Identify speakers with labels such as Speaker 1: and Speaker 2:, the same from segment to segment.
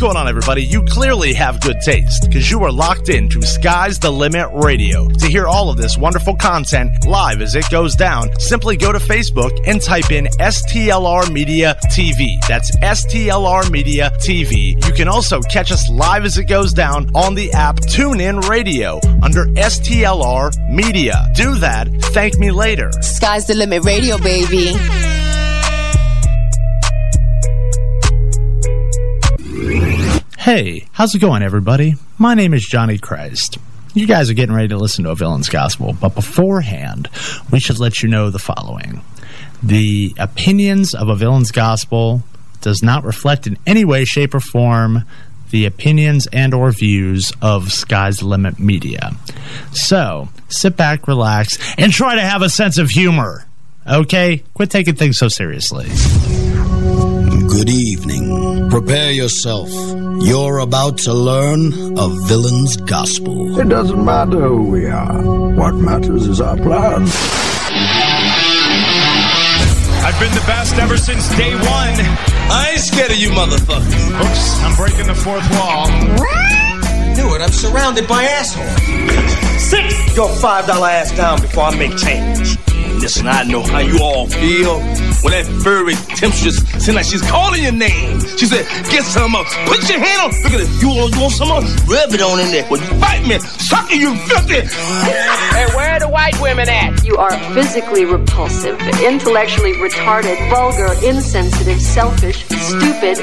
Speaker 1: going on, everybody? You clearly have good taste because you are locked in to Sky's the Limit Radio. To hear all of this wonderful content live as it goes down, simply go to Facebook and type in STLR Media TV. That's STLR Media TV. You can also catch us live as it goes down on the app TuneIn Radio under STLR Media. Do that. Thank me later.
Speaker 2: Sky's the limit radio, baby.
Speaker 1: Hey, how's it going, everybody? My name is Johnny Christ. You guys are getting ready to listen to a villain's gospel, but beforehand, we should let you know the following The opinions of a villain's gospel does not reflect in any way, shape, or form the opinions and or views of Sky's the Limit Media. So, sit back, relax, and try to have a sense of humor. Okay? Quit taking things so seriously.
Speaker 3: Good evening. Prepare yourself. You're about to learn a villain's gospel.
Speaker 4: It doesn't matter who we are. What matters is our plan.
Speaker 5: I've been the best ever since day one.
Speaker 6: I ain't scared of you motherfuckers.
Speaker 5: Oops, I'm breaking the fourth wall.
Speaker 6: Do it. I'm surrounded by assholes. Sit your five dollar ass down before I make change. Listen, I know how you all feel when that furry temptress seems like she's calling your name. She said, "Get some up. Put your hand on. Look at it. You want, you want some up? Rub it on in there. When you fight me, suck it, you filthy."
Speaker 7: Hey, where are the white women at?
Speaker 8: You are physically repulsive, intellectually retarded, vulgar, insensitive, selfish, stupid.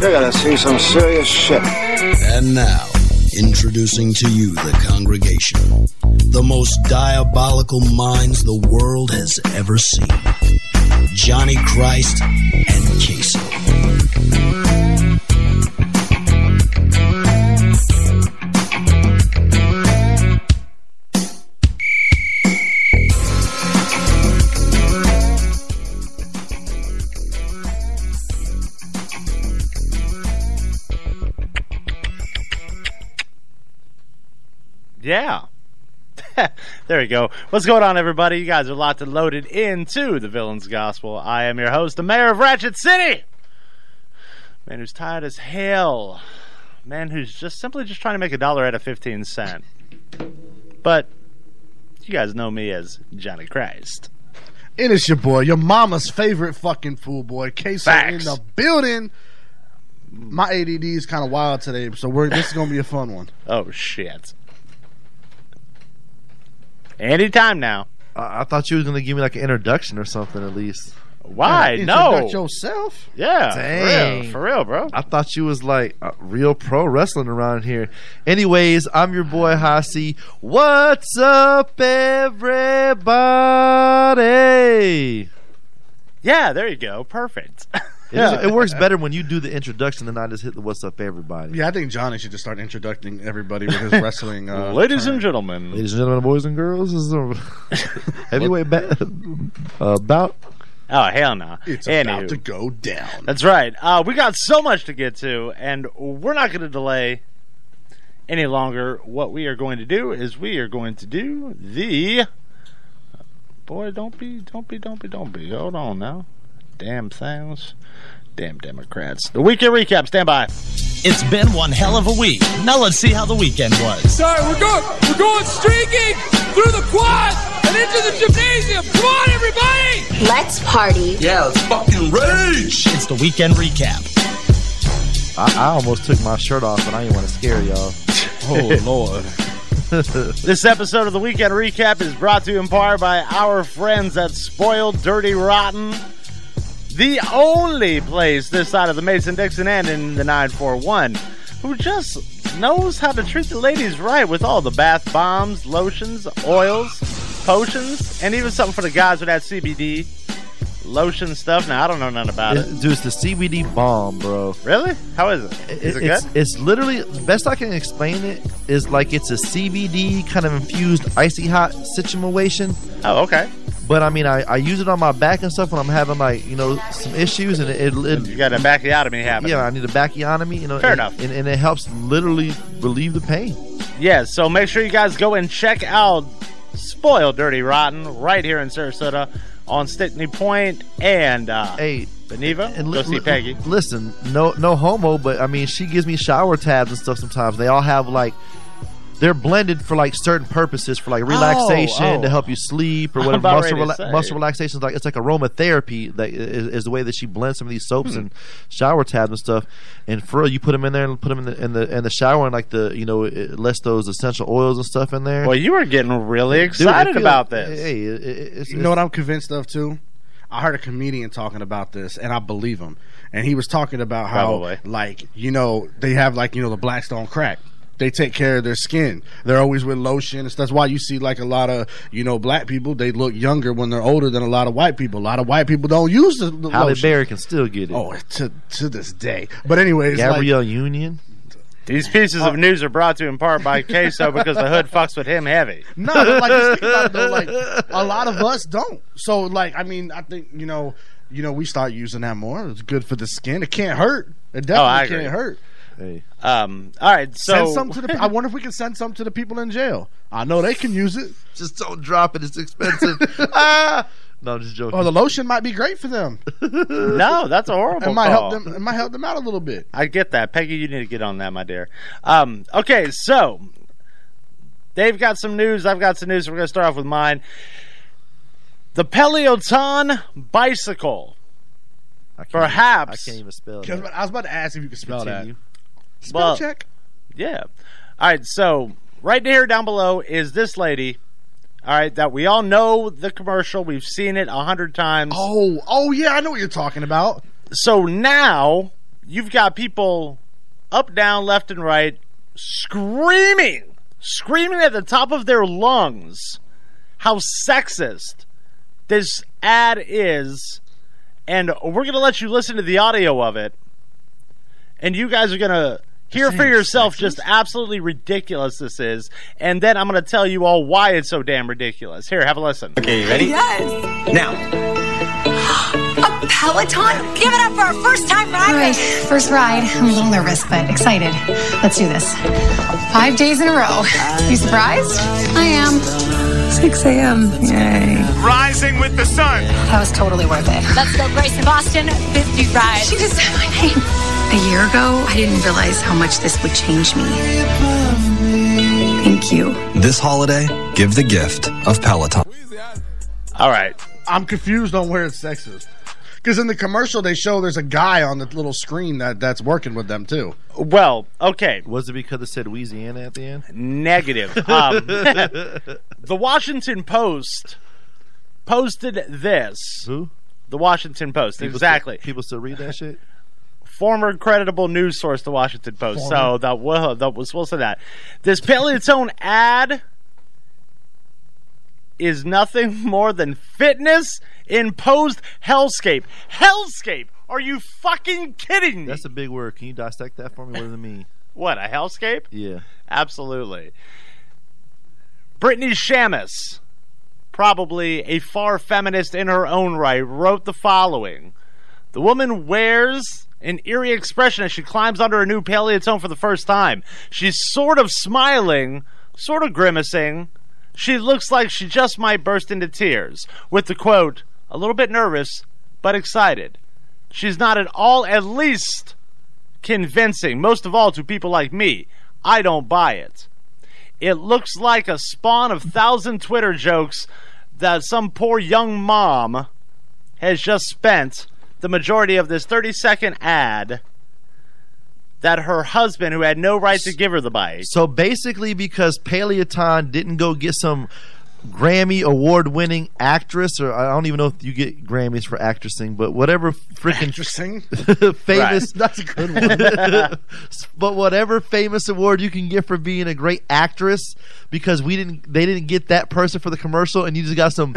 Speaker 4: You're gonna see some serious shit.
Speaker 3: And now, introducing to you the congregation, the most diabolical minds the world has ever seen Johnny Christ and Casey.
Speaker 1: Yeah. there we go. What's going on, everybody? You guys are locked and loaded into the Villain's Gospel. I am your host, the mayor of Ratchet City. Man who's tired as hell. Man who's just simply just trying to make a dollar out of 15 cent. But you guys know me as Johnny Christ.
Speaker 9: And it's your boy, your mama's favorite fucking fool boy, Casey in
Speaker 1: Facts.
Speaker 9: the building. My ADD is kind of wild today, so we're this is gonna be a fun one.
Speaker 1: Oh, shit. Anytime now.
Speaker 10: I, I thought you was gonna give me like an introduction or something at least.
Speaker 1: Why?
Speaker 9: Introduce
Speaker 1: no.
Speaker 9: yourself.
Speaker 1: Yeah. For real,
Speaker 10: Dang.
Speaker 1: for real, bro.
Speaker 10: I thought you was like uh, real pro wrestling around here. Anyways, I'm your boy Hasi. What's up, everybody?
Speaker 1: Yeah, there you go. Perfect.
Speaker 10: It, is- it works better when you do the introduction than I just hit the "What's up, everybody."
Speaker 9: Yeah, I think Johnny should just start introducting everybody with his wrestling. Uh,
Speaker 1: Ladies and gentlemen,
Speaker 10: Ladies and gentlemen, boys and girls, this is a heavyweight ba- uh, bout.
Speaker 1: Oh hell no!
Speaker 9: it's
Speaker 1: Anywho.
Speaker 9: about to go down.
Speaker 1: That's right. Uh, we got so much to get to, and we're not going to delay any longer. What we are going to do is we are going to do the. Boy, don't be, don't be, don't be, don't be. Hold on now. Damn things. Damn Democrats. The weekend recap. Stand by.
Speaker 6: It's been one hell of a week. Now let's see how the weekend was.
Speaker 11: Sorry, we're going, we're going streaking through the quad and into the gymnasium. Come on, everybody!
Speaker 2: Let's party.
Speaker 6: Yeah, let's fucking rage.
Speaker 11: It's the weekend recap.
Speaker 10: I, I almost took my shirt off, but I didn't want to scare y'all.
Speaker 6: Oh lord.
Speaker 1: This episode of the Weekend Recap is brought to you in part by our friends at Spoiled Dirty Rotten, the only place this side of the Mason Dixon and in the 941 who just knows how to treat the ladies right with all the bath bombs, lotions, oils, potions, and even something for the guys with that CBD lotion stuff. Now, I don't know nothing about it.
Speaker 10: It's- dude, it's the CBD bomb, bro.
Speaker 1: Really? How is it? Is it
Speaker 10: it's,
Speaker 1: good?
Speaker 10: it's literally the best I can explain it is like it's a CBD kind of infused icy hot situation.
Speaker 1: Oh, okay.
Speaker 10: But I mean, I, I use it on my back and stuff when I'm having like you know some issues and it, it,
Speaker 1: You
Speaker 10: it
Speaker 1: got a backiotomy happening.
Speaker 10: yeah I need a bacchiotomy you know
Speaker 1: Fair
Speaker 10: and,
Speaker 1: enough.
Speaker 10: and, and it helps literally relieve the pain.
Speaker 1: Yeah, so make sure you guys go and check out Spoiled Dirty Rotten right here in Sarasota on Stickney Point and uh,
Speaker 10: Hey,
Speaker 1: Beneva,
Speaker 10: And
Speaker 1: go
Speaker 10: li-
Speaker 1: see
Speaker 10: li-
Speaker 1: Peggy.
Speaker 10: Listen, no no homo, but I mean she gives me shower tabs and stuff sometimes. They all have like they're blended for like certain purposes for like relaxation
Speaker 1: oh.
Speaker 10: to help you sleep or
Speaker 1: I'm
Speaker 10: whatever
Speaker 1: about
Speaker 10: muscle,
Speaker 1: ready to
Speaker 10: rela-
Speaker 1: say.
Speaker 10: muscle relaxation is like it's like aromatherapy that i- is, is the way that she blends some of these
Speaker 1: Hmm.
Speaker 10: soaps and shower tabs and stuff and for real you put them in there and put them in the in the, in the shower and like the you know it lets those essential oils and stuff in there
Speaker 1: Well, you were getting really
Speaker 10: Dude, it
Speaker 1: excited
Speaker 10: feel-
Speaker 1: about this.
Speaker 10: hey it, it, it's-
Speaker 4: you know what I'm convinced of too? I heard a comedian talking about this, and I believe him. And he was talking about how,
Speaker 1: Probably.
Speaker 4: like, you know, they have like you know the Blackstone crack. They take care of their skin. They're always with lotion. and That's why you see like a lot of you know black people. They look younger when they're older than a lot of white people. A lot of white people don't use the, the
Speaker 10: Halle
Speaker 4: lotion.
Speaker 10: Berry can still get it
Speaker 4: oh to to this day. But anyways, like- Uh,
Speaker 10: Gabrielle Union
Speaker 1: These pieces of news are brought to you in part by Queso because the hood fucks with him heavy.
Speaker 4: No, but, like just think about it though. Like a lot of us don't. So like I mean, I think you know, you know, we start using that more. It's good for the skin. It can't hurt. It
Speaker 1: Oh, I
Speaker 4: definitely
Speaker 1: agree.
Speaker 4: can't hurt.
Speaker 10: Hey.
Speaker 1: Um. All right. So
Speaker 4: send some to the. I wonder if we can send some to the people in jail. I know they can use it.
Speaker 10: Just don't drop it. It's expensive. ah. No, I'm just joking.
Speaker 4: Or the lotion might be great for them.
Speaker 1: no, that's a horrible.
Speaker 4: It might
Speaker 1: call.
Speaker 4: help them. It might help them out a little bit.
Speaker 1: I get that, Peggy. You need to get on that, my dear. Um. Okay. So they've got some news. I've got some news. We're gonna start off with mine. The Peloton bicycle. Perhaps
Speaker 10: I can't even spell
Speaker 4: I was about- I was about to ask if you could spell
Speaker 10: Continue.
Speaker 4: that. Spell
Speaker 1: Well,
Speaker 4: check.
Speaker 1: Yeah. All right. So right here down below is this lady. All right, that we all know the commercial. We've seen it a hundred times.
Speaker 4: Oh, oh yeah, I know what you're talking about.
Speaker 1: So now you've got people up, down, left, and right screaming, screaming at the top of their lungs how sexist this ad is. And we're going to let you listen to the audio of it. And you guys are going to hear for yourself just absolutely ridiculous this is. And then I'm going to tell you all why it's so damn ridiculous. Here, have a listen. Okay, you
Speaker 12: Yes.
Speaker 1: Now.
Speaker 12: A Peloton? Give it up for our first time ride. All right, first ride. I'm a little nervous, but excited. Let's do this. Five days in a row. You surprised? I am. 6 a.m. Yay.
Speaker 5: Rising with the sun.
Speaker 12: That was totally worth it. Let's go, Grace in Boston. 50 rides. She just said my name. A year ago, I didn't realize how much this would change me. Thank you.
Speaker 3: This holiday, give the gift of Peloton.
Speaker 1: All right.
Speaker 4: I'm confused on where it's sexist. Because in the commercial, they show there's a guy on the little screen that, that's working with them too.
Speaker 1: Well, okay.
Speaker 10: Was it because it said Louisiana at the end?
Speaker 1: Negative. Um, the Washington Post posted this.
Speaker 10: Who?
Speaker 1: The Washington Post.
Speaker 10: People still-
Speaker 1: exactly.
Speaker 10: people still read that shit.
Speaker 1: Former credible news source, The Washington Post. So
Speaker 10: Former.
Speaker 1: that was that was supposed to that. This Paleotone ad is nothing more than fitness imposed hellscape. Hellscape. Are you fucking kidding me?
Speaker 10: That's a big word. Can you dissect that for me? What does it mean?
Speaker 1: What a hellscape.
Speaker 10: Yeah.
Speaker 1: Absolutely. Brittany Shamus, probably a far feminist in her own right, wrote the following The woman wears an eerie expression as she climbs under a new paleotone for the first time. She's sort of smiling, sort of grimacing. She looks like she just might burst into tears, with the quote, a little bit nervous, but excited. She's not at all, at least, convincing, most of all to people like me. I don't buy it. It looks like a spawn of thousand Twitter jokes that some poor young mom has just spent the majority of this 30 second ad that her husband, who had no right to give her the bike,
Speaker 10: So basically, because Paleoton didn't go get some Grammy award winning actress, or I don't even know if you get Grammys for actressing, but whatever freaking
Speaker 4: actressing
Speaker 10: famous.
Speaker 4: That's a good
Speaker 10: one. but whatever famous award you can get for being a great actress, because we didn't, they didn't get that person for the commercial, and you just got some.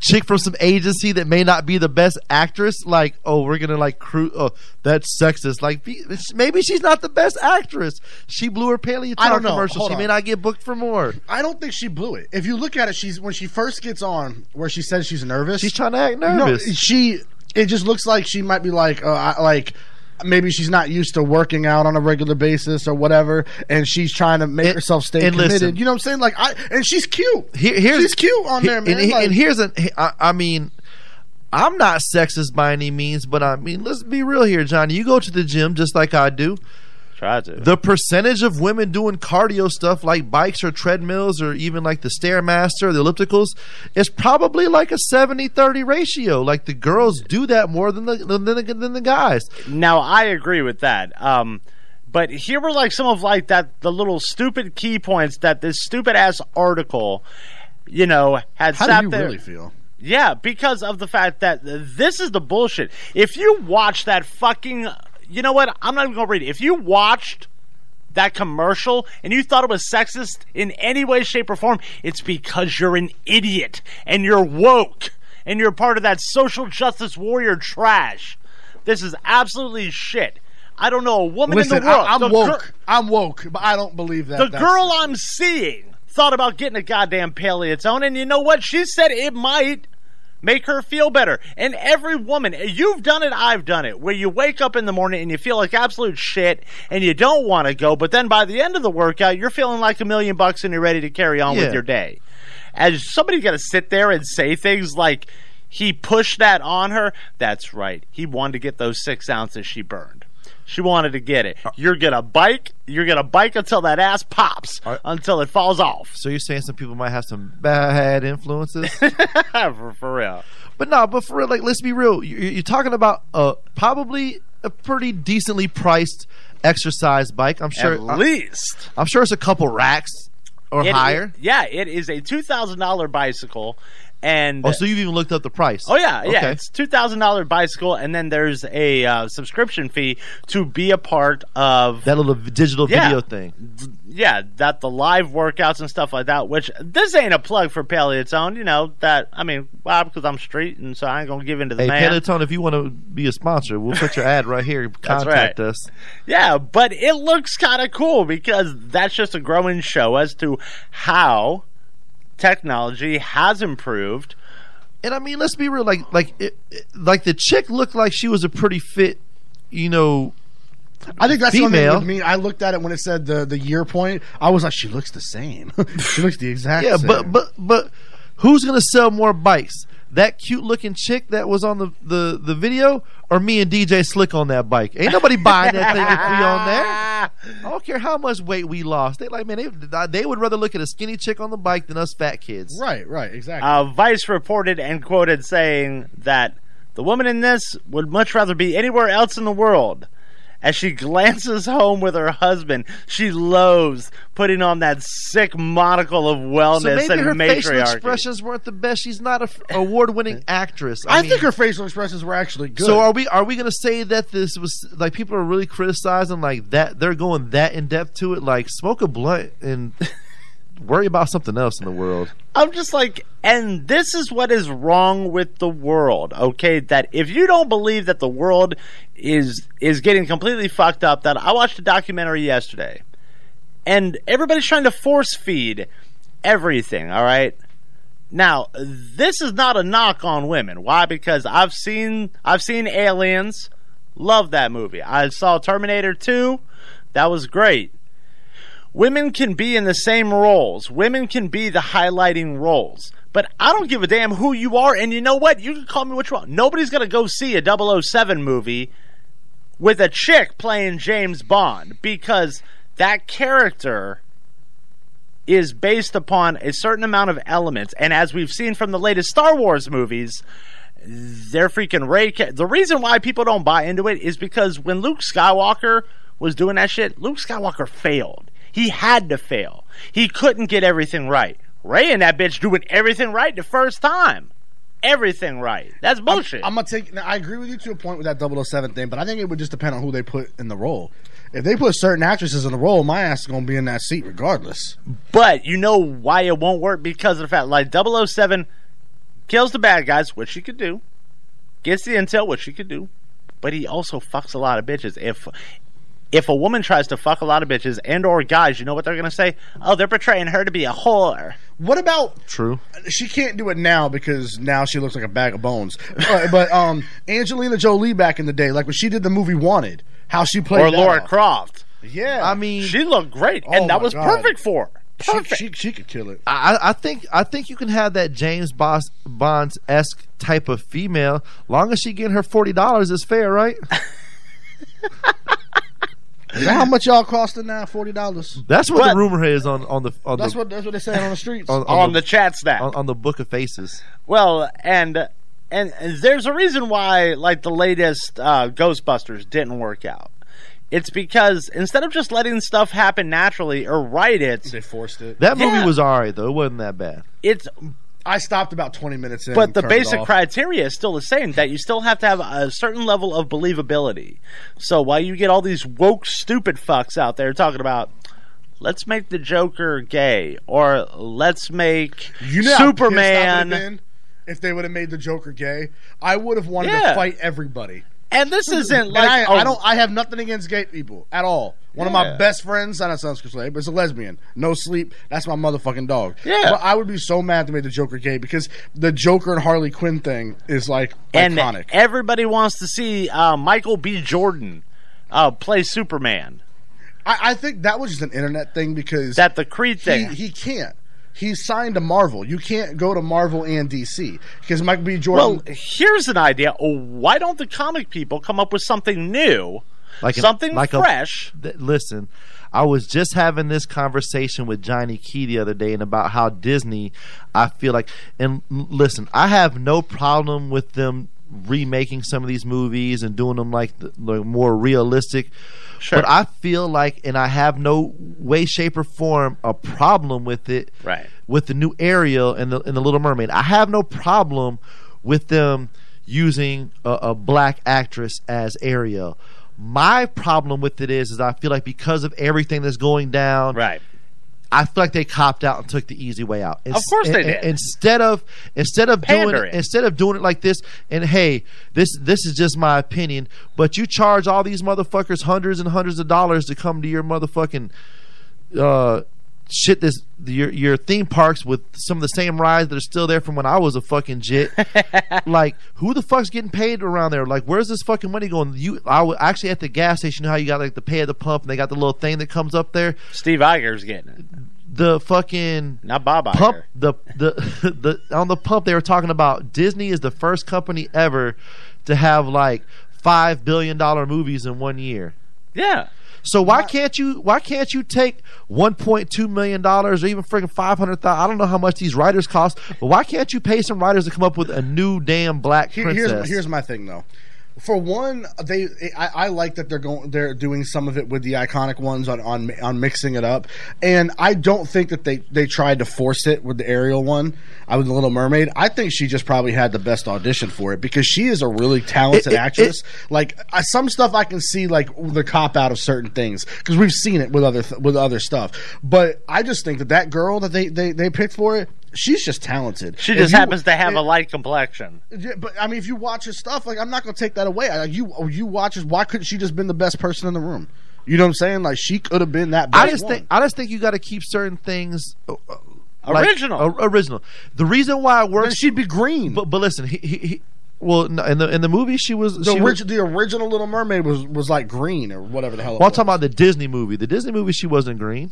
Speaker 10: Chick from some agency that may not be the best actress, like oh, we're gonna like crew. Oh, that's sexist. Like be- maybe she's not the best actress. She blew her paleo
Speaker 4: I don't know.
Speaker 10: commercial.
Speaker 4: Hold
Speaker 10: she may
Speaker 4: on.
Speaker 10: not get booked for more.
Speaker 4: I don't think she blew it. If you look at it, she's when she first gets on, where she says she's nervous. She's
Speaker 10: trying to act
Speaker 4: No,
Speaker 10: nervous.
Speaker 4: she. It just looks like she might be like, uh, I- like maybe she's not used to working out on a regular basis or whatever, and she's trying to make herself stay
Speaker 10: and
Speaker 4: committed.
Speaker 10: listen.
Speaker 4: you know what I'm saying? Like, I and she's cute.
Speaker 10: Here, here's,
Speaker 4: she's cute on
Speaker 10: he-
Speaker 4: there, man.
Speaker 10: And, he-
Speaker 4: Like-
Speaker 10: and here's an. I, I mean, I'm not sexist by any means, but I mean, let's be real here, Johnny. You go to the gym just like I do.
Speaker 1: Try to.
Speaker 10: The percentage of women doing cardio stuff like bikes or treadmills or even like the Stairmaster or the ellipticals is probably like a 70 30 ratio. Like the girls do that more than the, than the, than the guys.
Speaker 1: Now, I agree with that. Um, but here were like some of like that the little stupid key points that this stupid ass article, you know, had
Speaker 4: How
Speaker 1: sat
Speaker 4: do you
Speaker 1: there.
Speaker 4: really feel?
Speaker 1: Yeah, because of the fact that this is the bullshit. If you watch that fucking, you know what? I'm not even gonna read it. If you watched that commercial and you thought it was sexist in any way, shape, or form, it's because you're an idiot and you're woke and you're part of that social justice warrior trash. This is absolutely shit. I don't know a woman in
Speaker 4: Listen,
Speaker 1: the world.
Speaker 4: I, am
Speaker 1: the
Speaker 4: woke.
Speaker 1: gir-
Speaker 4: I'm woke, but I don't believe that.
Speaker 1: the
Speaker 4: that's-
Speaker 1: girl I'm seeing thought about getting a goddamn pill of its own, and you know what? She said it might make her feel better. And every woman, you've done it, I've done it, where you wake up in the morning and you feel like absolute shit and you don't want to go, but then by the end of the workout, you're feeling like a million bucks and you're ready to carry on
Speaker 10: Yeah.
Speaker 1: with your day. As somebody got to sit there and say things like, he pushed that on her. That's right. He wanted to get those six ounces she burned. She wanted to get it. You're gonna bike. You're gonna bike until that ass pops, until it falls off.
Speaker 10: So you're saying some people might have some bad influences?
Speaker 1: for, for real.
Speaker 10: But no, but for real, like let's be real. You- You're, you're talking about uh, probably a pretty decently priced exercise bike. I'm sure,
Speaker 1: At least.
Speaker 10: I, am sure it's a couple racks or
Speaker 1: It-
Speaker 10: higher.
Speaker 1: yeah, it is a two thousand dollar bicycle, and
Speaker 10: oh, so you've even looked up the price?
Speaker 1: Oh yeah, yeah.
Speaker 10: Okay.
Speaker 1: It's two thousand dollar bicycle, and then there's a uh, subscription fee to be a part of
Speaker 10: that little digital
Speaker 1: Yeah.
Speaker 10: video thing.
Speaker 1: yeah, that the live workouts and stuff like that. Which this ain't a plug for Paleotone, you know. That I mean, why? Because I'm street, and so I ain't gonna give in to the
Speaker 10: Hey,
Speaker 1: man.
Speaker 10: Peloton, if you want to be a sponsor, we'll put your ad right here.
Speaker 1: That's
Speaker 10: Contact
Speaker 1: right.
Speaker 10: us.
Speaker 1: Yeah, but it looks kind of cool because that's just a growing show as to how technology has improved.
Speaker 10: And I mean, let's be real. Like, like, it, it- like the chick looked like she was a pretty fit, you know.
Speaker 4: I think that's
Speaker 10: female.
Speaker 4: something with me. I looked at it when it said the, the year point. I was like, she looks the same. she looks the exact
Speaker 10: yeah,
Speaker 4: same.
Speaker 10: but but but who's gonna sell more bikes? That cute looking chick that was on the, the, the video, or me and DJ Slick on that bike? Ain't nobody buying that thing if we on there. I don't care how much weight we lost. They like man, they they would rather look at a skinny chick on the bike than us fat kids.
Speaker 4: Right, right, exactly.
Speaker 1: Uh, Vice reported and quoted saying that the woman in this would much rather be anywhere else in the world. As she glances home with her husband, she loathes putting on that sick monocle of wellness
Speaker 10: so maybe
Speaker 1: and
Speaker 10: her facial
Speaker 1: matriarchy.
Speaker 10: expressions weren't the best. She's not an award winning actress.
Speaker 4: I,
Speaker 10: mean-
Speaker 4: think her facial expressions were actually good.
Speaker 10: So are we are we gonna say that this was like people are really criticizing like that they're going that in depth to it like smoke a blunt and worry about something else in the world.
Speaker 1: I'm just like, and this is what is wrong with the world, okay? That if you don't believe that the world is is getting completely fucked up, that I watched a documentary yesterday, and everybody's trying to force feed everything, all right? Now, this is not a knock on women. Why? Because I've seen I've seen Aliens, love that movie. I saw Terminator 2, that was great. Women can be in the same roles. Women can be the highlighting roles. But I don't give a damn who you are. And you know what? You can call me what you want. Nobody's going to go see a 007 movie with a chick playing James Bond because that character is based upon a certain amount of elements. And as we've seen from the latest Star Wars movies, they're freaking Ray. Ca- the reason why people don't buy into it is because when Luke Skywalker was doing that shit, Luke Skywalker failed. He had to fail. He couldn't get everything right. Ray and that bitch doing everything right the first time. Everything right. That's bullshit.
Speaker 4: I'm gonna take. now, I agree with you to a point with that 007 thing, but I think it would just depend on who they put in the role. If they put certain actresses in the role, my ass is gonna be in that seat regardless.
Speaker 1: But you know why it won't work because of the fact like 007 kills the bad guys, which he could do, gets the intel, which he could do, but he also fucks a lot of bitches. If if a woman tries to fuck a lot of bitches and or guys, you know what they're gonna say? Oh, they're portraying her to be a whore.
Speaker 4: What about
Speaker 10: True.
Speaker 4: She can't do it now because now she looks like a bag of bones. Uh, but um, Angelina Jolie back in the day, like when she did the movie Wanted, how she played
Speaker 1: or
Speaker 4: that
Speaker 1: Laura
Speaker 4: off.
Speaker 1: Croft?
Speaker 4: Yeah,
Speaker 10: I mean,
Speaker 1: she looked great,
Speaker 4: Oh
Speaker 1: and that
Speaker 4: my
Speaker 1: was
Speaker 4: God.
Speaker 1: perfect for her.
Speaker 4: Perfect. She, she, she could kill it.
Speaker 10: I, I think I think you can have that James Bos- Bonds esque type of female. Long as she getting her forty dollars is fair, right?
Speaker 4: Is that how much y'all costing now? Forty dollars.
Speaker 10: That's what, the rumor is on on the on
Speaker 4: That's
Speaker 10: the
Speaker 4: what that's what they saying on the streets.
Speaker 10: on,
Speaker 1: On the chat stack
Speaker 10: on, on the book of faces.
Speaker 1: Well, and and there's a reason why like the latest uh, Ghostbusters didn't work out. It's because instead of just letting stuff happen naturally or write it, they
Speaker 4: forced it.
Speaker 10: That movie was alright though; it wasn't that bad.
Speaker 1: It's
Speaker 4: I stopped about twenty minutes in.
Speaker 1: but
Speaker 4: and
Speaker 1: the
Speaker 4: turned it
Speaker 1: basic
Speaker 4: off.
Speaker 1: criteria is still the same that you still have to have a certain level of believability. So while you get all these woke stupid fucks out there talking about let's make the Joker gay or let's make
Speaker 4: You know how pissed I would've
Speaker 1: Superman
Speaker 4: been If they would have made the Joker gay, I would have wanted
Speaker 1: Yeah.
Speaker 4: to fight everybody.
Speaker 1: And this isn't
Speaker 4: And
Speaker 1: like
Speaker 4: I,
Speaker 1: oh,
Speaker 4: I don't. I have nothing against gay people at all. One of
Speaker 1: Yeah.
Speaker 4: my best friends, I know it sounds cliche, but it's a lesbian. No sleep. That's my motherfucking dog.
Speaker 1: Yeah.
Speaker 4: But I would be so mad to make the Joker gay because the Joker and Harley Quinn thing is like
Speaker 1: and
Speaker 4: iconic.
Speaker 1: oh, everybody wants to see uh, Michael B. Jordan uh, play Superman.
Speaker 4: I, I think that was just an internet thing because
Speaker 1: that the Creed thing.
Speaker 4: He, he can't. He's signed to Marvel. You can't go to Marvel and DC because Michael B. Jordan.
Speaker 1: Well, here's an idea. Why don't the comic people come up with something new,
Speaker 10: an-
Speaker 1: something
Speaker 10: a-
Speaker 1: fresh?
Speaker 10: th- listen, I was just having this conversation with Johnny Key the other day and about how Disney, I feel like, and l- listen, I have no problem with them remaking some of these movies and doing them like, the, like more realistic.
Speaker 1: Sure.
Speaker 10: But I feel like, and I have no way, shape, or form a problem with it.
Speaker 1: Right.
Speaker 10: With the new Ariel and the and the Little Mermaid, I have no problem with them using a, a black actress as Ariel. My problem with it is, is I feel like because of everything that's going down,
Speaker 1: right?
Speaker 10: I feel like they copped out and took the easy way out.
Speaker 1: Of course they
Speaker 10: and-
Speaker 1: did.
Speaker 10: Instead of instead of doing
Speaker 1: Pandering.
Speaker 10: it, instead of doing it like this, and hey, this this is just my opinion, but you charge all these motherfuckers hundreds and hundreds of dollars to come to your motherfucking uh, shit this your your theme parks with some of the same rides that are still there from when I was a fucking jit. like who the fuck's getting paid around there? Like where's this fucking money going? You I was actually at the gas station. You know how you got like the pay at the pump and they got the little thing that comes up there.
Speaker 1: Steve Iger's getting it,
Speaker 10: The fucking
Speaker 1: not Bob Iger.
Speaker 10: pump the the the on the pump they were talking about Disney is the first company ever to have like five billion dollar movies in one year.
Speaker 1: Yeah.
Speaker 10: So why can't you why can't you take one point two million dollars or even freaking five hundred thousand? I don't know how much these writers cost, but why can't you pay some writers to come up with a new damn black
Speaker 4: Here-
Speaker 10: princess?
Speaker 4: here's here's my thing though. For one, they I, I like that they're going they're doing some of it with the iconic ones on on on mixing it up, and I don't think that they they tried to force it with the Ariel one. I was the Little Mermaid. I think she just probably had the best audition for it because she is a really talented
Speaker 10: It- it-
Speaker 4: actress. like I, some stuff I can see like the cop out of certain things because we've seen it with other th- with other stuff. But I just think that that girl that they they, they picked for it, she's just talented.
Speaker 1: She
Speaker 4: If
Speaker 1: just
Speaker 4: you-
Speaker 1: happens to have
Speaker 4: if-
Speaker 1: a light complexion.
Speaker 4: yeah, but I mean, if you watch his stuff, like I'm not gonna take that away. I, you you watch his. Why couldn't she just been the best person in the room? You know what I'm saying? Like she could have been that. Best
Speaker 10: I just
Speaker 4: one.
Speaker 10: think I just think you got to keep certain things uh, uh,
Speaker 4: Original.
Speaker 10: o- original. The reason why it works,
Speaker 4: she'd be green.
Speaker 10: But but listen, he, he, he well no, in the in the movie she was
Speaker 4: the,
Speaker 10: she was-
Speaker 4: orig- the original Little Mermaid was was like green or whatever the hell. It
Speaker 10: well, I'm
Speaker 4: was.
Speaker 10: talking about the Disney movie. The Disney movie she wasn't green.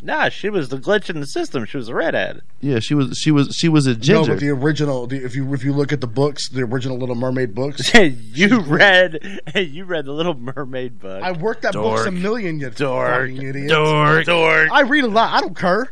Speaker 1: Nah, she was the glitch in the system. She was a redhead.
Speaker 10: Yeah, she was she was she was a
Speaker 4: no,
Speaker 10: ginger.
Speaker 4: but the original. The, if you if you look at the books, the original Little Mermaid books.
Speaker 1: you read, you read the Little Mermaid book.
Speaker 4: I worked that books a million. You
Speaker 1: Dork.
Speaker 4: fucking idiot.
Speaker 1: Dork. Dork.
Speaker 4: I read a lot. I don't care.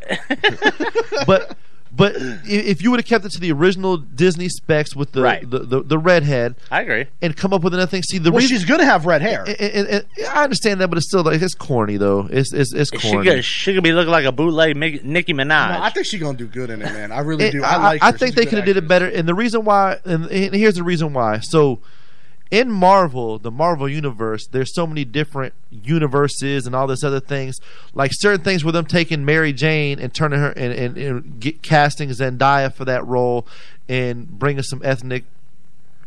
Speaker 10: but but i- if you would have kept it to the original Disney specs with the
Speaker 1: Right.
Speaker 10: the, the, the redhead,
Speaker 1: I agree.
Speaker 10: and come up with another thing. See, the
Speaker 4: well,
Speaker 10: reason
Speaker 4: she's gonna have red hair.
Speaker 10: and- and- and- I understand that, but it's still like it's corny though. It's it's it's
Speaker 1: She
Speaker 10: corny.
Speaker 1: could, she could be looking like a bootleg Mi- Nicki Minaj.
Speaker 4: No, I think she's gonna do good in it, man. I really
Speaker 10: It-
Speaker 4: do. I, like.
Speaker 10: I,
Speaker 4: her. She's
Speaker 10: think
Speaker 4: a
Speaker 10: they
Speaker 4: good
Speaker 10: could have did it better. And the reason why, and, and here's the reason why. So, in Marvel, the Marvel universe, there's so many different universes and all this other things. Like certain things where them taking Mary Jane and turning her and and, and get, casting Zendaya for that role and bringing some ethnic.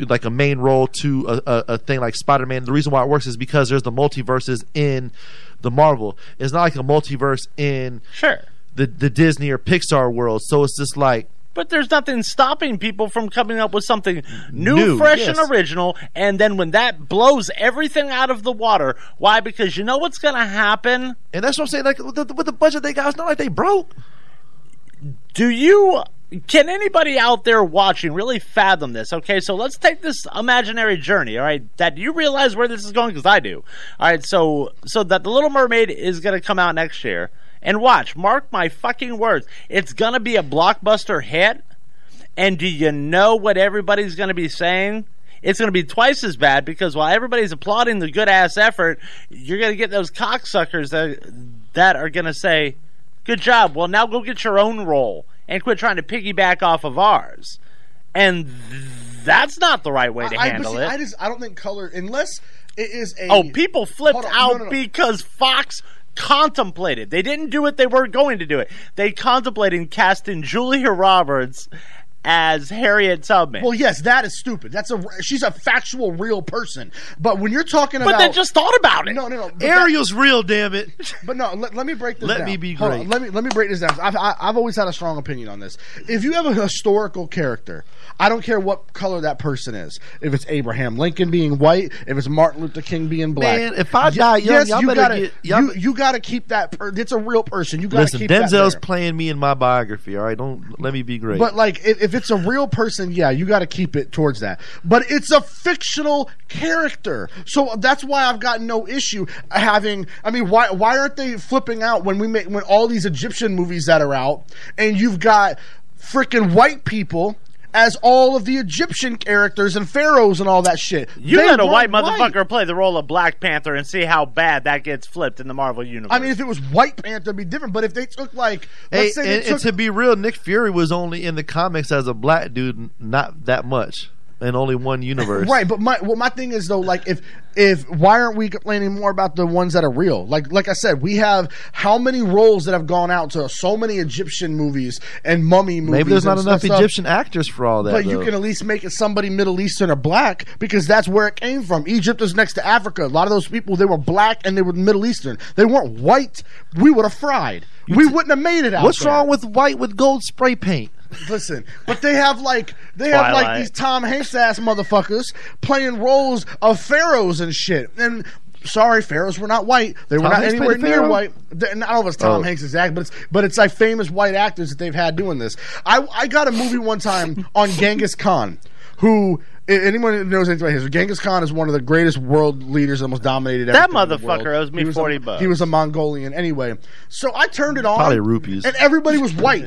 Speaker 10: Like a main role to a, a, a thing like Spider Man. The reason why it works is because there's the multiverses in the Marvel. It's not like a multiverse in
Speaker 1: sure
Speaker 10: the the Disney or Pixar world. So it's just like
Speaker 1: But there's nothing stopping people from coming up with something new,
Speaker 10: New,
Speaker 1: fresh,
Speaker 10: yes.
Speaker 1: and original. And then when that blows everything out of the water, why? Because you know what's going to happen?
Speaker 10: And that's what I'm saying. Like with the, with the budget they got, it's not like they broke.
Speaker 1: Do you? Can anybody out there watching really fathom this? Okay, so let's take this imaginary journey. All right, that you realize where this is going because I do. All right, so so that the Little Mermaid is gonna come out next year, and watch, mark my fucking words, it's gonna be a blockbuster hit. And do you know what everybody's going to be saying? It's going to be twice as bad because while everybody's applauding the good ass effort, you're going to get those cocksuckers that that are going to say, "Good job. Well, now go get your own role and quit trying to piggyback off of ours." And th- that's not the right way to
Speaker 4: I, but
Speaker 1: handle
Speaker 4: see,
Speaker 1: it.
Speaker 4: I just I don't think color unless it is a
Speaker 1: Oh, people flipped
Speaker 4: Hold on,
Speaker 1: out
Speaker 4: no, no, no.
Speaker 1: because Fox contemplated. They didn't do it, they were going to do it. They contemplated casting Julia Roberts as Harriet Tubman.
Speaker 4: Well, yes, that is stupid. That's a she's a factual real person. But when you're talking
Speaker 1: But
Speaker 4: about,
Speaker 1: they just thought about it.
Speaker 4: No, no, no. but
Speaker 10: Ariel's real, damn it.
Speaker 4: But no, let, let me break this.
Speaker 10: Let
Speaker 4: down.
Speaker 10: me be
Speaker 4: Hold
Speaker 10: great.
Speaker 4: on, let me let me break this down. I've I, I've always had a strong opinion on this. If you have a historical character, I don't care what color that person is. If it's Abraham Lincoln being white, if it's Martin Luther King being black.
Speaker 10: Man, if I
Speaker 4: Ye-
Speaker 10: die young,
Speaker 4: yes,
Speaker 10: y'all
Speaker 4: you
Speaker 10: better
Speaker 4: gotta
Speaker 10: get- y'all
Speaker 4: you, you gotta keep that. Per- it's a real person. You gotta
Speaker 10: Listen,
Speaker 4: keep that there.
Speaker 10: Denzel's playing me in my biography. All right, don't let me be great.
Speaker 4: But like, if, if it's a real person, yeah, you got to keep it towards that. But it's a fictional character, so that's why I've got no issue having. I mean, why why aren't they flipping out when we make when all these Egyptian movies that are out, and you've got freaking white people. As all of the Egyptian characters and pharaohs and all that shit.
Speaker 1: You
Speaker 4: They
Speaker 1: let a
Speaker 4: were
Speaker 1: white motherfucker play the role of Black Panther and see how bad that gets flipped in the Marvel universe.
Speaker 4: I mean, if it was White Panther, it'd be different. But if they took like,
Speaker 10: Hey,
Speaker 4: let's say
Speaker 10: and,
Speaker 4: they
Speaker 10: and
Speaker 4: took
Speaker 10: to be real, Nick Fury was only in the comics as a black dude, n- not that much, and only one universe.
Speaker 4: Right, but my well, my thing is though, like if if why aren't we complaining more about the ones that are real? Like like I said, we have how many roles that have gone out to so many Egyptian movies and mummy movies.
Speaker 10: Maybe there's not
Speaker 4: and
Speaker 10: enough
Speaker 4: stuff-
Speaker 10: Egyptian actors for all that.
Speaker 4: But you
Speaker 10: though.
Speaker 4: can at least make it somebody Middle Eastern or black because that's where it came from. Egypt is next to Africa. A lot of those people they were black and they were Middle Eastern. They weren't white. We would have fried. we wouldn't have made it out.
Speaker 10: What's
Speaker 4: there.
Speaker 10: wrong with white with gold spray paint?
Speaker 4: Listen, but they have like they have like
Speaker 10: Twilight.
Speaker 4: these Tom Hanks ass motherfuckers playing roles of pharaohs and shit. And sorry, pharaohs were not white. They were
Speaker 10: Tom
Speaker 4: not
Speaker 10: Hanks played
Speaker 4: anywhere
Speaker 10: a
Speaker 4: near
Speaker 10: pharaoh?
Speaker 4: white. They- and I don't know if it's Tom
Speaker 10: Oh.
Speaker 4: Hanks exact, but it's but it's like famous white actors that they've had doing this. I I got a movie one time on Genghis Khan, who. i- Anyone who knows anything about history, Genghis Khan is one of the greatest world leaders, almost dominated.
Speaker 1: That
Speaker 4: everything in the world.
Speaker 1: motherfucker owes me
Speaker 4: He was a-
Speaker 1: 40 bucks.
Speaker 4: He was a Mongolian anyway. So I turned it on,
Speaker 10: Probably rupees.
Speaker 4: and everybody was white.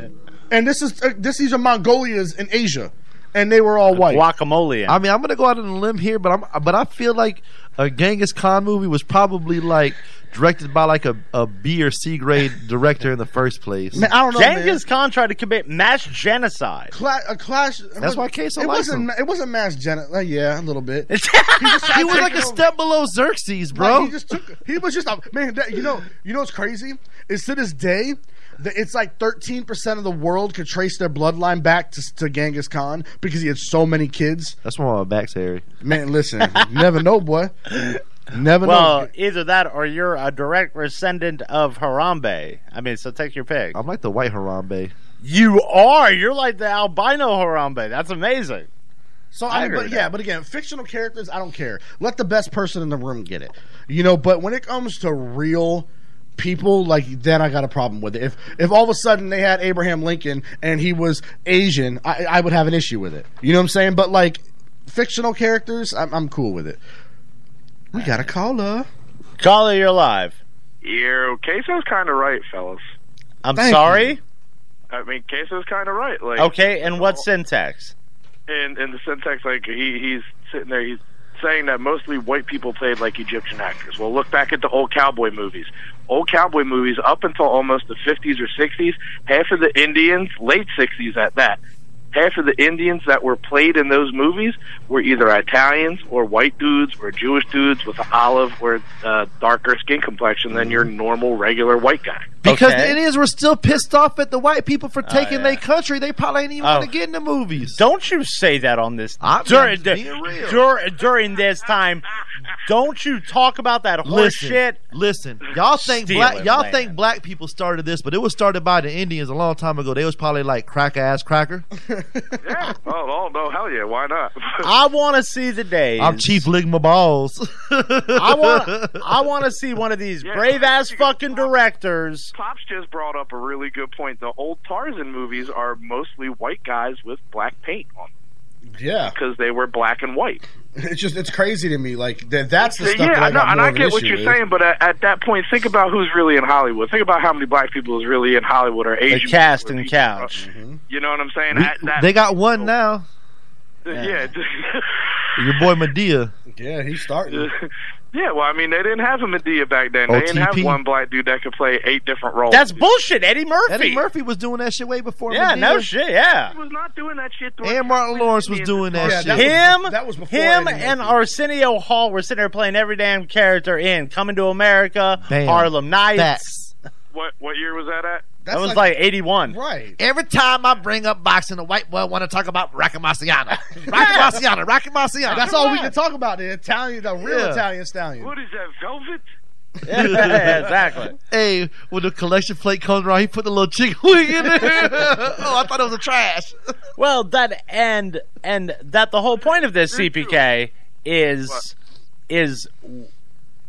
Speaker 4: And this is uh, this these are Mongolians in Asia, and they were all white.
Speaker 1: Guacamole.
Speaker 10: I mean, I'm gonna go out on a limb here, but I'm but I feel like a Genghis Khan movie was probably like directed by like a, a B or C grade director in the first place.
Speaker 1: Genghis Khan tried to commit mass genocide.
Speaker 4: Cla- a clash.
Speaker 10: That's why Queso
Speaker 4: It
Speaker 10: likes
Speaker 4: wasn't.
Speaker 10: him.
Speaker 4: ma- It wasn't mass gen. Uh, yeah, a little bit. he,
Speaker 10: He was like a step below Xerxes, bro.
Speaker 4: he just took. He was just a man. That, you know. You know what's crazy is to this day. that It's like 13% of the world could trace their bloodline back to, to Genghis Khan because he had so many kids.
Speaker 10: That's why my back's hairy.
Speaker 4: Man, listen, never know, boy. Never
Speaker 1: Well,
Speaker 4: know.
Speaker 1: Uh, either that or you're a direct descendant of Harambe. I mean, so take your pick.
Speaker 10: I'm like the white Harambe.
Speaker 1: You are. You're like the albino Harambe. That's amazing.
Speaker 4: So I, mean,
Speaker 1: agree
Speaker 4: but
Speaker 1: with
Speaker 4: yeah, but again, fictional characters, I don't care. Let the best person in the room get it, you know. But when it comes to real people, like then I got a problem with it. If if all of a sudden they had Abraham Lincoln and he was Asian, I, I would have an issue with it. You know what I'm saying? But like fictional characters, I'm, I'm cool with it. We got a caller.
Speaker 1: Caller, you're live.
Speaker 6: You Queso's kind of right, fellas.
Speaker 1: I'm
Speaker 6: Thank
Speaker 1: sorry.
Speaker 6: I mean, Queso's kind of right. Like,
Speaker 1: okay, and what syntax?
Speaker 6: in in the syntax, like he he's sitting there, he's saying that mostly white people played like Egyptian actors. Well, look back at the old cowboy movies. Old cowboy movies, up until almost the 50s or 60s, half of the Indians, late 60s at that, half of the Indians that were played in those movies were either Italians or white dudes or Jewish dudes with an olive or uh, darker skin complexion than
Speaker 10: Mm-hmm.
Speaker 6: your normal regular white guy.
Speaker 10: Because the Indians were still pissed off at the white people for taking
Speaker 1: Oh, yeah.
Speaker 10: their country. They probably ain't even
Speaker 1: Oh.
Speaker 10: want to get in the movies.
Speaker 1: Don't you say that on this
Speaker 10: I'm
Speaker 1: during
Speaker 10: just
Speaker 1: the-
Speaker 10: being real.
Speaker 1: dur- during this time. Don't you talk about that horse
Speaker 10: Listen,
Speaker 1: shit?
Speaker 10: Listen, y'all think black,
Speaker 1: Stealing
Speaker 10: y'all
Speaker 1: land.
Speaker 10: think black people started this, but it was started by the Indians a long time ago. They was probably like crack ass cracker.
Speaker 6: yeah. Oh, oh no, hell yeah. Why not?
Speaker 1: I want to see the day.
Speaker 10: I'm Chief Lick my balls.
Speaker 1: I want. I want to see one of these
Speaker 6: Yeah,
Speaker 1: brave ass fucking directors.
Speaker 6: Pops just brought up a really good point. The old Tarzan movies are mostly white guys with black paint on
Speaker 4: Yeah,
Speaker 6: because they were black and white.
Speaker 4: it's just it's crazy to me. Like that, that's the stuff.
Speaker 6: yeah,
Speaker 4: that I
Speaker 6: no,
Speaker 4: got
Speaker 6: and
Speaker 4: more
Speaker 6: I
Speaker 4: of an
Speaker 6: get what
Speaker 4: issue
Speaker 6: you're
Speaker 4: with.
Speaker 6: saying, but at, at that point, think about who's really in Hollywood. Think about how many black people is really in Hollywood or Asian.
Speaker 1: The cast and couch.
Speaker 6: You know what I'm saying?
Speaker 10: We-
Speaker 6: At that,
Speaker 10: they got one now.
Speaker 6: yeah.
Speaker 10: Your boy Medea.
Speaker 4: Yeah, he's
Speaker 6: Uh,
Speaker 4: starting.
Speaker 6: yeah, well, I mean, they didn't have a Medea back then. They didn't have
Speaker 10: OTP.
Speaker 6: one black dude that could play eight different roles.
Speaker 1: That's bullshit. Eddie Murphy.
Speaker 10: Eddie Murphy was doing that shit way before.
Speaker 1: Yeah,
Speaker 10: Medea.
Speaker 1: no shit. Yeah.
Speaker 6: He was not doing that shit.
Speaker 10: And Martin Lawrence was doing that shit.
Speaker 1: him,
Speaker 4: that was before
Speaker 1: him,
Speaker 4: Eddie
Speaker 1: and Arsenio Hall were sitting there playing every damn character in Coming to America,
Speaker 10: Bam.
Speaker 1: Harlem Nights.
Speaker 10: Facts.
Speaker 6: What what year was that at?
Speaker 1: that was like, '81.
Speaker 4: Right.
Speaker 10: Every time I bring up boxing, the white boy want to talk about Rocky Marciano. Rocky Marciano. Rocky Marciano.
Speaker 4: That's all we can talk about. The Italian, the real
Speaker 10: Yeah.
Speaker 4: Italian stallion.
Speaker 6: What is that, velvet?
Speaker 1: yeah, exactly.
Speaker 10: Hey, when the collection plate comes around, he put the little chicken wing in there. oh, I thought it was a trash.
Speaker 1: Well, that and and that the whole point of this CPK is is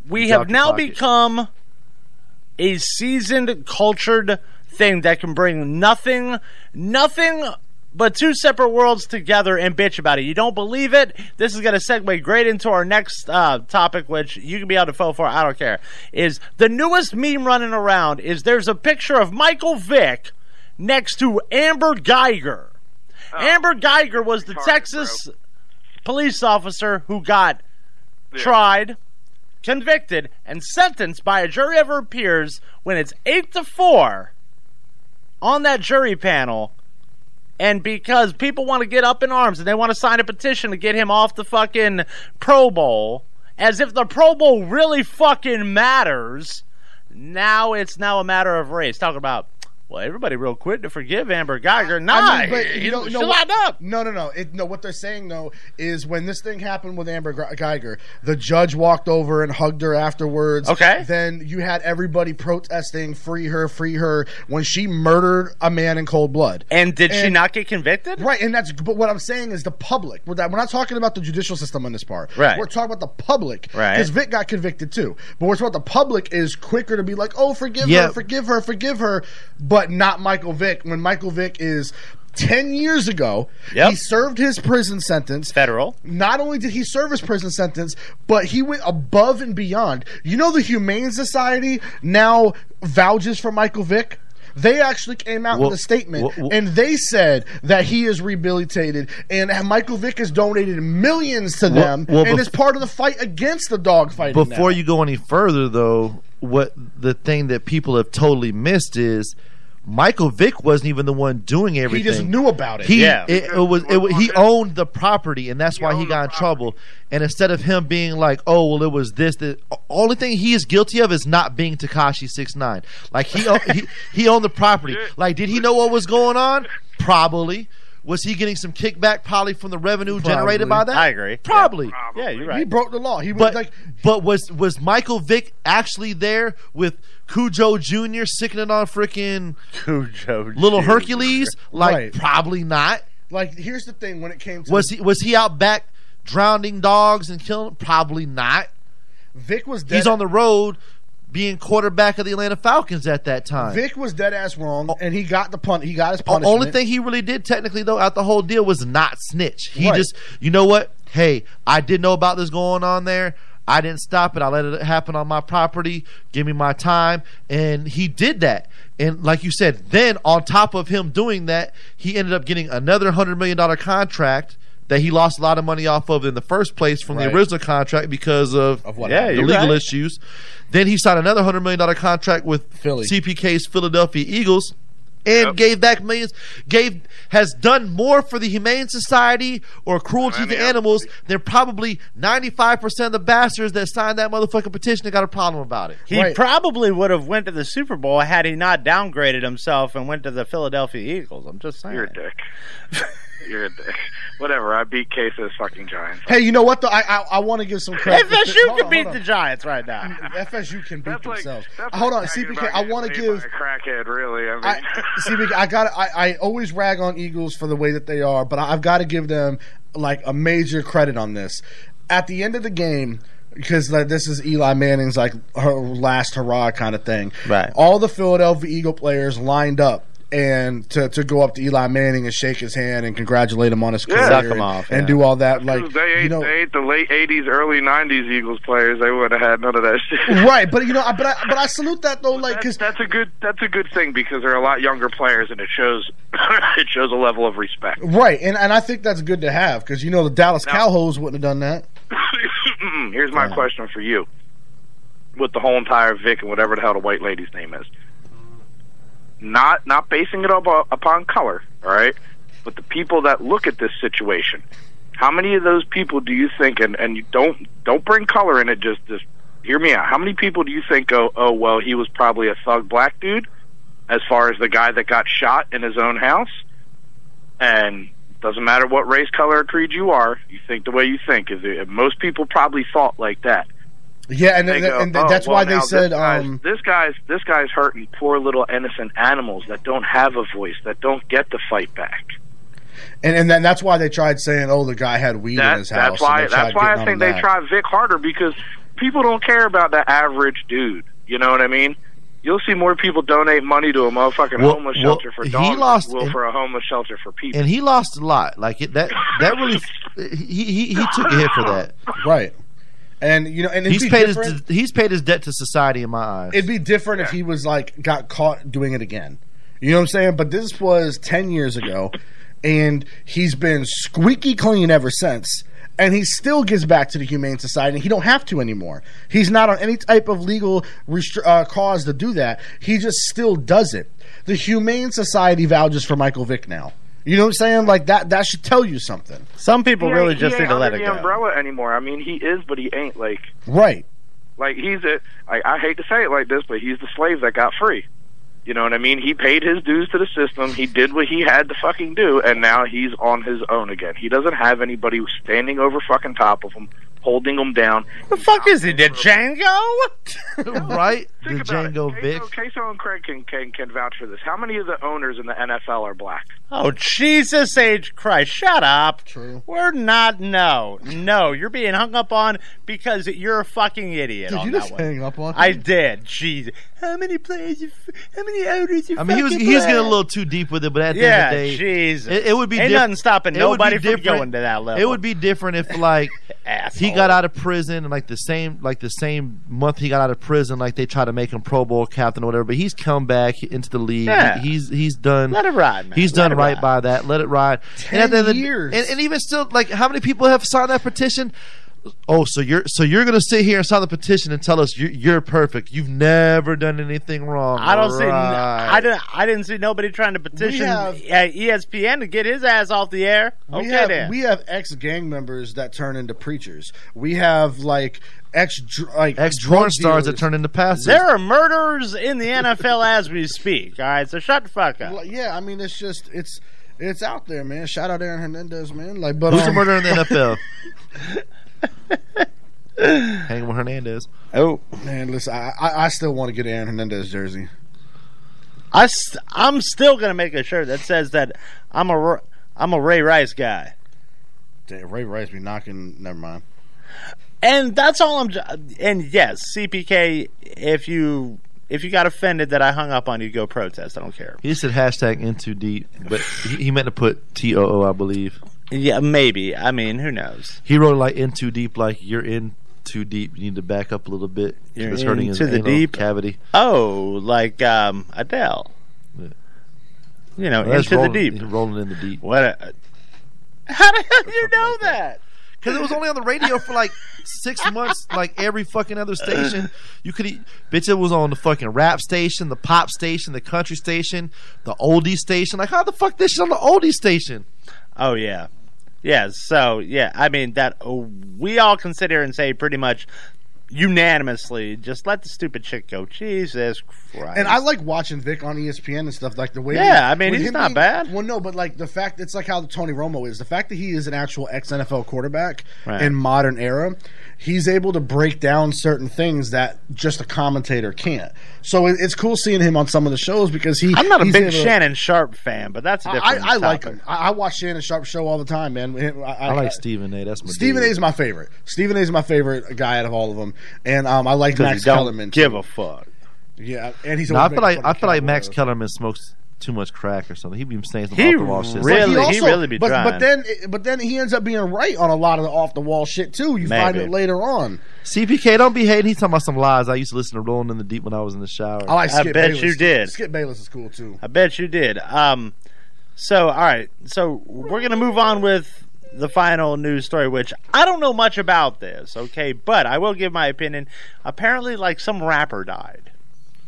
Speaker 1: we
Speaker 10: It's out
Speaker 1: have
Speaker 10: your
Speaker 1: now
Speaker 10: pocket.
Speaker 1: become a seasoned, cultured thing that can bring nothing, nothing but two separate worlds together and bitch about it. You don't believe it? This is going to segue great into our next uh, topic, which you can be out to foe for. I don't care. Is the newest meme running around? Is there's a picture of Michael Vick next to Amber Geiger. Amber Geiger was the Texas police officer who got tried, convicted, and sentenced by a jury of her peers when it's eight to four on that jury panel. And because people want to get up in arms and they want to sign a petition to get him off the fucking Pro Bowl, as if the Pro Bowl really fucking matters, now it's now a matter of race. Talking about, well, everybody real quick to forgive Amber Geiger. Nah,
Speaker 4: I mean, but
Speaker 1: he-
Speaker 4: you don't
Speaker 1: she
Speaker 4: know.
Speaker 1: lied up.
Speaker 4: No, no, no. It, no, what they're saying though is when this thing happened with Amber Gre- Geiger, the judge walked over and hugged her afterwards.
Speaker 1: Okay.
Speaker 4: Then you had everybody protesting, "Free her, free her!" When she murdered a man in cold blood.
Speaker 1: And did she not get convicted?
Speaker 4: Right, and that's but what I'm saying is the public. We're not, we're not talking about the judicial system on this part.
Speaker 1: Right.
Speaker 4: We're talking about the public.
Speaker 1: Right.
Speaker 4: Because Vic got convicted too. But we're talking about the public is quicker to be like, oh, forgive
Speaker 10: Yeah.
Speaker 4: her, forgive her, forgive her, but not Michael Vick. When Michael Vick is 10 years ago, he served his prison sentence.
Speaker 1: Federal.
Speaker 4: Not only did he serve his prison sentence, but he went above and beyond. You know, the Humane Society now vouches for Michael Vick? They actually came out
Speaker 10: Well,
Speaker 4: with a statement
Speaker 10: well, well-
Speaker 4: and they said that he is rehabilitated, and Michael Vick has donated millions to
Speaker 10: Well-
Speaker 4: them,
Speaker 10: well,
Speaker 4: and
Speaker 10: bef-
Speaker 4: is part of the fight against the dog fighting.
Speaker 10: Before
Speaker 4: now.
Speaker 10: you go any further, though, what the thing that people have totally missed is Michael Vick wasn't even the one doing everything.
Speaker 4: just knew about it.
Speaker 10: He,
Speaker 4: Yeah.
Speaker 10: it, it was. It, wa- he owned the property, and that's why he got in trouble. And instead of him being like, "Oh, well, it was this," the only thing he is guilty of is not being Takashi six nine. Like he, o- he he owned the property. Like, did he know what was going on? Probably. Was he getting some kickback probably from the revenue generated by
Speaker 4: Probably.
Speaker 10: that?
Speaker 4: I agree.
Speaker 10: Probably.
Speaker 1: Yeah, you're
Speaker 4: he broke the law. He was
Speaker 10: but
Speaker 4: like,
Speaker 10: but was was Michael Vick actually there with Cujo Jr. sickening on freaking
Speaker 1: Cujo
Speaker 10: Little
Speaker 4: Jr..
Speaker 10: Hercules? Like
Speaker 4: Right.
Speaker 10: probably not.
Speaker 4: like here's the thing when it came to
Speaker 10: Was he was he out back drowning dogs and killing? Probably not.
Speaker 4: Vic was dead.
Speaker 10: He's on the road being quarterback of the Atlanta Falcons at that time.
Speaker 4: Vic was dead ass wrong, and he got the pun. He got his
Speaker 10: The
Speaker 4: punishment.
Speaker 10: only thing he really did technically though out the whole deal was not snitch. He
Speaker 4: Right.
Speaker 10: just you know what? Hey, I did know about this going on there. I didn't stop it. I let it happen on my property. Give me my time. And he did that. And like you said, then on top of him doing that, he ended up getting another $100 million contract that he lost a lot of money off of in the first place from
Speaker 4: Right.
Speaker 10: the original contract because of,
Speaker 4: Of what
Speaker 10: the
Speaker 4: happened.
Speaker 10: legal
Speaker 4: Yeah, you're right.
Speaker 10: issues. Then he signed another $100 million contract with
Speaker 4: Philly.
Speaker 10: CPK's Philadelphia Eagles and gave back millions gave has done more for the humane society or cruelty to animals than probably 95% of the bastards that signed that motherfucking petition that got a problem about it
Speaker 1: He probably would have went to the Super Bowl had he not downgraded himself and went to the Philadelphia Eagles. I'm just saying.
Speaker 6: You're a dick. You're a dick. Whatever. I beat Quesa's fucking Giants.
Speaker 4: Hey, you know what? Though I I, I want to give some credit. to-
Speaker 1: FSU
Speaker 4: hold
Speaker 1: can
Speaker 4: on,
Speaker 1: beat
Speaker 4: hold
Speaker 1: the
Speaker 4: on.
Speaker 1: Giants right now.
Speaker 4: FSU can beat themselves.
Speaker 6: That's
Speaker 4: Hold
Speaker 6: like
Speaker 4: on,
Speaker 6: bragging
Speaker 4: CPK.
Speaker 6: about
Speaker 4: I
Speaker 6: getting
Speaker 4: want to
Speaker 6: beat by
Speaker 4: give.
Speaker 6: a crackhead. Really, I mean,
Speaker 4: I, CPK, I got. I, I always rag on Eagles for the way that they are, but I, I've got to give them like a major credit on this. At the end of the game, because like, this is Eli Manning's like her last hurrah kind of thing. Right. All the Philadelphia Eagle players lined up. And to, to go up to Eli Manning and shake his hand and congratulate him on his
Speaker 6: Yeah.
Speaker 4: career
Speaker 6: Suck him
Speaker 4: and-
Speaker 6: off,
Speaker 4: and
Speaker 6: yeah.
Speaker 4: do all that like
Speaker 6: they ain't, they ain't the late '80s, early '90s Eagles players. They would have had none of that shit.
Speaker 4: right but you know I- but I, but I salute that though like because
Speaker 6: That's a good. That's a good thing because they're a lot younger players, and it shows. it shows a level of respect.
Speaker 4: Right, and and I think that's good to have because you know the Dallas Cowboys wouldn't have done that.
Speaker 6: Here's my question for you. With the whole entire Vic and whatever the hell the white lady's name is. Not not basing it up uh, upon color, all right? But the people that look at this situation, how many of those people do you think and, and you don't don't bring color in it, just just hear me out. How many people do you think go, Oh well he was probably a thug black dude as far as the guy that got shot in his own house? and doesn't matter what race, color, or creed you are, you think the way you think. Is it, most people probably thought like that.
Speaker 4: Yeah, and,
Speaker 6: They
Speaker 4: and,
Speaker 6: go,
Speaker 4: and
Speaker 6: "Oh,
Speaker 4: that's
Speaker 6: well,
Speaker 4: why
Speaker 6: now
Speaker 4: they
Speaker 6: this
Speaker 4: said
Speaker 6: guy's-
Speaker 4: um,
Speaker 6: this guy's this guy's hurting poor little innocent animals that don't have a voice, that don't get to fight back.
Speaker 4: and and then that's why they tried saying oh the guy had weed in
Speaker 6: That,
Speaker 4: his house.
Speaker 6: that's
Speaker 4: and
Speaker 6: why
Speaker 4: they tried
Speaker 6: that's why
Speaker 4: getting
Speaker 6: I
Speaker 4: on
Speaker 6: think
Speaker 4: him
Speaker 6: they
Speaker 4: that.
Speaker 6: try Vic harder because people don't care about the average dude. You know what I mean? You'll see more people donate money to a motherfucking
Speaker 10: Well-
Speaker 6: homeless
Speaker 10: well,
Speaker 6: shelter for
Speaker 10: he
Speaker 6: dogs
Speaker 10: lost-
Speaker 6: than will for a homeless shelter for people.
Speaker 10: and he lost a lot. Like it, that, that really, he, he he took a hit for that.
Speaker 4: Right, and you know, and it'd
Speaker 10: he's
Speaker 4: be
Speaker 10: paid his
Speaker 4: different-
Speaker 10: he's paid his debt to society in my eyes.
Speaker 4: It'd be different if he was like got caught doing it again. You know what I'm saying? But this was ten years ago, and he's been squeaky clean ever since. And he still gives back to the Humane Society, and he don't have to anymore. He's not on any type of legal restri- uh, cause to do that. He just still does it. The Humane Society vouches for Michael Vick now. You know what I'm saying? Like that. That should tell you something.
Speaker 1: Some people
Speaker 6: He ain't- he ain't under the umbrella anymore. I mean, he is, but he ain't like
Speaker 4: Right.
Speaker 6: like he's a like I hate to say it like this, but he's the slave that got free. You know what I mean? He paid his dues to the system. He did what he had to fucking do, and now he's on his own again. He doesn't have anybody who's standing over fucking top of him, holding him down.
Speaker 1: The fuck is he, Django?
Speaker 10: right? The Django Vic.
Speaker 6: Queso and Craig can, can can vouch for this. How many of the owners in the NFL are black?
Speaker 1: Oh, Jesus H. Christ. Shut up.
Speaker 4: True.
Speaker 1: We're not. No. No. Oh, You're being hung up on because you're a fucking idiot
Speaker 10: Did
Speaker 1: on
Speaker 10: you
Speaker 1: that
Speaker 10: just
Speaker 1: one.
Speaker 4: hang up on
Speaker 1: I did. Jesus. How many players? You, how many owners? You
Speaker 10: I mean, he was
Speaker 1: fucking
Speaker 10: he was getting a
Speaker 1: play?
Speaker 10: little too deep with it, but at the
Speaker 1: Yeah,
Speaker 10: end of the day,
Speaker 1: Jesus.
Speaker 10: It, it would be
Speaker 1: Ain't
Speaker 10: diff-
Speaker 1: nothing stopping
Speaker 10: it would be
Speaker 1: nobody from
Speaker 10: different-
Speaker 1: going to that level.
Speaker 10: It would be different if like he got out of prison and like the same like the same month he got out of prison, like they try to make him Pro Bowl captain or whatever. But he's come back into the league.
Speaker 1: Yeah.
Speaker 10: He- he's he's done.
Speaker 1: Let it ride, man.
Speaker 10: He's
Speaker 1: Let
Speaker 10: done
Speaker 1: it
Speaker 10: right
Speaker 1: ride.
Speaker 10: by that. Let it ride.
Speaker 1: Ten
Speaker 10: at the end of the-
Speaker 1: years.
Speaker 10: and, and even still, like how many people have signed that petition? Oh, so you're so you're gonna sit here and sign the petition and tell us you're, you're perfect. You've never done anything wrong.
Speaker 1: I don't see.
Speaker 10: Right.
Speaker 1: I didn't. I didn't see nobody trying to petition
Speaker 4: have-
Speaker 1: uh, ESPN to get his ass off the air.
Speaker 4: We
Speaker 1: okay,
Speaker 4: have
Speaker 1: then.
Speaker 4: we have ex gang members that turn into preachers. We have like ex dr- like
Speaker 10: Ex
Speaker 4: drug
Speaker 10: porn stars that
Speaker 4: dealers.
Speaker 10: turn into pastors.
Speaker 1: there are murderers in the NFL as we speak. All right, so shut the fuck up.
Speaker 4: Well, yeah, I mean it's just it's it's out there, man. Shout out Aaron Hernandez, man. Like, but
Speaker 10: Who's
Speaker 4: um,
Speaker 10: the murderer in the NFL? Hang with Hernandez.
Speaker 1: Oh
Speaker 4: man, listen, I I, I still want to get Aaron Hernandez jersey.
Speaker 1: I st- I'm still gonna make a shirt that says that I'm a Ro- I'm a Ray Rice guy,
Speaker 4: Damn, Ray Rice be knocking. Never mind.
Speaker 1: and that's all I'm. j- And yes, CPK. If you if you got offended that I hung up on you, go protest. I don't care.
Speaker 10: He said hashtag in too deep, but he, he meant to put T O O, I believe.
Speaker 1: Yeah, maybe. I mean, who knows?
Speaker 10: He wrote like in too deep, like you're in too deep. You need to back up a little bit.
Speaker 1: You're
Speaker 10: It's hurting his
Speaker 1: into the
Speaker 10: anal
Speaker 1: deep.
Speaker 10: cavity.
Speaker 1: Oh, like um, Adele. You know,
Speaker 10: Well, that's
Speaker 1: Oh, into
Speaker 10: rolling-
Speaker 1: the deep.
Speaker 10: Rolling in the deep.
Speaker 1: What? A, How the hell do you know that?
Speaker 10: Because it was only on the radio for like six months, like every fucking other station. You could, e- bitch, it was on the fucking rap station, the pop station, the country station, the oldie station. Like, how the fuck this shit on the oldie station?
Speaker 1: Oh yeah, yeah. So yeah, I mean that uh, we all consider and say pretty much unanimously just let the stupid chick go. Jesus Christ!
Speaker 4: And I like watching Vic on E ESPN and stuff like the way.
Speaker 1: Yeah, I mean,
Speaker 4: with
Speaker 1: he's
Speaker 4: him
Speaker 1: not
Speaker 4: being-
Speaker 1: bad.
Speaker 4: Well, no, but like the fact it's like how Tony Romo is. The fact that he is an actual ex NFL quarterback
Speaker 1: Right.
Speaker 4: in modern era, he's able to break down certain things that just a commentator can't. So it, it's cool seeing him on some of the shows because he.
Speaker 1: I'm not a
Speaker 4: he's
Speaker 1: big
Speaker 4: able to-
Speaker 1: Shannon Sharp fan, but that's a
Speaker 4: I,
Speaker 1: different.
Speaker 4: I, I like
Speaker 1: topic.
Speaker 4: him. I, I watch Shannon Sharp show all the time, man. Him- I,
Speaker 10: I like Stephen A. That's my
Speaker 4: Stephen A.
Speaker 10: dude.
Speaker 4: is my favorite. Stephen A. is my favorite guy out of all of them, and um, I like
Speaker 10: 'Cause he
Speaker 4: Max
Speaker 10: don't
Speaker 4: Kellerman.
Speaker 10: give
Speaker 1: a fuck.
Speaker 4: Yeah, and he's.
Speaker 10: No, I
Speaker 4: always
Speaker 10: feel
Speaker 4: been a
Speaker 10: like I
Speaker 4: fucking
Speaker 10: feel like
Speaker 4: cowboy.
Speaker 10: Max Kellerman smokes too much crack or something. He'd be saying some
Speaker 4: He
Speaker 10: off the wall shit.
Speaker 4: But also- but, But then, but then he ends up being right on a lot of the off the wall shit too. You find
Speaker 10: Maybe.
Speaker 4: it later on.
Speaker 10: CPK, don't be hating. He's talking about some lies. I used to listen to Rolling in the Deep when I was in the shower.
Speaker 4: I like Skip
Speaker 1: bet
Speaker 4: Bayless.
Speaker 1: you did.
Speaker 4: Skip Bayless is cool too.
Speaker 1: I bet you did. Um, so all right, so we're gonna move on with the final news story, which I don't know much about this. Okay, but I will give my opinion. Apparently, like some rapper died.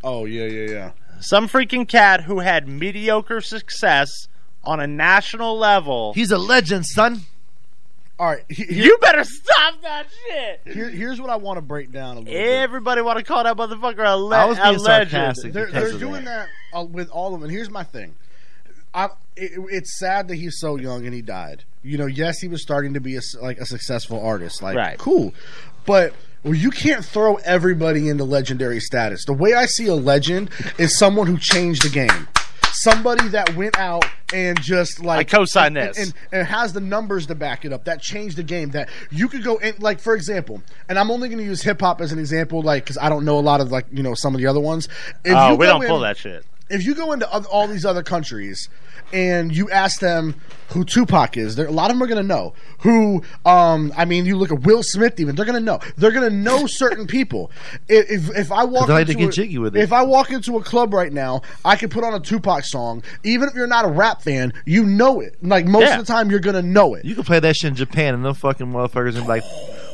Speaker 4: Oh yeah, yeah, yeah.
Speaker 1: Some freaking cat who had mediocre success on a national level.
Speaker 10: He's a legend, son.
Speaker 4: All right,
Speaker 1: you better stop that shit.
Speaker 4: Here, here's what I want to break down a little.
Speaker 1: Everybody want to call that motherfucker a, le-
Speaker 4: I was being
Speaker 1: a legend.
Speaker 4: bit. They're, they're doing that, uh, with all of them. And here's my thing. I, it, it's sad that he's so young and he died. You know, yes, he was starting to be a, s- like a successful artist. Like,
Speaker 1: Right.
Speaker 4: cool, but well, you can't throw everybody into legendary status. The way I see a legend is someone who changed the game. Somebody that went out and just like
Speaker 1: co-sign
Speaker 4: and-
Speaker 1: this.
Speaker 4: and, and, and has the numbers to back it up that changed the game that you could go in like for example and i'm only going to use hip-hop as an example like because i don't know a lot of like you know some of the other ones
Speaker 1: oh,
Speaker 4: you
Speaker 1: we
Speaker 4: go
Speaker 1: don't
Speaker 4: in-
Speaker 1: pull that shit.
Speaker 4: if you go into oth- all these other countries and you ask them who Tupac is, there, a lot of them are going to know. Who, um, I mean, you look at Will Smith, even they're going to know. They're going to know certain people. If if, if I walk,
Speaker 10: They like to
Speaker 4: into
Speaker 10: get
Speaker 4: a-
Speaker 10: jiggy with it.
Speaker 4: If I walk into a club right now, I can put on a Tupac song, even if you're not a rap fan, you know it. Like most
Speaker 10: Yeah.
Speaker 4: of the time, you're going to know it.
Speaker 10: You can play that shit in Japan, and them fucking motherfuckers and be like,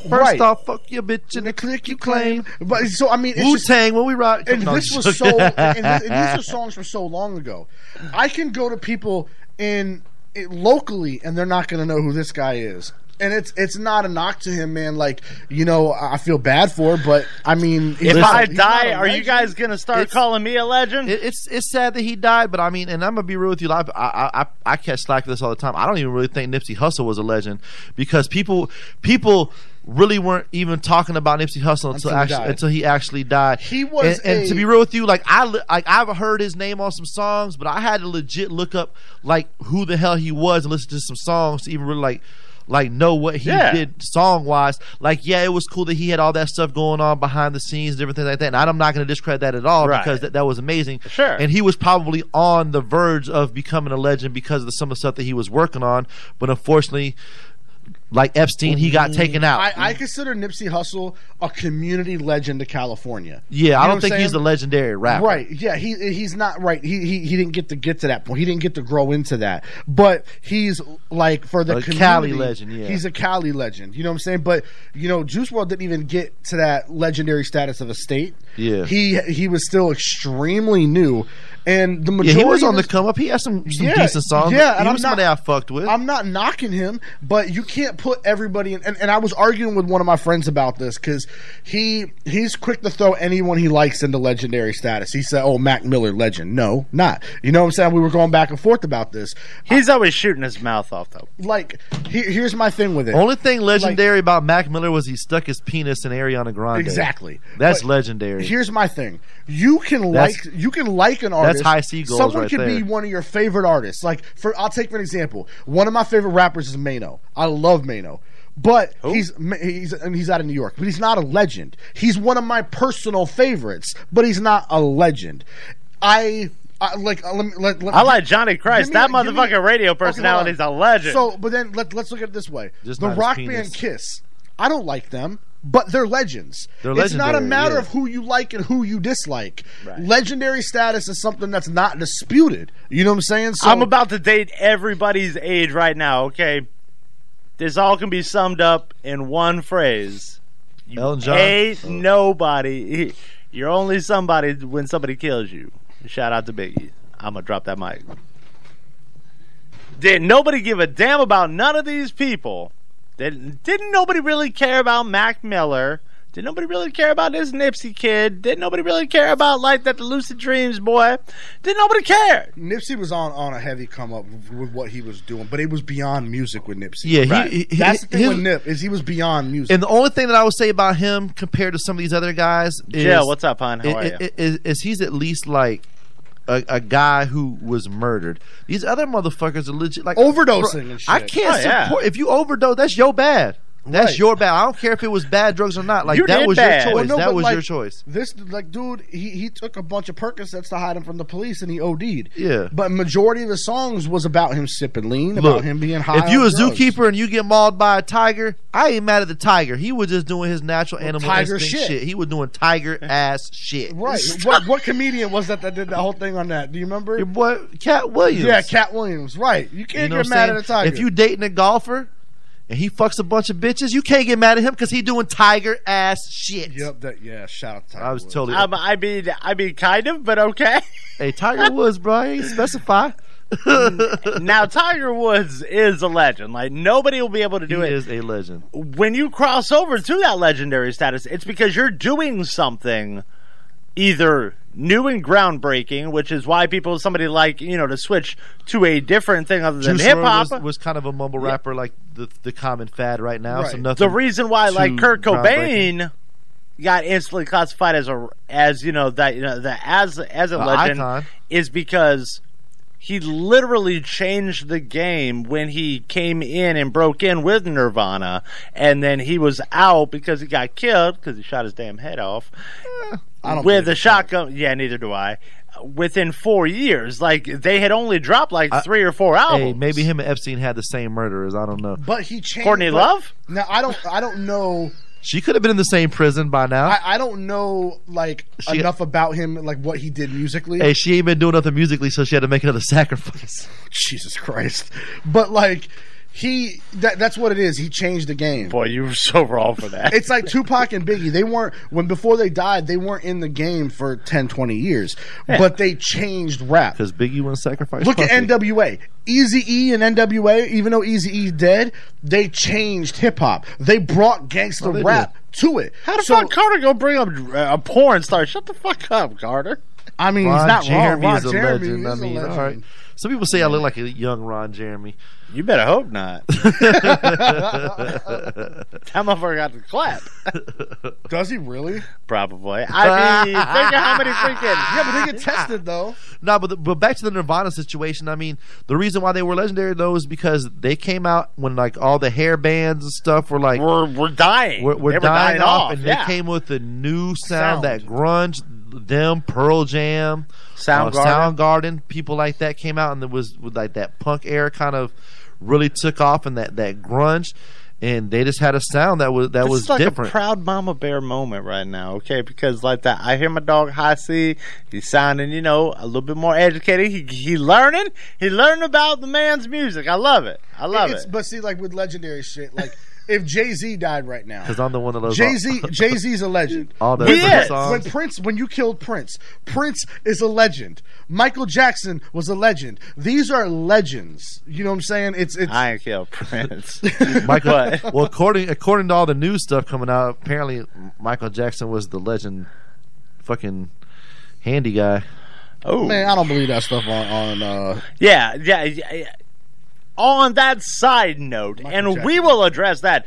Speaker 10: first
Speaker 4: Right.
Speaker 10: off, fuck your bitch and the click you claim.
Speaker 4: But so I mean,
Speaker 10: Wu
Speaker 4: it's just-
Speaker 10: Tang when we rock.
Speaker 4: and
Speaker 10: No,
Speaker 4: this
Speaker 10: I'm
Speaker 4: was so.
Speaker 10: joking.
Speaker 4: And, thi- and these are songs from so long ago. I can go to people in it locally, and they're not going to know who this guy is. And it's it's not a knock to him, man. Like you know, I I feel bad for, it, but I mean, he's
Speaker 1: If
Speaker 4: not-
Speaker 1: I
Speaker 4: he's not
Speaker 1: die,
Speaker 4: a
Speaker 1: are you
Speaker 4: legend.
Speaker 1: guys gonna start
Speaker 10: It's-
Speaker 1: calling me a legend?
Speaker 10: It- it's it's sad that he died, but I mean, and I'm gonna be real with you. I I I, I catch slack for this all the time. I don't even really think Nipsey Hussle was a legend because people people really weren't even talking about Nipsey Hussle
Speaker 4: Until
Speaker 10: until
Speaker 4: he
Speaker 10: actually,
Speaker 4: died.
Speaker 10: until he actually died.
Speaker 4: He was
Speaker 10: and, and
Speaker 4: a-
Speaker 10: to be real with you, like I li- like I've heard his name on some songs, but I had to legit look up like who the hell he was and listen to some songs to even really like. Like know what he
Speaker 1: Yeah.
Speaker 10: did song wise. Like, yeah, it was cool that he had all that stuff going on behind the scenes, different things like that. And I'm not going to discredit that at all
Speaker 1: Right.
Speaker 10: because that, that was amazing.
Speaker 1: Sure.
Speaker 10: And he was probably on the verge of becoming a legend because of some of the stuff that he was working on. But unfortunately, like Epstein, he got taken out.
Speaker 4: Mm-hmm. I, I consider Nipsey Hussle a community legend to California.
Speaker 10: yeah,
Speaker 4: You
Speaker 10: I
Speaker 4: know
Speaker 10: don't
Speaker 4: what
Speaker 10: think
Speaker 4: I'm
Speaker 10: he's a
Speaker 4: saying?
Speaker 10: legendary rapper.
Speaker 4: Right. Yeah, he he's not right. He, he he didn't get to get to that point. He didn't get to grow into that. But he's like for the
Speaker 10: A Cali
Speaker 4: community,
Speaker 10: legend, yeah.
Speaker 4: He's a Cali legend. You know what I'm saying? But you know, Juice World didn't even get to that legendary status of a state.
Speaker 10: Yeah.
Speaker 4: He he was still extremely new. And the
Speaker 10: Yeah,
Speaker 4: majority
Speaker 10: he was on
Speaker 4: of
Speaker 10: the
Speaker 4: this-
Speaker 10: come up. He had some, some
Speaker 4: Yeah,
Speaker 10: decent songs.
Speaker 4: yeah,
Speaker 10: he
Speaker 4: and I'm
Speaker 10: was somebody
Speaker 4: not-
Speaker 10: I fucked with.
Speaker 4: I'm not knocking him, but you can't put everybody in. And, and I was arguing with one of my friends about this because he he's quick to throw anyone he likes into legendary status. He said, "Oh, Mac Miller, legend." No, not. You know what I'm saying? We were going back and forth about this.
Speaker 1: He's always shooting his mouth off though.
Speaker 4: Like, he- here's my thing with it.
Speaker 10: Only thing
Speaker 4: Like,
Speaker 10: legendary about Mac Miller was he stuck his penis in Ariana Grande.
Speaker 4: Exactly.
Speaker 10: That's
Speaker 4: But
Speaker 10: legendary.
Speaker 4: Here's my thing. You can
Speaker 10: That's-
Speaker 4: like you can like an
Speaker 10: that's
Speaker 4: artist.
Speaker 10: high C goals
Speaker 4: Someone
Speaker 10: right
Speaker 4: could be
Speaker 10: there.
Speaker 4: one of your favorite artists. Like for I'll take for an example. One of my favorite rappers is Mano. I love Mano. But he's he's and he's out of New York, but he's not a legend. He's one of my personal favorites, but he's not a legend. I, I like uh, let me, let, let-
Speaker 1: I like Johnny
Speaker 4: give
Speaker 1: Christ.
Speaker 4: me-
Speaker 1: That
Speaker 4: give me-
Speaker 1: motherfucking radio
Speaker 4: Okay, hold
Speaker 1: personality
Speaker 4: on.
Speaker 1: is a legend.
Speaker 4: So, but then let, let's look at it this way:
Speaker 1: Just
Speaker 4: the
Speaker 1: not his
Speaker 4: rock
Speaker 1: penis.
Speaker 4: band Kiss. I don't like them, but they're legends.
Speaker 10: They're
Speaker 4: it's not a
Speaker 10: legendary,
Speaker 4: matter
Speaker 10: yeah.
Speaker 4: of who you like and who you dislike. Legendary status is something that's not disputed. You know what I'm saying? So
Speaker 1: I'm about to date everybody's age right now, okay? This all can be summed up in one phrase. You
Speaker 10: Elton John?
Speaker 1: ain't nobody. You're only somebody when somebody kills you. Shout out to Biggie. I'm going to drop that mic. Did nobody give a damn about none of these people? Didn't, didn't nobody really care about Mac Miller? Did nobody really care about this Nipsey kid? Did nobody really care about like that the lucid dreams boy? Did nobody care?
Speaker 4: Nipsey was on on a heavy come up with- with what he was doing, but it was beyond music with Nipsey.
Speaker 10: Yeah, he-
Speaker 4: Right.
Speaker 10: he- he-
Speaker 4: that's the thing
Speaker 10: his-
Speaker 4: with Nip is he was beyond music.
Speaker 10: And the only thing that I would say about him compared to some of these other guys is
Speaker 1: Yeah, what's up, hon? How
Speaker 10: i-
Speaker 1: are
Speaker 10: i-
Speaker 1: ya?
Speaker 10: Is, is he's at least like a, a guy who was murdered. These other motherfuckers are legit like
Speaker 4: Overdosing
Speaker 10: Bro,
Speaker 4: and shit.
Speaker 10: I can't
Speaker 4: Oh, yeah.
Speaker 10: support if you overdose. That's your bad. That's your bad. I don't care if it was bad drugs or not. Like
Speaker 4: You
Speaker 10: that
Speaker 4: did
Speaker 10: was
Speaker 4: bad.
Speaker 10: your
Speaker 4: Well,
Speaker 10: choice.
Speaker 4: no,
Speaker 10: that
Speaker 4: but,
Speaker 10: was your
Speaker 4: like,
Speaker 10: choice.
Speaker 4: This like dude, he he took a bunch of Percocets to hide him from the police, and he OD'd.
Speaker 10: Yeah.
Speaker 4: but majority of the songs was about him sipping lean,
Speaker 10: Look,
Speaker 4: about him being high.
Speaker 10: If you
Speaker 4: on
Speaker 10: a
Speaker 4: drugs.
Speaker 10: zookeeper and you get mauled by a tiger, I ain't mad at the tiger. He was just doing his natural animal
Speaker 4: tiger shit.
Speaker 10: instinct shit. He was doing tiger ass shit.
Speaker 4: Right. what what comedian was that that did that whole thing on that? Do you remember?
Speaker 10: what Cat Williams?
Speaker 4: Yeah, Cat Williams. Right. You can't
Speaker 10: know
Speaker 4: get
Speaker 10: what I'm
Speaker 4: mad at a
Speaker 10: saying?
Speaker 4: tiger.
Speaker 10: If you dating a golfer and he fucks a bunch of bitches, you can't get mad at him because he doing tiger ass shit.
Speaker 4: Yep. That yeah. Shout out. To
Speaker 10: I was totally.
Speaker 1: Um, I mean, I mean, kind of, but okay.
Speaker 10: hey, Tiger Woods, bro. I ain't specify.
Speaker 1: now, Tiger Woods is a legend. Like nobody will be able to do
Speaker 10: he
Speaker 1: it.
Speaker 10: is a legend.
Speaker 1: when you cross over to that legendary status, it's because you're doing something either new and groundbreaking, which is why people somebody like you know to switch to a different thing other than
Speaker 10: Juice
Speaker 1: hip
Speaker 10: WRLD
Speaker 1: hop.
Speaker 10: was, was kind of a mumble rapper, like the the common fad right now. So
Speaker 1: Right.
Speaker 10: nothing.
Speaker 1: the reason why like
Speaker 10: too
Speaker 1: Kurt
Speaker 10: groundbreaking.
Speaker 1: Cobain got instantly classified as a as you know that you know the as as a
Speaker 10: A
Speaker 1: legend
Speaker 10: icon.
Speaker 1: is because he literally changed the game when he came in and broke in with Nirvana, and then he was out because he got killed because he shot his damn head off
Speaker 10: Eh,
Speaker 4: I don't
Speaker 1: with a shotgun. Yeah, neither do I. Within four years, like they had only dropped like
Speaker 10: I-
Speaker 1: three or four
Speaker 10: Hey,
Speaker 1: albums.
Speaker 10: maybe him and Epstein had the same murderers. I don't know.
Speaker 4: But he changed.
Speaker 1: Courtney
Speaker 4: but-
Speaker 1: Love?
Speaker 4: Now I don't. I don't know.
Speaker 10: She could have been in the same prison by now.
Speaker 4: I, I don't know like
Speaker 10: She-
Speaker 4: enough about him, like what he did musically.
Speaker 10: hey, she ain't been doing nothing musically, so she had to make another sacrifice.
Speaker 4: Jesus Christ! But like he, that, that's what it is. He changed the game.
Speaker 1: Boy, you were so wrong for that.
Speaker 4: It's like Tupac and Biggie. They weren't when before they died. They weren't in the game for 10, 20 years,
Speaker 10: Yeah.
Speaker 4: but they changed rap.
Speaker 10: Because Biggie wouldn't sacrifice.
Speaker 4: Look at
Speaker 10: pussy.
Speaker 4: NWA. Easy E and NWA, even though Easy E's dead, they changed hip hop. They brought gangster
Speaker 1: Well, Oh, they
Speaker 4: rap to it.
Speaker 1: How the fuck Carter gonna bring up uh, a porn star? Shut the fuck up, Carter.
Speaker 4: I mean,
Speaker 10: Ron
Speaker 4: he's not
Speaker 10: Jeremy
Speaker 4: wrong. Ron
Speaker 10: is a
Speaker 4: Jeremy
Speaker 10: legend.
Speaker 4: is
Speaker 10: I
Speaker 4: a
Speaker 10: mean, all
Speaker 4: legend.
Speaker 10: right. Some people say I look like a young Ron Jeremy.
Speaker 1: You better hope not. That motherfucker got the clap.
Speaker 4: Does he really?
Speaker 1: Probably. I mean, think of how many freaking.
Speaker 4: Yeah, but they get tested though.
Speaker 10: No, but the, but back to the Nirvana situation. I mean, the reason why they were legendary though is because they came out when like all the hair bands and stuff were like
Speaker 1: We're, we're dying.
Speaker 10: we're, we're
Speaker 1: They were
Speaker 10: dying,
Speaker 1: dying
Speaker 10: off,
Speaker 1: off,
Speaker 10: and
Speaker 1: yeah.
Speaker 10: they came with the new sound, that grunge, them Pearl Jam, uh,
Speaker 1: Soundgarden.
Speaker 10: Soundgarden, people like that came out, and there was with like that punk era kind of really took off, and that that grunge, and they just had a sound that was that
Speaker 1: This
Speaker 10: was
Speaker 1: is like
Speaker 10: different.
Speaker 1: a proud mama bear moment right now, okay? Because like that, I hear my dog High C. He's sounding, you know, a little bit more educated. He he learning. He learning about the man's music. I love it. I love
Speaker 4: It's-
Speaker 1: it.
Speaker 4: But see, like with legendary shit, like if Jay Z died right now,
Speaker 10: because I'm the one that loves all-
Speaker 4: Jay Z, Jay Z's a legend.
Speaker 10: All the
Speaker 4: When-
Speaker 10: different
Speaker 4: When
Speaker 10: songs.
Speaker 4: Prince, when you killed Prince, Prince is a legend. Michael Jackson was a legend. These are legends. You know what I'm saying? It's it's.
Speaker 1: I ain't kill Prince.
Speaker 10: Michael,
Speaker 1: But-
Speaker 10: well, according according to all the new stuff coming out, apparently Michael Jackson was the legend, fucking handy guy.
Speaker 1: Oh
Speaker 4: Man, I don't believe that stuff on on. Uh,
Speaker 1: Yeah, yeah, yeah. yeah. On that side note, and we will address that.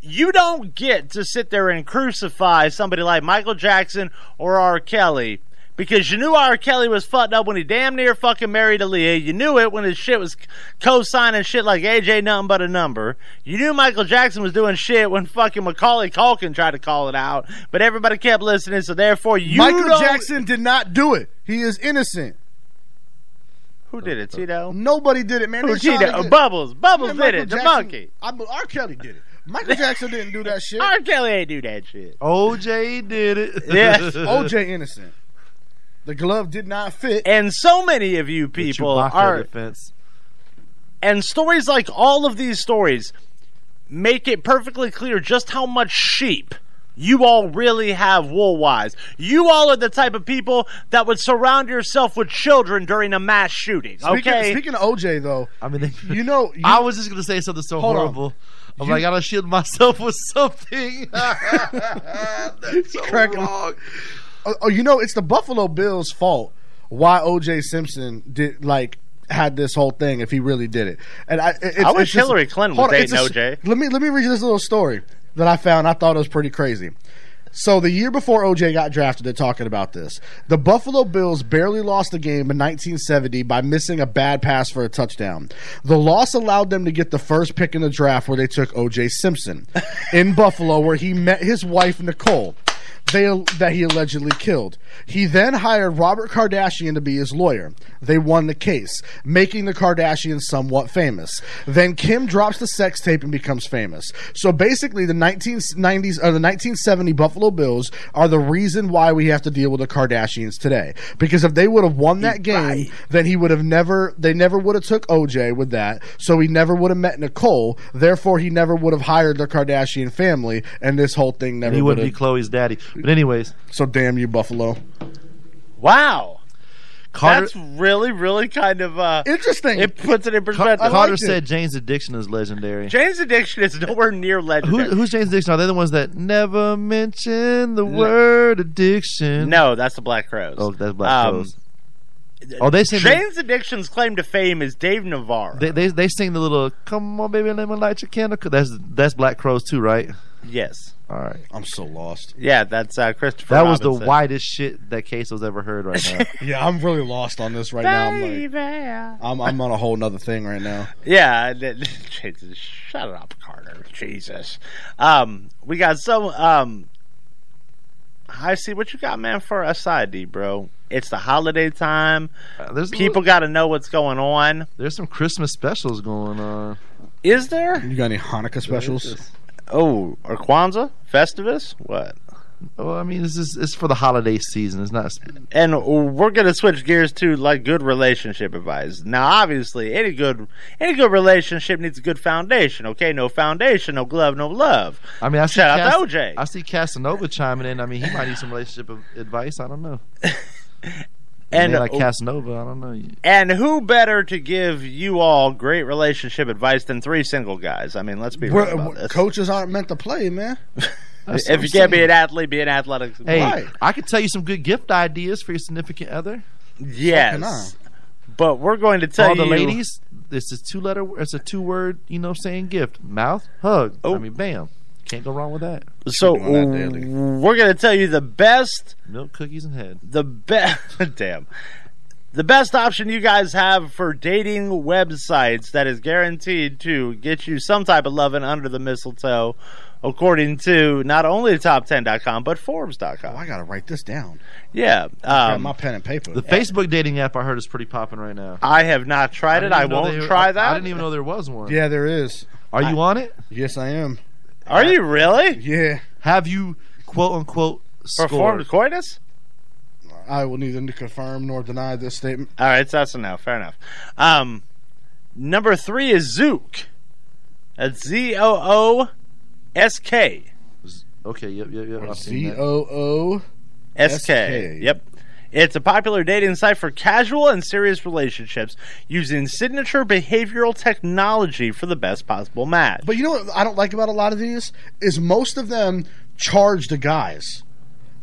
Speaker 1: You don't get to sit there and crucify somebody like Michael Jackson or R. Kelly because you knew R. Kelly was fucked up when he damn near fucking married Aaliyah. You knew it when his shit was co-signing shit like AJ nothing but a number. You knew Michael Jackson was doing shit when fucking Macaulay Culkin tried to call it out, but everybody kept listening. So therefore, you
Speaker 4: Michael
Speaker 1: don't-
Speaker 4: Jackson did not do it. He is innocent.
Speaker 1: who did it? Tito.
Speaker 4: Nobody did it, man.
Speaker 1: Who
Speaker 4: They trying
Speaker 1: cheated?
Speaker 4: to get-
Speaker 1: Bubbles. Bubbles
Speaker 4: Man,
Speaker 1: did
Speaker 4: Michael
Speaker 1: it. The
Speaker 4: Jackson-
Speaker 1: monkey.
Speaker 4: I, be- R. Kelly did it. Michael Jackson didn't do that shit.
Speaker 1: R. Kelly ain't do that
Speaker 10: Oh.
Speaker 1: shit.
Speaker 10: OJ did it.
Speaker 1: Yes.
Speaker 4: OJ innocent. The glove did not fit.
Speaker 1: And so many of you people
Speaker 10: Chewbacca
Speaker 1: are.
Speaker 10: defense.
Speaker 1: And stories like all of these stories make it perfectly clear just how much sheep You all really have wool wise. You all are the type of people that would surround yourself with children during a mass shooting.
Speaker 4: Speaking,
Speaker 1: okay.
Speaker 4: Speaking of OJ though,
Speaker 10: I mean,
Speaker 4: you know,
Speaker 10: I was just gonna say something so
Speaker 4: Hold on.
Speaker 10: horrible. I'm
Speaker 4: You-
Speaker 10: like, I gotta shield myself with something.
Speaker 4: That's so wrong. Oh, oh, you know, it's the Buffalo Bills' fault why OJ Simpson did like had this whole thing if he really did it. And I, it- it's,
Speaker 1: I wish
Speaker 4: it's just-
Speaker 1: Hillary Clinton
Speaker 4: hold
Speaker 1: was
Speaker 4: on, it's
Speaker 1: dating
Speaker 4: a-
Speaker 1: OJ.
Speaker 4: Let me let me read you this little story that I found. I thought it was pretty crazy. So the year before OJ got drafted, they're talking about this. The Buffalo Bills barely lost the game in 1970 by missing a bad pass for a touchdown. The loss allowed them to get the first pick in the draft, where they took OJ Simpson in Buffalo, where he met his wife Nicole. They that he allegedly killed. He then hired Robert Kardashian to be his lawyer. They won the case, making the Kardashians somewhat famous. Then Kim drops the sex tape and becomes famous. So basically, the 1990s or the 1970 Buffalo Bills are the reason why we have to deal with the Kardashians today. Because if they would have won that game, then he would have never. They never would have took OJ with that. So he never would have met Nicole. Therefore, he never would have hired the Kardashian family, and this whole thing never.
Speaker 10: he
Speaker 4: would
Speaker 10: wouldn't
Speaker 4: have
Speaker 10: be Chloe's daddy. But anyways,
Speaker 4: so damn you, Buffalo.
Speaker 1: Wow.
Speaker 10: Carter-
Speaker 1: That's really, really kind of uh,
Speaker 4: interesting.
Speaker 1: It puts it in
Speaker 10: Car-
Speaker 1: perspective.
Speaker 10: Carter said Jane's addiction is legendary.
Speaker 1: Jane's addiction is nowhere near
Speaker 10: Who,
Speaker 1: legendary.
Speaker 10: who's Jane's addiction? Are they the ones that never mention the word addiction?
Speaker 1: no, that's the Black Crows.
Speaker 10: Oh, that's Black
Speaker 1: Um,
Speaker 10: Crows. Oh, they sing. The,
Speaker 1: Jane's addiction's claim to fame is Dave Navarro.
Speaker 10: they, they they sing the little "Come on, baby, let me light your candle." That's that's Black Crows too, right?
Speaker 1: Yes.
Speaker 10: All right.
Speaker 4: I'm so lost.
Speaker 1: Yeah, that's uh, Christopher.
Speaker 10: That was the
Speaker 1: Robinson.
Speaker 10: widest shit that Queso's ever heard right now. Uh,
Speaker 4: Yeah, I'm really lost on this right now. I'm like, I'm, I'm on a whole nother thing right now.
Speaker 1: Yeah, that- Jesus, shut up, Carter. Jesus, um, we got so. Um, I see what you got, man. For us, ID, bro. It's the holiday time.
Speaker 10: there's
Speaker 1: people got to know what's going on.
Speaker 10: There's some Christmas specials going on.
Speaker 1: Is there?
Speaker 4: You got any Hanukkah specials?
Speaker 1: Oh, or Kwanzaa, Festivus, what?
Speaker 10: Well, Oh, I mean, this is it's for the holiday season. It's not.
Speaker 1: And we're gonna switch gears to like good relationship advice. Now, obviously, any good any good relationship needs a good foundation. Okay, no foundation, no glove, no love.
Speaker 10: I mean, I see
Speaker 1: Shout out
Speaker 10: Cas-
Speaker 1: to OJ.
Speaker 10: I see Casanova chiming in. I mean, he might need some relationship of- advice. I don't know.
Speaker 1: And- uh,
Speaker 10: and like Casanova, I don't know.
Speaker 1: And who better to give you all great relationship advice than three single guys? I mean, let's be real
Speaker 4: We're-
Speaker 1: about this.
Speaker 4: coaches aren't meant to play, man.
Speaker 10: That's
Speaker 1: if
Speaker 10: what
Speaker 1: you
Speaker 10: I'm
Speaker 1: can't be
Speaker 10: saying.
Speaker 1: an athlete, be an athletic.
Speaker 10: Hey, I could tell you some good gift ideas for your significant other.
Speaker 1: yes, but we're going to tell
Speaker 10: All the
Speaker 1: you,
Speaker 10: ladies, this is two letter. It's a two word. You know, what I'm saying gift, mouth, hug.
Speaker 1: Oh.
Speaker 10: I mean, bam, can't go wrong with that.
Speaker 1: So we're going to tell you the best
Speaker 10: milk cookies and head.
Speaker 1: The best, damn, the best option you guys have for dating websites that is guaranteed to get you some type of loving under the mistletoe, according to not only top10.com but Forbes.com. I
Speaker 4: gotta write this down.
Speaker 1: Yeah,
Speaker 4: Grab
Speaker 1: um,
Speaker 4: my pen and paper.
Speaker 10: The Facebook dating app I heard is pretty popping right now.
Speaker 1: I have not tried it.
Speaker 10: didn't
Speaker 1: I
Speaker 10: even know
Speaker 1: won't
Speaker 10: they-
Speaker 1: try
Speaker 10: I-
Speaker 1: that.
Speaker 10: I didn't even know there was one.
Speaker 4: Yeah, there is.
Speaker 10: Are you on it?
Speaker 4: Yes, I am.
Speaker 1: Are you really?
Speaker 4: Yeah.
Speaker 10: Have you quote unquote
Speaker 1: Performed
Speaker 10: scored?
Speaker 1: coitus?
Speaker 4: I will neither confirm nor deny this statement.
Speaker 1: All right, so that's enough. Fair enough. Um, number three is Zook. That's Z O O S K.
Speaker 10: Okay, yep, yep, yep. I've seen
Speaker 4: Z
Speaker 10: that.
Speaker 4: O O
Speaker 1: SK. Yep. It's a popular dating site for casual and serious relationships using signature behavioral technology for the best possible match.
Speaker 4: But you know what I don't like about a lot of these is most of them charge the guys,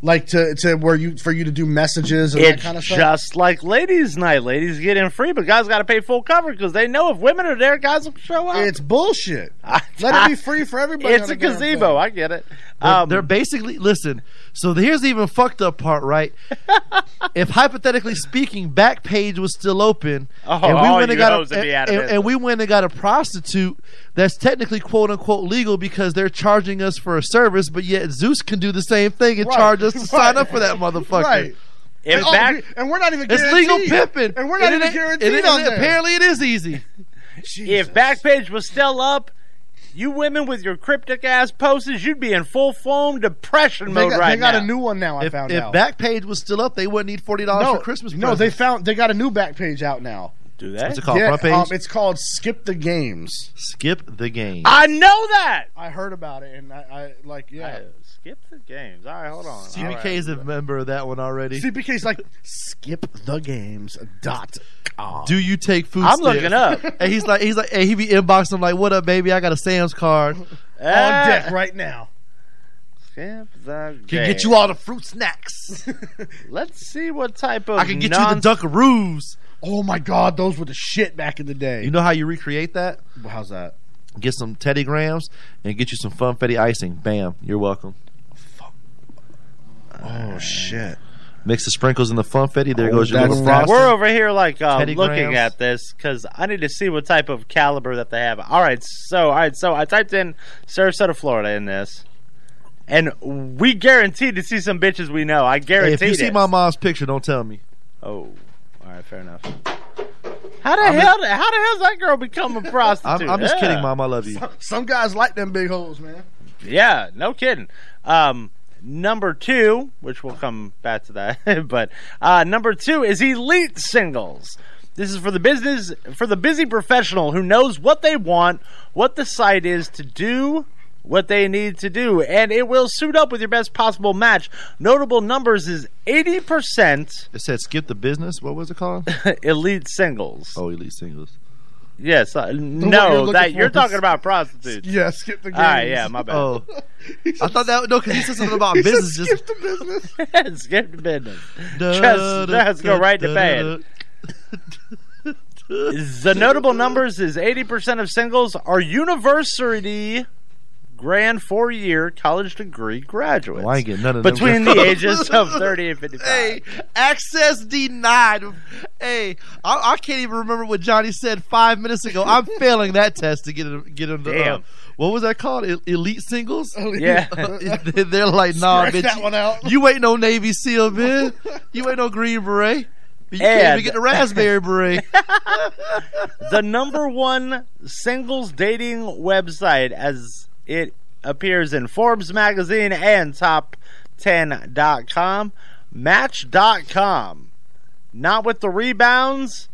Speaker 4: like to to where you for you to do messages and that
Speaker 1: It's
Speaker 4: kind of stuff.
Speaker 1: just like ladies' night. Ladies get in free, but guys got to pay full cover because they know if women are there, guys will show up.
Speaker 4: It's bullshit. Let it be free for everybody.
Speaker 1: It's
Speaker 4: on
Speaker 1: a
Speaker 4: the damn thing.
Speaker 1: gazebo. I get it.
Speaker 10: They're,
Speaker 1: Um,
Speaker 10: they're basically listen. So here's the even fucked up part, right? if hypothetically speaking, Backpage was still open,
Speaker 1: Oh, all you hoes would
Speaker 10: and,
Speaker 1: be out of
Speaker 10: and-
Speaker 1: business.
Speaker 10: and we went and got a prostitute that's technically quote unquote legal because they're charging us for a service, but yet Zeus can do the same thing and
Speaker 4: Right,
Speaker 10: charge us to
Speaker 4: right,
Speaker 10: sign up for that motherfucker.
Speaker 4: Right.
Speaker 1: In
Speaker 4: and, oh,
Speaker 1: fact-
Speaker 4: we- and we're not even
Speaker 10: It's
Speaker 4: guaranteed.
Speaker 10: legal pimping,
Speaker 4: and we're not
Speaker 10: It
Speaker 4: even
Speaker 10: ain't-
Speaker 4: guaranteed
Speaker 10: it ain't-
Speaker 4: on there.
Speaker 10: Apparently, it is easy.
Speaker 1: if Backpage was still up, you women with your cryptic ass posts, you'd be in full form depression
Speaker 4: They
Speaker 1: mode
Speaker 4: got,
Speaker 1: right
Speaker 4: they got
Speaker 1: now.
Speaker 4: a new one now. I
Speaker 10: If,
Speaker 4: found
Speaker 10: if
Speaker 4: out.
Speaker 10: Backpage was still up, they wouldn't need forty dollars
Speaker 4: no,
Speaker 10: for Christmas.
Speaker 4: no, they found they got a new back page out now.
Speaker 1: Do they?
Speaker 10: What's it called?
Speaker 4: Yeah,
Speaker 10: Front page.
Speaker 4: um, it's called Skip the Games.
Speaker 10: Skip the game.
Speaker 1: I know that.
Speaker 4: I heard about it, and I, I like yeah.
Speaker 1: skip the games. All right, hold on.
Speaker 10: CBK is a member of that one already.
Speaker 4: CPK's like skip the games dot com.
Speaker 10: Do you take food?
Speaker 4: I'm
Speaker 10: stamps?
Speaker 4: looking up.
Speaker 10: and he's like, he's like, and he be inboxing him like, "What up, baby? I got a Sam's card.
Speaker 1: Ah!
Speaker 4: on deck right now?
Speaker 1: Skip the
Speaker 10: Can get you all the fruit snacks.
Speaker 1: Let's see what type of
Speaker 10: I can get
Speaker 1: non-
Speaker 10: you the Dunkaroos.
Speaker 4: Oh my God, those were the shit back in the day.
Speaker 10: You know how you recreate that?
Speaker 4: How's that?
Speaker 10: Get some Teddy Grahams and get you some Funfetti icing. Bam, you're welcome.
Speaker 4: Oh shit!
Speaker 10: Mix the sprinkles in the Funfetti. There
Speaker 4: Oh,
Speaker 10: goes your
Speaker 4: that's
Speaker 10: little
Speaker 4: that-
Speaker 10: frosting.
Speaker 1: We're over here like uh,
Speaker 10: Teddy
Speaker 1: looking
Speaker 10: Grahams.
Speaker 1: at this because I need to see what type of caliber that they have. All right, so all right, so I typed in Sarasota, Florida, in this, and we guaranteed to see some bitches we know. I
Speaker 10: Hey,
Speaker 1: guaranteed
Speaker 10: if you
Speaker 1: it.
Speaker 10: see my mom's picture, don't tell me.
Speaker 1: oh, all right, fair enough. How the
Speaker 10: I'm
Speaker 1: hell? did- how the hell's that girl become a prostitute?
Speaker 10: I'm, I'm just
Speaker 1: Yeah.
Speaker 10: kidding, mom. I love you.
Speaker 4: Some guys like them big holes, man.
Speaker 1: Yeah, no kidding. Um, number two, which we'll come back to that, but uh, number two is elite singles. This is for the business for the busy professional who knows what they want, what the site is to do. What they need to do, and it will suit up with your best possible match. Notable numbers is 80%
Speaker 10: It said skip the business. What was it called?
Speaker 1: elite singles.
Speaker 10: oh, elite singles.
Speaker 1: Yes, uh,
Speaker 10: one you're
Speaker 1: no,
Speaker 10: looking
Speaker 1: that
Speaker 10: for
Speaker 1: you're
Speaker 10: is-
Speaker 1: talking about prostitutes.
Speaker 4: Yeah, skip the
Speaker 1: All
Speaker 4: games.
Speaker 1: right, yeah, my bad.
Speaker 10: Oh, I thought that no, because he said something about
Speaker 4: He said
Speaker 10: business. Just
Speaker 4: skip the business.
Speaker 1: skip the business.
Speaker 10: Da,
Speaker 1: Just,
Speaker 10: da,
Speaker 1: just go
Speaker 10: da,
Speaker 1: right to
Speaker 10: da, da,
Speaker 1: bed. the notable numbers is 80% of singles are university grand four year college degree graduates.
Speaker 10: Well, I ain't getting none of them
Speaker 1: Between the
Speaker 10: girls.
Speaker 1: ages of 30 and 55.
Speaker 10: Hey, access denied. Hey, I, I can't even remember what Johnny said five minutes ago. I'm failing that test to get him. Get him. To, uh,
Speaker 1: Damn.
Speaker 10: what was that called? E- elite singles.
Speaker 1: Yeah.
Speaker 10: they're like, nah,
Speaker 1: Scratch
Speaker 10: bitch.
Speaker 1: that one out.
Speaker 10: You ain't no Navy SEAL, man. You ain't no Green Beret. You can't
Speaker 1: And-
Speaker 10: even get the raspberry beret.
Speaker 1: the number one singles dating website as it appears in Forbes magazine and top10.com. Match.com. Not with the rebounds.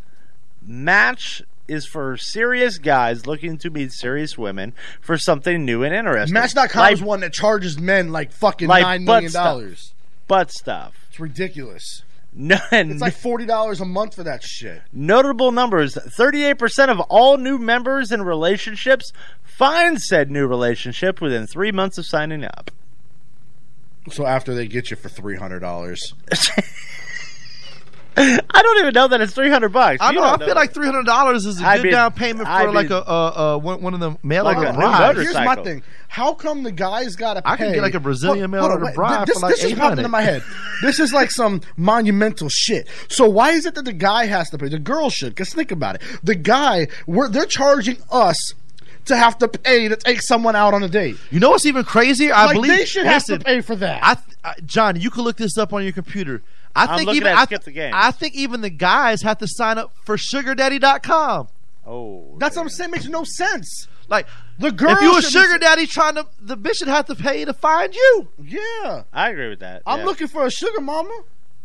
Speaker 1: Match is for serious guys looking to meet serious women for something new and interesting.
Speaker 4: Match.com
Speaker 1: Like-
Speaker 4: is one that charges men like fucking
Speaker 1: like
Speaker 4: nine
Speaker 1: butt
Speaker 4: million
Speaker 1: stuff.
Speaker 4: dollars.
Speaker 1: Butt stuff.
Speaker 4: It's ridiculous.
Speaker 1: No,
Speaker 4: It's like forty dollars a month for that shit.
Speaker 1: Notable numbers 38% of all new members in relationships find said new relationship within three months of signing up.
Speaker 4: So after they get you for three hundred dollars,
Speaker 1: I don't even know that it's 300 bucks.
Speaker 10: I
Speaker 1: You
Speaker 10: know. I
Speaker 1: don't
Speaker 10: feel like three hundred dollars is a
Speaker 1: I
Speaker 10: good
Speaker 1: mean-
Speaker 10: down payment for
Speaker 1: I mean-
Speaker 10: like a uh, uh, one, one of them mail
Speaker 1: Like
Speaker 10: order
Speaker 1: a new
Speaker 10: rides.
Speaker 4: here's my thing: How come the guys got to?
Speaker 10: I can get, like, a Brazilian mail order bribe
Speaker 4: This,
Speaker 10: for, like,
Speaker 4: this is popping
Speaker 10: 800.
Speaker 4: in my head. This is like some monumental shit. So why is it that the guy has to pay? The girl should. Cause think about it: the guy, we're, they're charging us to have to pay to take someone out on a date.
Speaker 10: You know what's even crazier? I
Speaker 4: Like,
Speaker 10: believe
Speaker 4: they should have to
Speaker 10: listen,
Speaker 4: pay for that.
Speaker 10: I, th- I John, you can look this up on your computer. I
Speaker 1: I'm
Speaker 10: think
Speaker 1: looking
Speaker 10: even
Speaker 1: at
Speaker 10: I,
Speaker 1: Skip the Games.
Speaker 10: I think even the guys have to sign up for sugardaddy.com.
Speaker 1: Oh,
Speaker 4: That's what I'm saying. Makes no sense.
Speaker 10: Like
Speaker 4: the girl.
Speaker 10: if you a
Speaker 4: should be-
Speaker 10: sugar daddy trying to the bitch should have to pay to find you.
Speaker 4: yeah,
Speaker 1: I agree with that.
Speaker 4: I'm
Speaker 1: yeah.
Speaker 4: looking for a sugar mama.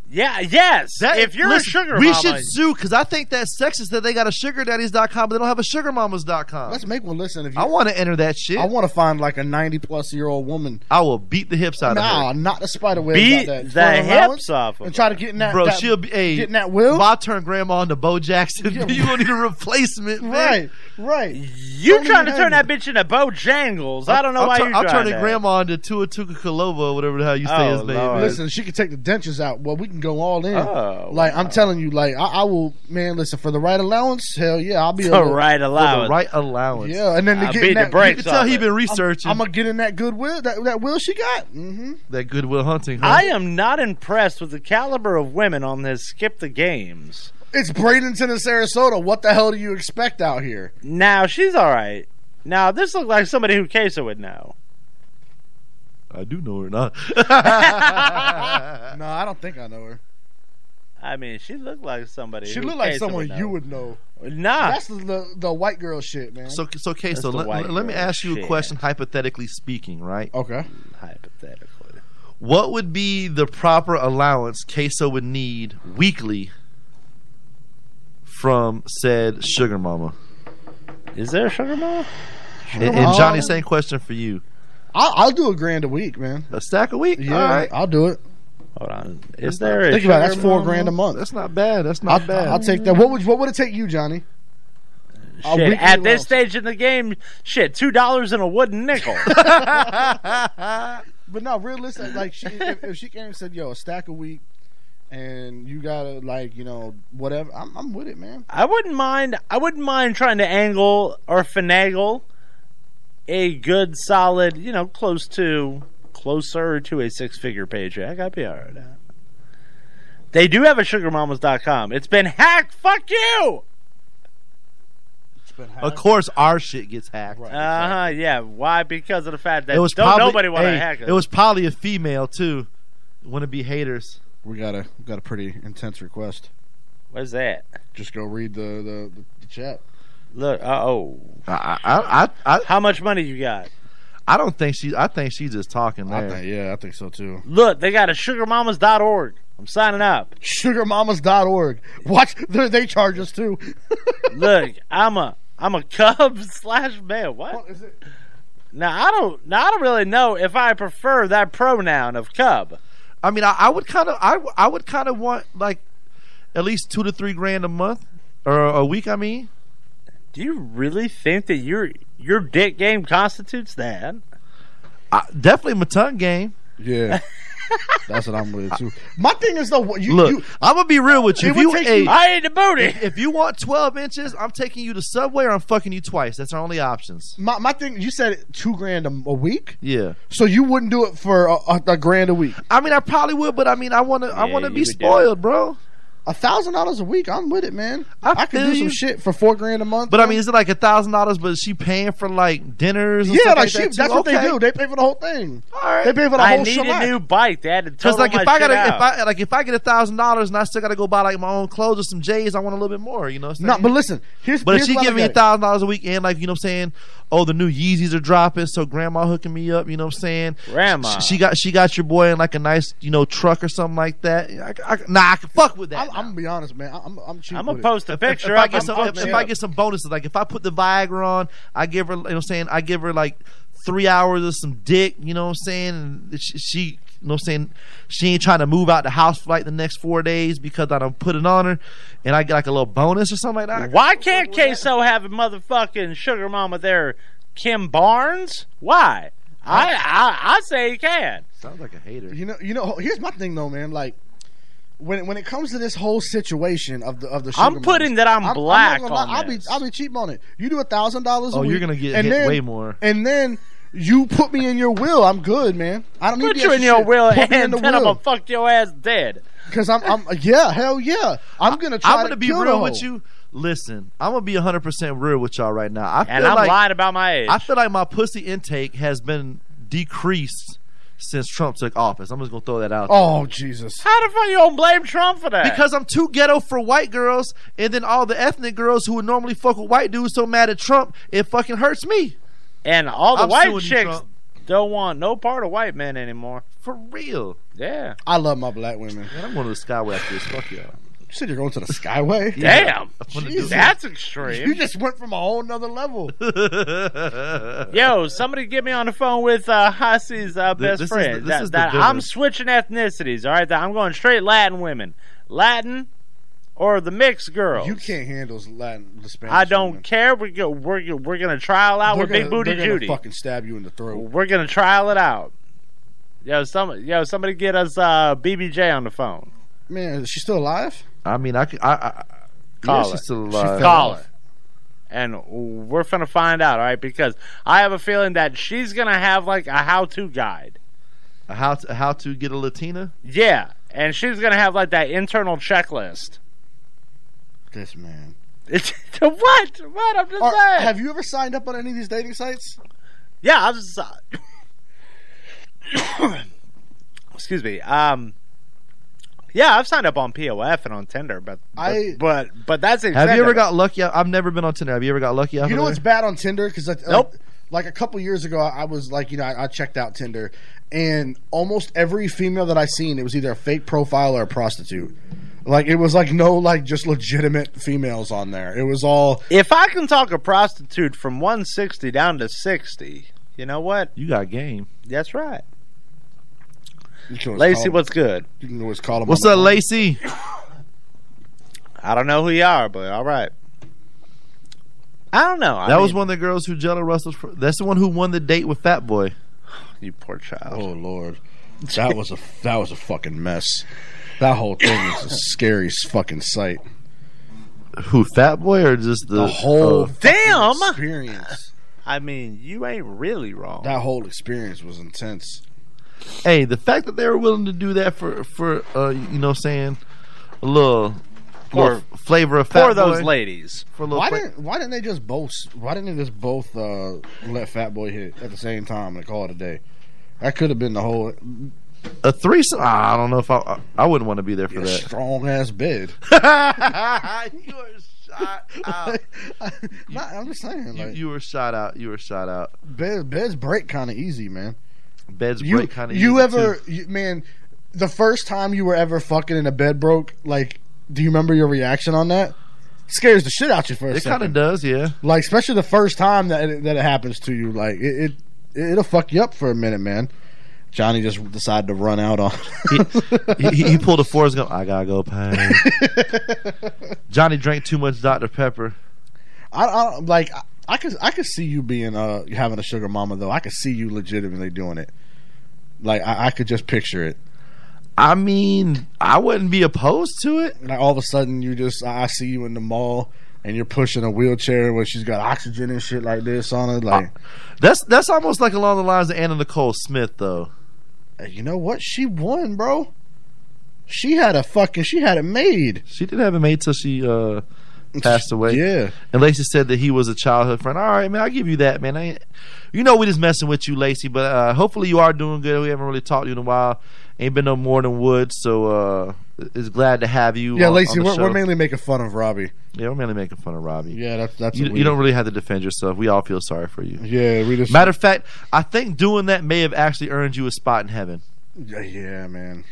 Speaker 1: Yeah, yes.
Speaker 10: That-
Speaker 1: if you're
Speaker 10: listen,
Speaker 1: a sugar
Speaker 10: we
Speaker 1: mama,
Speaker 10: should sue because I think that's sexist that they got a sugardaddies.com but they don't have a sugarmamas.com.
Speaker 4: Let's make one. Listen, if you,
Speaker 10: I want to enter that shit.
Speaker 4: I want to find like a 90 plus year old woman.
Speaker 10: I will beat the hips out of her.
Speaker 4: Nah, not the spider web. about
Speaker 10: Beat
Speaker 4: that.
Speaker 10: the
Speaker 4: Turn around
Speaker 10: hips
Speaker 1: off of
Speaker 4: and try to get in that.
Speaker 10: Bro,
Speaker 4: that-
Speaker 10: she'll be hey,
Speaker 4: getting that will.
Speaker 10: If I turn grandma into Bo Jackson, you gonna need a replacement, man.
Speaker 4: Right, right.
Speaker 1: you
Speaker 4: Don't
Speaker 1: trying to
Speaker 4: even
Speaker 1: turn
Speaker 4: have
Speaker 1: that bitch into Bojangles. I don't know
Speaker 10: I'll
Speaker 1: why
Speaker 10: tur-
Speaker 1: you
Speaker 10: I'll turn
Speaker 1: trying
Speaker 10: the
Speaker 1: that.
Speaker 10: grandma into Tua Tuka Kalova, whatever the hell you say
Speaker 1: Oh,
Speaker 10: his name
Speaker 1: Lord.
Speaker 10: is.
Speaker 4: Listen, she could take the dentures out. Well, we can go all in.
Speaker 1: Oh,
Speaker 4: like I'm telling you, like I, I will, man. Listen, for the right allowance, hell yeah, I'll be
Speaker 1: The
Speaker 4: a
Speaker 1: right allowance.
Speaker 10: right allowance.
Speaker 4: Yeah, and then to
Speaker 1: I'll
Speaker 4: get
Speaker 1: beat
Speaker 4: in
Speaker 1: the
Speaker 4: that,
Speaker 1: brakes You can tell off
Speaker 10: he it. been researching.
Speaker 4: I'm, gonna get in that goodwill, that that will she got. Mm-hmm.
Speaker 10: That Goodwill Hunting. Huh?
Speaker 1: I am not impressed with the caliber of women on this Skip the Games.
Speaker 4: It's Bradenton and Sarasota. What the hell do you expect out here?
Speaker 1: Now, she's all right. Now, this looks like somebody who Queso would know.
Speaker 10: I do know her not. Uh,
Speaker 4: No, I don't think I know her.
Speaker 1: I mean, she looked like somebody.
Speaker 4: She
Speaker 1: who
Speaker 4: looked like
Speaker 1: Queso
Speaker 4: someone
Speaker 1: know.
Speaker 4: you would know.
Speaker 1: Nah,
Speaker 4: That's the, the the white girl shit, man.
Speaker 10: So, so okay,
Speaker 1: That's
Speaker 10: so
Speaker 1: the
Speaker 10: let,
Speaker 1: white
Speaker 10: let me
Speaker 1: girl
Speaker 10: ask you a
Speaker 1: shit.
Speaker 10: question, hypothetically speaking, right?
Speaker 4: okay.
Speaker 1: hypothetically.
Speaker 10: What would be the proper allowance Queso would need weekly from said sugar mama?
Speaker 6: Is there a sugar mama?
Speaker 10: And, and Johnny, same question for you.
Speaker 4: I'll, I'll do a grand a week, man.
Speaker 10: A stack a week.
Speaker 4: Yeah,
Speaker 10: All right.
Speaker 4: I'll do it.
Speaker 6: Hold on. Is there?
Speaker 4: Think
Speaker 6: a
Speaker 4: about it,
Speaker 6: sugar
Speaker 4: that's four
Speaker 6: mama?
Speaker 4: grand a month.
Speaker 10: That's not bad. That's
Speaker 4: I'll, I'll take that. What would what would it take you, Johnny? A
Speaker 6: Shit,
Speaker 4: weekly
Speaker 6: at this
Speaker 4: allowance.
Speaker 6: stage in the game, shit, two dollars and a wooden nickel.
Speaker 4: But no, realistic. Like she, if, if she came and said, "Yo, a stack a week," and you gotta like you know whatever, I'm, I'm with it, man.
Speaker 6: I wouldn't mind. I wouldn't mind trying to angle or finagle a good, solid, you know, close to, closer to a six-figure paycheck. I'd be all right. with that. They do have a sugarmamas.com. It's been hacked. Fuck you.
Speaker 10: Of course, our shit gets hacked.
Speaker 6: Uh huh. Yeah. Why? Because of the fact that
Speaker 10: it was
Speaker 6: don't
Speaker 10: probably,
Speaker 6: nobody want to
Speaker 10: hey,
Speaker 6: hack it.
Speaker 10: It was probably a female too. Wouldn't it be haters?
Speaker 4: We got a got a pretty intense request.
Speaker 6: What's that?
Speaker 4: Just go read the the, the, the chat.
Speaker 6: Look. Uh oh.
Speaker 10: I, I, I, I,
Speaker 6: How much money you got?
Speaker 10: I don't think she. I think she's just talking there.
Speaker 4: yeah, I think so too.
Speaker 6: Look, they got a sugarmamas.org. I'm signing up.
Speaker 4: Sugarmamas.org. Watch, they they charge us too.
Speaker 6: Look, I'm a I'm a Cub slash man. What? Now I don't now I don't really know if I prefer that pronoun of Cub.
Speaker 10: I mean, I, I would kind of, I, I would kind of want like at least two to three grand a month or a week. I mean,
Speaker 6: Do you really think that your your dick game constitutes that?
Speaker 10: I, definitely my tongue game.
Speaker 4: Yeah, that's what I'm with too. My thing is though, what you
Speaker 10: Look,
Speaker 4: you,
Speaker 10: I'm gonna be real with you.
Speaker 4: It
Speaker 10: If
Speaker 4: would
Speaker 10: you,
Speaker 4: take
Speaker 10: hey,
Speaker 4: you-
Speaker 6: I ain't the booty.
Speaker 10: If, if you want 12 inches, I'm taking you to Subway or I'm fucking you twice. That's our only options.
Speaker 4: my, my thing. You said two grand a, a week,
Speaker 10: Yeah.
Speaker 4: so you wouldn't do it for a, a, a grand a week.
Speaker 10: I mean, I probably would, but I mean, I wanna, I
Speaker 4: Yeah,
Speaker 10: wanna
Speaker 4: you
Speaker 10: be
Speaker 4: would do
Speaker 10: spoiled, bro.
Speaker 4: A thousand dollars a week, I'm with it, man. I, could
Speaker 10: feel
Speaker 4: do some
Speaker 10: you.
Speaker 4: shit for four grand a month.
Speaker 10: But I
Speaker 4: man.
Speaker 10: mean, is it like a thousand dollars? But is she paying for like dinners? And
Speaker 4: yeah,
Speaker 10: stuff
Speaker 4: like
Speaker 10: like
Speaker 4: she,
Speaker 10: that
Speaker 4: that's
Speaker 10: too?
Speaker 4: what they
Speaker 10: Okay.
Speaker 4: do. They pay for the whole thing.
Speaker 10: right.
Speaker 4: They pay for the
Speaker 6: I
Speaker 4: whole
Speaker 6: need
Speaker 4: shebang.
Speaker 6: a new bike. They had to
Speaker 10: Because
Speaker 6: total
Speaker 10: like
Speaker 6: my
Speaker 10: if I
Speaker 6: shit
Speaker 10: gotta
Speaker 6: out.
Speaker 10: if I like if I get a thousand dollars and I still gotta go buy like my own clothes or some J's, I want a little bit more. You know. What I'm
Speaker 4: No,
Speaker 10: saying?
Speaker 4: but listen, here's
Speaker 10: But
Speaker 4: here's
Speaker 10: if she
Speaker 4: what I
Speaker 10: giving me
Speaker 4: look at
Speaker 10: a
Speaker 4: it.
Speaker 10: thousand dollars a week and like you know what I'm saying, oh the new Yeezys are dropping, so grandma hooking me up. You know what I'm saying?
Speaker 6: Grandma.
Speaker 10: Sh- she got she got your boy in like a nice you know truck or something like that. I, I, nah, I can fuck with that.
Speaker 4: I'm, I'm gonna be honest, man. I'm I'm cheap
Speaker 6: I'm
Speaker 4: with
Speaker 6: gonna
Speaker 4: it.
Speaker 6: post a
Speaker 10: If-
Speaker 6: picture.
Speaker 10: if, I
Speaker 6: up.
Speaker 10: get
Speaker 6: I'm
Speaker 10: some,
Speaker 6: posting
Speaker 10: if, if
Speaker 6: it
Speaker 10: I
Speaker 6: up.
Speaker 10: get some bonuses, like if I put the Viagra on, I give her, you know, what I'm saying, I give her like three hours of some dick, you know, what I'm saying, and she, she you know, what I'm saying, she ain't trying to move out the house for like the next four days because I don't put it on her, and I get like a little bonus or something like that.
Speaker 6: Why can't queso have a motherfucking sugar mama there, Kim Barnes? Why? I I, I say he can.
Speaker 10: Sounds like a hater.
Speaker 4: You know, you know. Here's my thing though, man. Like when when it comes to this whole situation of the of the,
Speaker 6: I'm
Speaker 4: sugar
Speaker 6: putting
Speaker 4: mamas,
Speaker 6: that I'm
Speaker 4: not
Speaker 6: black
Speaker 4: gonna
Speaker 6: on
Speaker 4: I'll
Speaker 6: this.
Speaker 4: be I'll be cheap on it. You do a thousand dollars.
Speaker 10: Oh,
Speaker 4: a week,
Speaker 10: you're gonna get
Speaker 4: and
Speaker 10: hit
Speaker 4: then-
Speaker 10: way more.
Speaker 4: And then you put me in your will. I'm good, man. I don't need
Speaker 6: Put
Speaker 4: the
Speaker 6: you in
Speaker 4: extra
Speaker 6: your
Speaker 4: shit.
Speaker 6: will,
Speaker 4: Put
Speaker 6: and
Speaker 4: me
Speaker 6: then
Speaker 4: in the
Speaker 6: I'm gonna
Speaker 4: will
Speaker 6: fuck your ass dead.
Speaker 4: because I'm I'm yeah hell yeah. I'm gonna try
Speaker 10: I'm gonna
Speaker 4: to
Speaker 10: be
Speaker 4: kill the
Speaker 10: real
Speaker 4: hoe.
Speaker 10: with you. Listen, I'm gonna be 100 percent real with y'all right now. I feel
Speaker 6: And I'm
Speaker 10: like
Speaker 6: lying about my age.
Speaker 10: I feel like my pussy intake has been decreased since Trump took office. I'm just gonna throw that out. there.
Speaker 4: Oh Jesus.
Speaker 6: How the fuck you don't blame Trump for that?
Speaker 10: Because I'm too ghetto for white girls, and then all the ethnic girls who would normally fuck with white dudes so mad at Trump, it fucking hurts me.
Speaker 6: and all the
Speaker 10: I'm
Speaker 6: white
Speaker 10: suing you,
Speaker 6: chicks
Speaker 10: Trump.
Speaker 6: don't want no part of white men anymore.
Speaker 10: For real.
Speaker 6: Yeah.
Speaker 4: I love my black women.
Speaker 10: Man, I'm going to the Skyway after this. Fuck y'all.
Speaker 4: You said you're going to the Skyway.
Speaker 6: Damn.
Speaker 10: gonna do
Speaker 4: Jesus.
Speaker 6: That's
Speaker 4: You
Speaker 6: extreme.
Speaker 4: just went from a whole nother level.
Speaker 6: Yo, somebody get me on the phone with uh, Hussey's uh,
Speaker 10: Th-
Speaker 6: best
Speaker 10: this is
Speaker 6: friend.
Speaker 10: the- this
Speaker 6: that
Speaker 10: is the
Speaker 6: that
Speaker 10: good
Speaker 6: I'm
Speaker 10: one.
Speaker 6: switching ethnicities. All right, that I'm going straight Latin women, Latin or the mixed girls.
Speaker 4: You can't handle Latin, the Spanish.
Speaker 6: I don't
Speaker 4: women.
Speaker 6: care. We're go, we're go- we're gonna trial out
Speaker 4: They're
Speaker 6: with Big
Speaker 4: gonna-
Speaker 6: Booty
Speaker 4: they're gonna
Speaker 6: Judy.
Speaker 4: Fucking stab you in the throat.
Speaker 6: We're gonna trial it out. Yo, some yo, somebody get us uh, BBJ on the phone.
Speaker 4: Man, is she still alive?
Speaker 10: I mean, I, could- I, I, I
Speaker 6: Call
Speaker 10: yeah,
Speaker 6: it.
Speaker 10: she's still
Speaker 4: She
Speaker 10: alive.
Speaker 4: fell
Speaker 6: Call
Speaker 4: off.
Speaker 6: her. And we're gonna find out, all right? Because I have a feeling that she's gonna have like a how-to guide.
Speaker 10: A How to, a how to get a Latina?
Speaker 6: Yeah, and she's gonna have like that internal checklist.
Speaker 4: This man.
Speaker 6: It's, what? What? I'm just
Speaker 4: Or,
Speaker 6: saying.
Speaker 4: have you ever signed up on any of these dating sites?
Speaker 6: Yeah, I was. Uh, excuse me. Um. Yeah, I've signed up on POF and on Tinder, but but
Speaker 4: I-
Speaker 6: but, but that's
Speaker 10: Have
Speaker 6: exactly.
Speaker 10: you ever got lucky? out- I've never been on Tinder. Have you ever got lucky? out
Speaker 4: you know
Speaker 10: there?
Speaker 4: what's bad on Tinder because like,
Speaker 6: Nope.
Speaker 4: like, like a couple years ago, I I was like, you know, I, I checked out Tinder, and almost every female that I seen, it was either a fake profile or a prostitute. Like it was like no like just legitimate females on there. It was all
Speaker 1: If I can talk a prostitute from 160 down to 60, you know what?
Speaker 10: You got game.
Speaker 1: That's right.
Speaker 4: you can always
Speaker 1: Lacey,
Speaker 4: call 'em-
Speaker 1: what's good?
Speaker 4: You can always call them.
Speaker 10: What's up, Lacey?
Speaker 1: I don't know who you are, but all right. I don't know. I
Speaker 10: that was
Speaker 1: mean,
Speaker 10: one of the girls who Jello wrestled for. That's the one who won the date with Fat Boy.
Speaker 1: You poor child.
Speaker 4: Oh lord, that was a that was a fucking mess. That whole thing was a scary fucking sight.
Speaker 10: Who Fat Boy or just the,
Speaker 4: The whole
Speaker 10: uh,
Speaker 1: damn
Speaker 4: experience.
Speaker 1: I mean, you ain't really wrong.
Speaker 4: That whole experience was intense.
Speaker 10: hey, the fact that they were willing to do that for for uh, you know, what I'm saying a little,
Speaker 1: Poor-
Speaker 10: little f- flavor of Fat
Speaker 1: poor those
Speaker 10: Boy.
Speaker 1: ladies.
Speaker 10: For a little
Speaker 4: Why
Speaker 10: fla-
Speaker 4: didn't Why didn't they just both Why didn't they just both uh, let Fat Boy hit at the same time and call it a day? That could have been the whole
Speaker 10: a threesome? Ah, I don't know if I I, I wouldn't want to be there for that.
Speaker 4: strong ass bid.
Speaker 10: you are shot out.
Speaker 4: Not- I'm just saying,
Speaker 10: You,
Speaker 4: like
Speaker 10: you were shot out. You were shot out.
Speaker 4: beds, beds break kind of easy, man.
Speaker 10: Beds
Speaker 4: You
Speaker 10: break kind of.
Speaker 4: you ever you, man? The first time you were ever fucking in a bed broke, like, do you remember your reaction on that? Scares the shit out you for a
Speaker 10: It
Speaker 4: second.
Speaker 10: kind of does, yeah.
Speaker 4: like especially the first time that it, that it happens to you like it, it it'll fuck you up for a minute man johnny just decided to run out on
Speaker 10: he, he- he pulled a Forrest Gump. I gotta go pay. Johnny drank too much Dr Pepper.
Speaker 4: I, I like I, I could i could see you being uh having a sugar mama though i could see you legitimately doing it like i, I could just picture it
Speaker 10: I mean, I wouldn't be opposed to it.
Speaker 4: like all of a sudden you just i I see you in the mall and you're pushing a wheelchair where she's got oxygen and shit like this on it like
Speaker 10: That's that's almost like along the lines of Anna Nicole Smith, though.
Speaker 4: hey, you know what she won bro she had a fucking she had it made
Speaker 10: She did have a mate till she uh, passed away.
Speaker 4: yeah
Speaker 10: And Lacey said that he was a childhood friend. All right, man, I give you that, man. I, ain't- you know, we just messing with you, Lacey, but uh, hopefully you are doing good. We haven't really talked to you in a while. Ain't been no more than Woods, so uh, it's glad to have you.
Speaker 4: yeah
Speaker 10: on,
Speaker 4: lacey
Speaker 10: on the
Speaker 4: we're, we're
Speaker 10: show.
Speaker 4: mainly making fun of robbie
Speaker 10: yeah, we're mainly making fun of Robbie.
Speaker 4: Yeah, that's that's
Speaker 10: you,
Speaker 4: a
Speaker 10: you
Speaker 4: weird-
Speaker 10: don't really have to defend yourself. We all feel sorry for you.
Speaker 4: Yeah, we just
Speaker 10: Matter of fact, I think doing that may have actually earned you a spot in heaven.
Speaker 4: Yeah, yeah, man.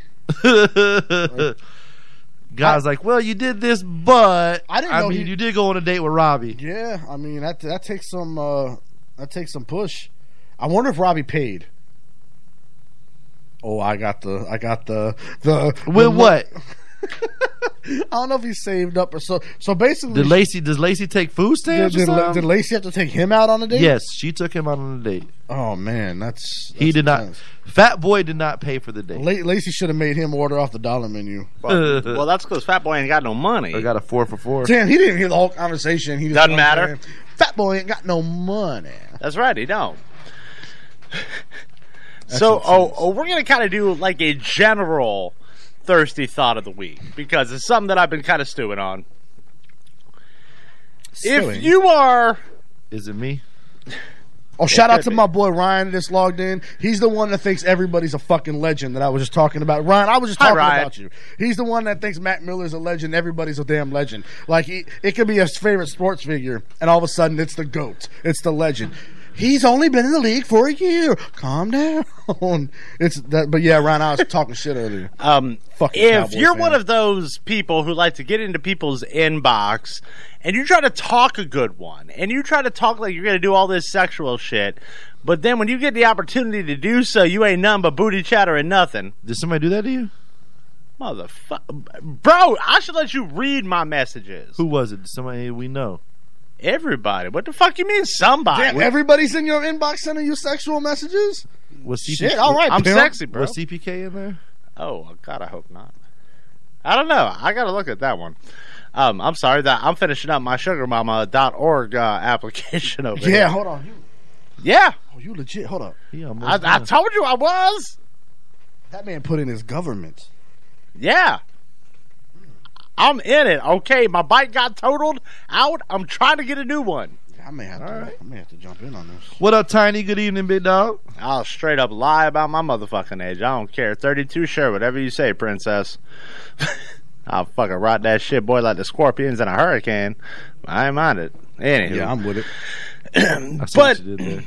Speaker 10: Guys, like, well, you did this, but
Speaker 4: I didn't know
Speaker 10: mean,
Speaker 4: he-
Speaker 10: you did go on a date with Robbie.
Speaker 4: Yeah, I mean that that takes some uh that takes some push. I wonder if Robbie paid. Oh, I got the I got the the
Speaker 10: With what?
Speaker 4: I don't know if he saved up or so. So basically,
Speaker 10: Did Lacey? Does Lacey take food
Speaker 4: did,
Speaker 10: stamps? or
Speaker 4: did, La-
Speaker 10: something?
Speaker 4: did Lacey have to take him out on a date?
Speaker 10: Yes, she took him out on a date.
Speaker 4: Oh man, that's,
Speaker 10: He did not. Fat boy did not pay for the date.
Speaker 4: La- Lacey should have made him order off the dollar menu.
Speaker 1: well, that's because Fat Boy ain't got no money.
Speaker 10: I got a four for four.
Speaker 4: Damn, he didn't hear the whole conversation. He just
Speaker 1: Doesn't matter.
Speaker 4: Man, Fat boy ain't got no money.
Speaker 1: That's right, he don't. so, oh,
Speaker 4: intense.
Speaker 1: oh, we're gonna kind of do like a general thirsty thought of the week because it's something that I've been kind of stewing on.
Speaker 4: Stewing?
Speaker 1: If you are,
Speaker 10: Is it me?
Speaker 4: Oh, shout out
Speaker 1: could
Speaker 4: to
Speaker 1: be.
Speaker 4: my boy Ryan that's logged in. He's the one that thinks everybody's a fucking legend that I was just talking about. Ryan, I was just
Speaker 1: Hi,
Speaker 4: talking
Speaker 1: Ryan.
Speaker 4: about you. He's the one that thinks Matt Miller's a legend. Everybody's a damn legend. Like he, it could be his favorite sports figure, and all of a sudden it's the goat. It's the legend. He's only been in the league for a year. Calm down. It's that, but yeah, Ryan, I was talking shit earlier.
Speaker 1: um,
Speaker 4: Fucking
Speaker 1: if
Speaker 4: Cowboy
Speaker 1: you're
Speaker 4: fan.
Speaker 1: one of those people who like to get into people's inbox and you try to talk a good one and you try to talk like you're gonna do all this sexual shit, but then when you get the opportunity to do so, you ain't none but booty chatter and nothing.
Speaker 10: Did somebody do that to you?
Speaker 1: Motherfucker, bro! I should let you read my messages.
Speaker 10: Who was it? Did somebody we know?
Speaker 1: Everybody, what the fuck you mean somebody?
Speaker 4: Damn, everybody's in your inbox sending you sexual messages.
Speaker 10: Was CPK?
Speaker 4: Shit, all right,
Speaker 1: I'm
Speaker 4: pimp.
Speaker 1: sexy, bro.
Speaker 10: Was CPK in there?
Speaker 1: oh God, I hope not. I don't know. I gotta look at that one. Um, I'm sorry that I'm finishing up my sugarmama.org uh, application over
Speaker 4: Yeah,
Speaker 1: here.
Speaker 4: hold on. You,
Speaker 1: Yeah,
Speaker 4: oh, you legit. Hold up.
Speaker 10: He almost
Speaker 1: I, I
Speaker 10: done.
Speaker 1: told you I was.
Speaker 4: That man put in his government.
Speaker 1: Yeah, I'm in it. Okay, my bike got totaled out. I'm trying to get a new one.
Speaker 4: I may have to. I may have to jump in on this.
Speaker 10: what up, Tiny? Good evening, big dog.
Speaker 1: I'll straight up lie about my motherfucking age. I don't care. 32, sure, whatever you say, princess. I'll fucking rot that shit, boy, like the scorpions in a hurricane. I ain't mind it. Anywho,
Speaker 4: Yeah, I'm with it.
Speaker 10: I
Speaker 1: But-
Speaker 10: see what you did there.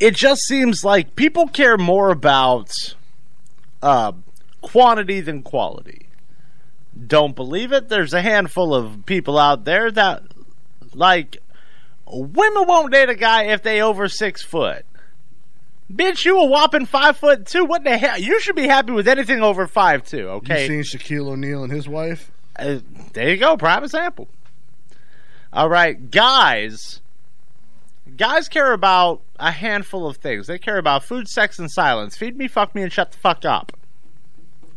Speaker 1: it just seems like people care more about uh, quantity than quality. Don't believe it? There's a handful of people out there that like women won't date a guy if they over six foot. Bitch, you a whopping five foot two. What the hell? You should be happy with anything over five two. Okay.
Speaker 4: You seen Shaquille O'Neal and his wife?
Speaker 1: Uh, there you go, prime example. All right, guys. Guys care about a handful of things. They care about food, sex, and silence. Feed me, fuck me, and shut the fuck up.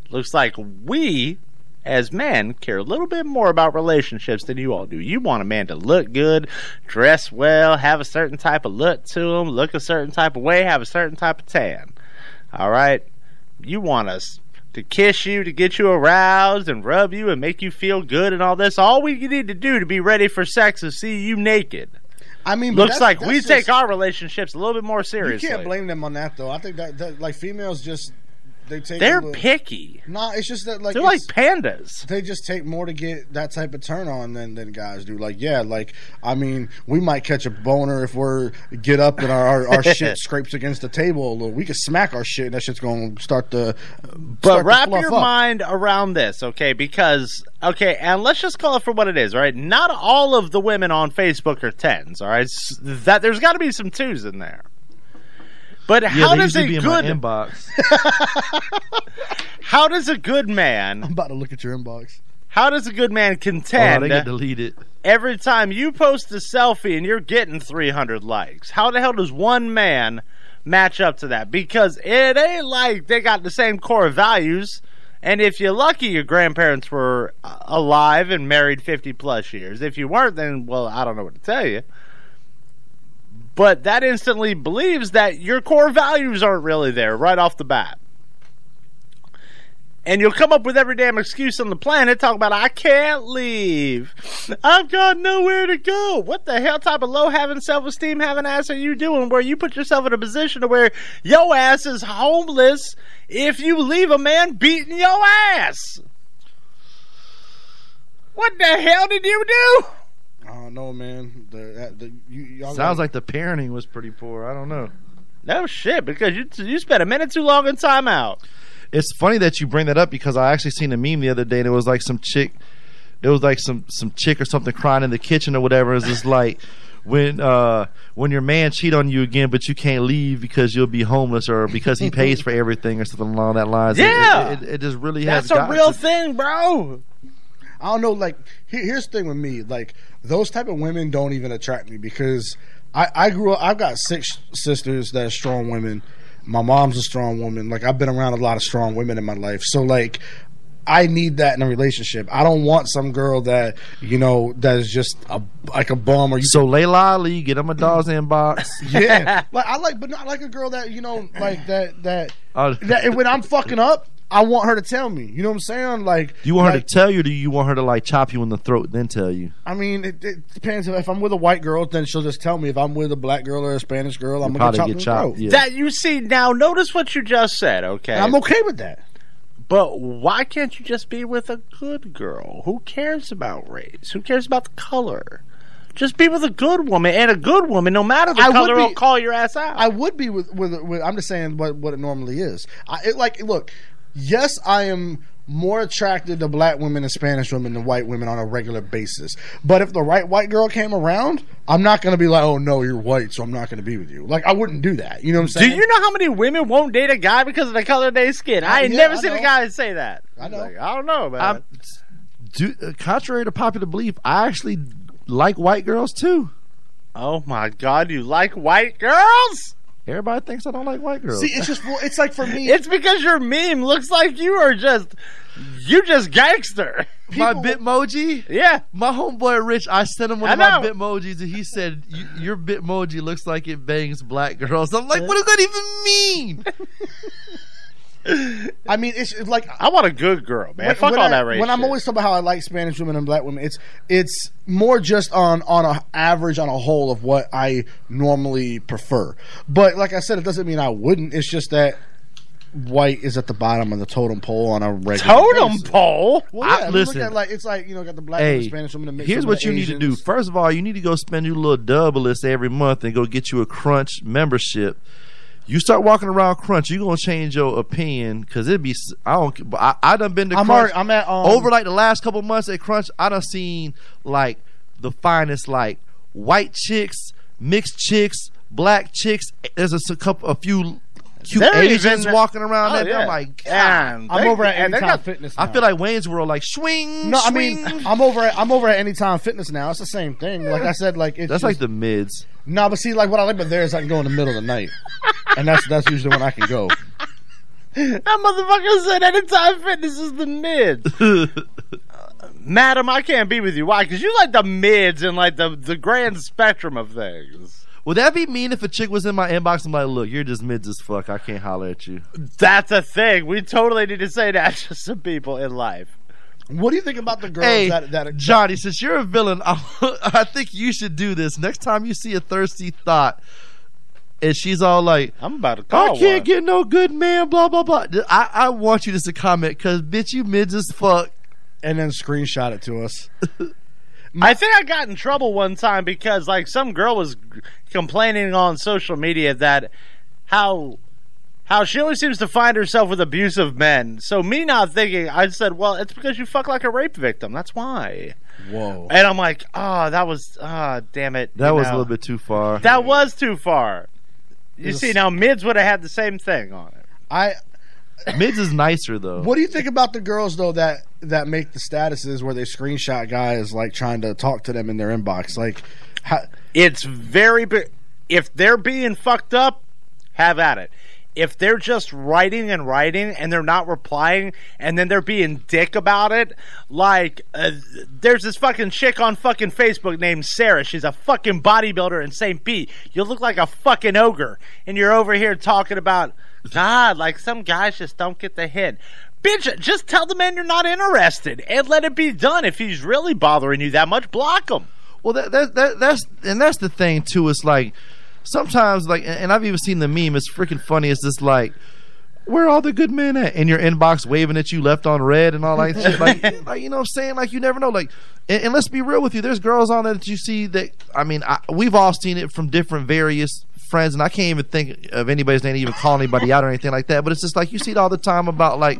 Speaker 1: Looks like we, as men, care a little bit more about relationships than you all do. You want a man to look good, dress well, have a certain type of look to him, look a certain type of way, have a certain type of tan. All right? You want us to kiss you, to get you aroused and rub you and make you feel good and all this. All we need to do to be ready for sex is see you naked.
Speaker 4: I mean, but
Speaker 1: looks
Speaker 4: that's-
Speaker 1: like
Speaker 4: that's
Speaker 1: we
Speaker 4: just-
Speaker 1: take our relationships a little bit more seriously.
Speaker 4: You can't blame them on that though. I think that, that like females just they take. a
Speaker 1: They're
Speaker 4: little-
Speaker 1: picky.
Speaker 4: No, it's just that like
Speaker 1: They're like
Speaker 4: it's-
Speaker 1: pandas.
Speaker 4: They just take more to get that type of turn on than than guys do. Like yeah, like I mean, we might catch a boner if we're get up and our our, our shit scrapes against the table a little. We can smack our shit and that shit's gonna start to. uh,
Speaker 1: But
Speaker 4: start to
Speaker 1: wrap
Speaker 4: fluff
Speaker 1: your
Speaker 4: up.
Speaker 1: mind around this, okay? Because okay, and let's just call it for what it is, all right? Not all of the women on Facebook are tens, all right? S- That there's got to be some twos in there. But
Speaker 10: Yeah,
Speaker 1: how
Speaker 10: they
Speaker 1: does
Speaker 10: usually
Speaker 1: a
Speaker 10: be in my
Speaker 1: good
Speaker 10: inbox.
Speaker 1: how does a good man?
Speaker 4: I'm about to look at your inbox.
Speaker 1: How does a good man
Speaker 10: Hold
Speaker 1: contend?
Speaker 10: on, Oh, they can delete it.
Speaker 1: every time you post a selfie and you're getting 300 likes. How the hell does one man match up to that? Because it ain't like they got the same core values. And if you're lucky, your grandparents were uh, alive and married 50 plus years. If you weren't, then, well, I don't know what to tell you. But that instantly believes that your core values aren't really there right off the bat. And you'll come up with every damn excuse on the planet talking about, I can't leave. I've got nowhere to go. What the hell type of low having self esteem having ass are you doing where you put yourself in a position to where your ass is homeless if you leave a man beating your ass? What the hell did you do?
Speaker 4: I don't know, man. The, that- the, you, y'all
Speaker 10: Sounds
Speaker 4: gotta-
Speaker 10: like the parenting was pretty poor. I don't know.
Speaker 1: No shit, because you you spent a minute too long in timeout.
Speaker 10: It's funny that you bring that up because I actually seen a meme the other day and it was like some chick it was like some some chick or something crying in the kitchen or whatever. It's just like when uh when your man cheat on you again but you can't leave because you'll be homeless or because he pays for everything or something along that lines. It-
Speaker 1: Yeah.
Speaker 10: It, it, it just really has
Speaker 1: That's a
Speaker 10: gotten
Speaker 1: real
Speaker 10: to-
Speaker 1: thing, bro.
Speaker 4: I don't know. Like, here, here's the thing with me. Like, those type of women don't even attract me because I, I grew up. I've got six sisters that are strong women. My mom's a strong woman. Like, I've been around a lot of strong women in my life. So, like, I need that in a relationship. I don't want some girl that you know that is just a like a bum or you.
Speaker 10: So Layla Ali, get him a doll's inbox.
Speaker 4: yeah, like I like, but not like a girl that you know, like that that
Speaker 10: Uh,
Speaker 4: that when I'm fucking up, I want her to tell me. You know what I'm saying? Like,
Speaker 10: Do you want her
Speaker 4: like-
Speaker 10: to tell you, or do you want her to like chop you in the throat then tell you?
Speaker 4: I mean, it, it depends. If I'm with a white girl, then she'll just tell me. If I'm with a black girl or a Spanish girl, I'm gonna
Speaker 10: probably
Speaker 4: get chopped.
Speaker 10: get
Speaker 4: in the
Speaker 10: chopped,
Speaker 4: throat.
Speaker 10: yeah.
Speaker 1: That you see now. Notice what you just said. Okay,
Speaker 4: And I'm okay with that.
Speaker 1: But why can't you just be with a good girl? Who cares about race? Who cares about the color? Just be with a good woman, and a good woman, no matter the
Speaker 4: I would
Speaker 1: color,
Speaker 4: be-
Speaker 1: will call your ass out.
Speaker 4: I would be with with. with I'm just saying what what it normally is. I it, like look. Yes, I am more attracted to black women and Spanish women than white women on a regular basis. But if the right white girl came around, I'm not gonna be like, oh no, you're white, so I'm not gonna be with you. Like I wouldn't do that. You know what I'm
Speaker 1: Do
Speaker 4: saying?
Speaker 1: you know how many women won't date a guy because of the color of their skin? I
Speaker 4: Uh,
Speaker 1: ain't
Speaker 4: yeah,
Speaker 1: never
Speaker 4: I
Speaker 1: seen a
Speaker 4: know.
Speaker 1: guy say that. I know. I don't know, man.
Speaker 10: I'm- Do, uh, contrary to popular belief, I actually like white girls too.
Speaker 1: oh my god, you like white girls?
Speaker 10: Everybody thinks I don't like white girls.
Speaker 4: See, it's just well, it's like for me,
Speaker 1: It's because your meme looks like you are just you just gangster.
Speaker 10: my Bitmoji,
Speaker 1: yeah.
Speaker 10: My homeboy Rich, I sent him one
Speaker 1: I
Speaker 10: of my
Speaker 1: know.
Speaker 10: Bitmojis, and he said, "Y- "Your Bitmoji looks like it bangs black girls." I'm like, "What does that even mean?"
Speaker 4: I mean, it's it's like
Speaker 1: I want a good girl, man. Fuck all
Speaker 4: I,
Speaker 1: that race.
Speaker 4: When I'm
Speaker 1: shit.
Speaker 4: always talking about how I like Spanish women and black women, it's it's more just on on a average on a whole of what I normally prefer. But like I said, it doesn't mean I wouldn't. It's just that white is at the bottom of the totem pole on a regular
Speaker 1: Totem
Speaker 4: basis.
Speaker 1: pole?
Speaker 4: Well, yeah,
Speaker 10: I-
Speaker 4: I, mean,
Speaker 10: listen.
Speaker 4: look at like it's like you know got the black woman,
Speaker 10: Hey,
Speaker 4: Spanish woman. The mixed
Speaker 10: here's
Speaker 4: woman,
Speaker 10: what
Speaker 4: the
Speaker 10: you need to do.
Speaker 4: Asians.
Speaker 10: First of all, you need to go spend your little double list every month and go get you a Crunch membership. You start walking around Crunch, you gonna change your opinion because it'd be. s- I don't. but I, I done been to.
Speaker 4: I'm
Speaker 10: Crunch
Speaker 4: already- I'm at, um,
Speaker 10: over like the last couple months at Crunch. I done seen like the finest like white chicks, mixed chicks, black chicks. There's a, s- couple, a few cute
Speaker 4: They're
Speaker 10: Asians
Speaker 4: even-
Speaker 10: walking around
Speaker 4: Oh,
Speaker 10: there.
Speaker 4: yeah.
Speaker 10: I'm like,
Speaker 4: Damn,
Speaker 10: God.
Speaker 4: I'm they- over at and they Anytime got- Fitness
Speaker 10: I
Speaker 4: now.
Speaker 10: feel like Wayne's World, like swing.
Speaker 4: No, I
Speaker 10: swing.
Speaker 4: mean I'm over at I'm over at Anytime Fitness now. It's the same thing. Like I said, like it's
Speaker 10: that's like
Speaker 4: just,
Speaker 10: the mids.
Speaker 4: no, but see, like what I like about there is I can go in the middle of the night, and that's that's usually when I can go.
Speaker 6: that motherfucker said anytime fitness is the mid.
Speaker 1: Uh,
Speaker 6: Madam, I can't be with you. Why? Because you like the mids and like the, the grand spectrum of things.
Speaker 10: Would that be mean if a chick was in my inbox? I'm like, look, you're just mids as fuck. I can't holler at you.
Speaker 6: That's a thing. We totally need to say that to some people in life.
Speaker 4: What do you think about the girls
Speaker 10: Hey,
Speaker 4: that that
Speaker 10: Johnny, since you're a villain, I, I think you should do this. Next time you see a thirsty thought, and she's all like,
Speaker 6: "I'm about to
Speaker 10: I
Speaker 6: call
Speaker 10: can't
Speaker 6: one."
Speaker 10: get no good man." Blah blah blah. I, I want you just to comment because bitch, you mids as fuck.
Speaker 4: And then screenshot it to us.
Speaker 6: I think I got in trouble one time because like some girl was g- complaining on social media that how how she always seems to find herself with abusive men. So me not thinking, I said, "Well, it's because you fuck like a rape victim. That's why."
Speaker 4: Whoa.
Speaker 6: And I'm like, "Oh, that was ah, damn it."
Speaker 10: That
Speaker 6: you
Speaker 10: was a
Speaker 6: know.
Speaker 10: little bit too far.
Speaker 6: That was too far. You
Speaker 10: It's-
Speaker 6: see, now mids would have had the same thing on it.
Speaker 4: I
Speaker 10: mids is nicer though.
Speaker 4: What do you think about the girls though that that make the statuses where they screenshot guys like trying to talk to them in their inbox? Like, how,
Speaker 6: It's very big. If they're being fucked up, have at it. If they're just writing and writing and they're not replying and then they're being dick about it, like uh, there's this fucking chick on fucking Facebook named Sarah. She's a fucking bodybuilder in St. Pete. You look like a fucking ogre and you're over here talking about, God, like some guys just don't get the hint. Bitch, just tell the man you're not interested and let it be done. If he's really bothering you that much, block him.
Speaker 10: Well, that, that, that that's and that's the thing too. It's like sometimes like, and- and I've even seen the meme. It's freaking funny. It's just like. Where are all the good men at? In your inbox, waving at you left on red and all that shit. Like, like you know what I'm saying? Like, you never know. Like, and, and let's be real with you. There's girls on there that you see that, I mean, I, we've all seen it from different various friends, and I can't even think of anybody's name to even call anybody out or anything like that. But it's just like, you see it all the time about, like,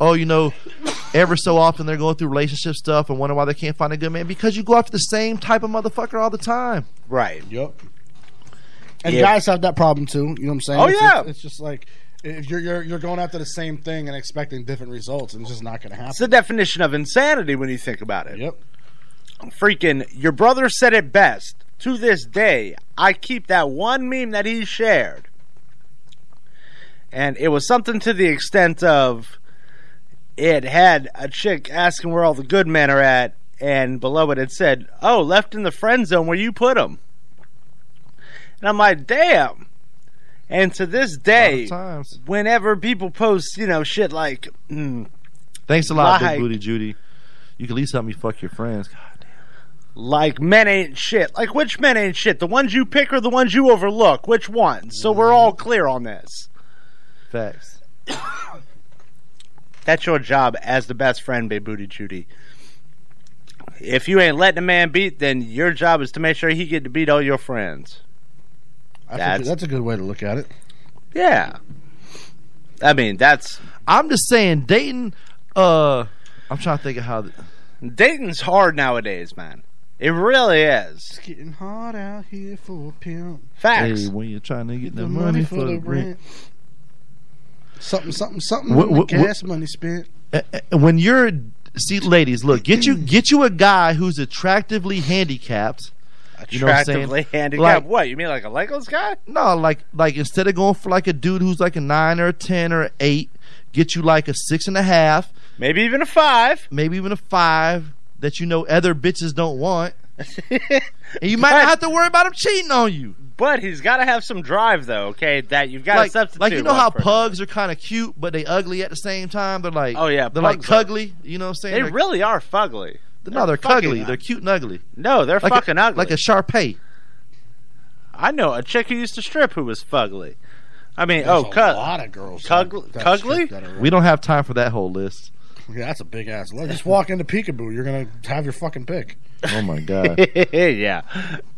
Speaker 10: oh, you know, ever so often they're going through relationship stuff and wondering why they can't find a good man because you go after the same type of motherfucker all the time.
Speaker 6: Right.
Speaker 4: Yep. And
Speaker 10: Yeah.
Speaker 4: guys have that problem too. You know what I'm saying?
Speaker 10: Oh,
Speaker 4: It's-
Speaker 10: yeah.
Speaker 4: it's, it's just like if you're, you're you're going after the same thing and expecting different results, and it's just not going to happen.
Speaker 6: It's the definition of insanity when you think about it.
Speaker 4: Yep.
Speaker 6: Freaking, your brother said it best. To this day, I keep that one meme that he shared. And it was something to the extent of it had a chick asking where all the good men are at, and below it it said, Oh, left in the friend zone where you put them. And I'm like, Damn. And to this day, whenever people post, you know, shit like, mm,
Speaker 10: Thanks a lot,
Speaker 6: Like-
Speaker 10: Big Booty Judy. You can at least help me fuck your friends. God.
Speaker 6: Like men ain't shit. Like which men ain't shit? The ones you pick or the ones you overlook? Which ones? So we're all clear on this.
Speaker 10: Facts.
Speaker 6: That's your job as the best friend, Big Booty Judy. If you ain't letting a man beat, then your job is to make sure he get to beat all your friends.
Speaker 4: I
Speaker 6: That's-
Speaker 4: think that's a good way to look at it.
Speaker 6: Yeah. I mean, that's.
Speaker 10: I'm just saying, Dayton. Uh, I'm trying to think of how. The,
Speaker 6: Dayton's hard nowadays, man. It really is.
Speaker 4: It's getting hard out here for a pimp.
Speaker 6: Facts.
Speaker 10: Hey, when you're trying to get the, money, for the rent.
Speaker 4: Something, something, something.
Speaker 10: What- what-
Speaker 4: gas money spent. Mm.
Speaker 10: Uh, uh, When you're see, ladies, look, get you get you a guy who's attractively handicapped. You know what I'm saying?
Speaker 6: Attractively handicapped.
Speaker 10: Like-
Speaker 6: what? You mean like a Legos guy?
Speaker 10: No, like like instead of going for like a dude who's like a nine or a ten or an eight, get you like a six and a half,
Speaker 6: maybe even a five,
Speaker 10: maybe even a five that you know other bitches don't want, and you might not have to worry about them cheating on you.
Speaker 6: But he's got to have some drive, though. Okay, that you've got to
Speaker 10: like,
Speaker 6: substitute.
Speaker 10: like you know
Speaker 6: one
Speaker 10: how
Speaker 6: for-
Speaker 10: pugs are kind of cute, but they ugly at the same time. They're like
Speaker 6: Oh, yeah,
Speaker 10: they're like
Speaker 6: pugs are.
Speaker 10: cuggly. You know what I'm saying?
Speaker 6: they
Speaker 10: They're-
Speaker 6: really are fugly.
Speaker 10: no, they're
Speaker 6: fucking-
Speaker 10: cuggly. They're cute and ugly.
Speaker 6: No, they're
Speaker 10: Like a-
Speaker 6: fucking ugly.
Speaker 10: Like a Sharpay.
Speaker 6: I know a chick who used to strip who was fugly. I mean,
Speaker 4: There's
Speaker 6: oh,
Speaker 4: a
Speaker 6: cug,
Speaker 4: lot of girls
Speaker 6: cugly,
Speaker 4: that
Speaker 6: cugly?
Speaker 4: strip that are-
Speaker 10: We don't have time for that whole list.
Speaker 4: Yeah, that's a big ass. load. Just walk into Peekaboo. You're gonna have your fucking pick.
Speaker 10: Oh my god,
Speaker 6: yeah,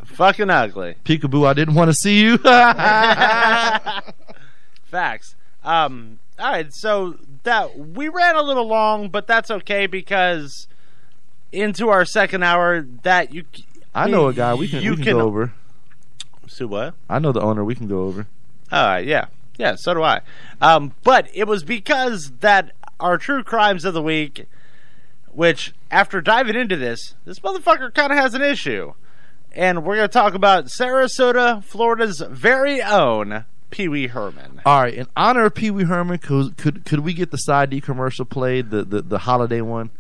Speaker 6: fucking ugly.
Speaker 10: peekaboo! I didn't want to see you.
Speaker 1: Facts. Um, all right, so that we ran a little long, but that's okay because into our second hour, that you. c-
Speaker 10: I know a guy we can,
Speaker 1: you
Speaker 10: we can, go over.
Speaker 1: So what?
Speaker 10: I know the owner we can go over.
Speaker 1: Uh, yeah, yeah. So do I. Um, but it was because that our true crimes of the week, which after diving into this, this motherfucker kind of has an issue, and we're gonna talk about Sarasota, Florida's very own Pee Wee Herman.
Speaker 10: All right, in honor of Pee Wee Herman, could, could could we get the side D commercial played, the the, the holiday one?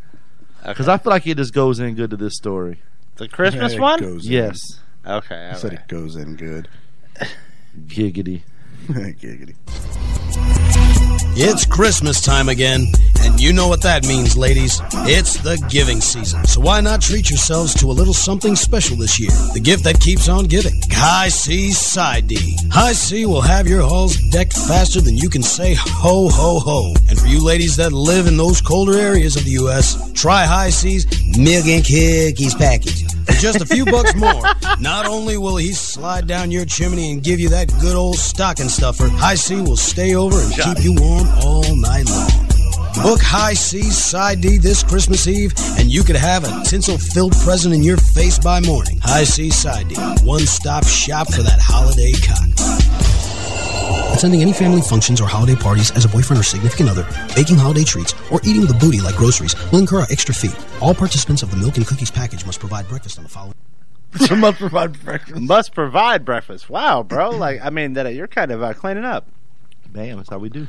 Speaker 10: Because I feel like it just goes in good to this story.
Speaker 1: The Christmas Yeah, it one? goes in.
Speaker 10: yes.
Speaker 1: Okay,
Speaker 10: I
Speaker 1: all said it right.
Speaker 10: goes in good. Giggity.
Speaker 3: Giggity. It's Christmas time again, and you know what that means, ladies. It's the giving season. So why not treat yourselves to a little something special this year? The gift that keeps on giving. High C Side D. High C will have your halls decked faster than you can say ho ho ho. And for you ladies that live in those colder areas of the U.S., try High C's Milk and Cookies package. For just a few bucks more, not only will he slide down your chimney and give you that good old stocking stuffer, High C will stay over and keep you warm all night long. Book High C Side D this Christmas Eve, and you could have a tinsel filled present in your face by morning. High C Side D, one stop shop for that holiday cock. Attending any family functions or holiday parties as a boyfriend or significant other, baking holiday treats, or eating the booty like groceries will incur an extra fee. All participants of the Milk and Cookies package must provide breakfast on the following.
Speaker 10: must provide breakfast.
Speaker 1: Must provide breakfast. Wow, bro. Like, I mean, that you're kind of uh, cleaning up.
Speaker 10: Bam, that's how we do.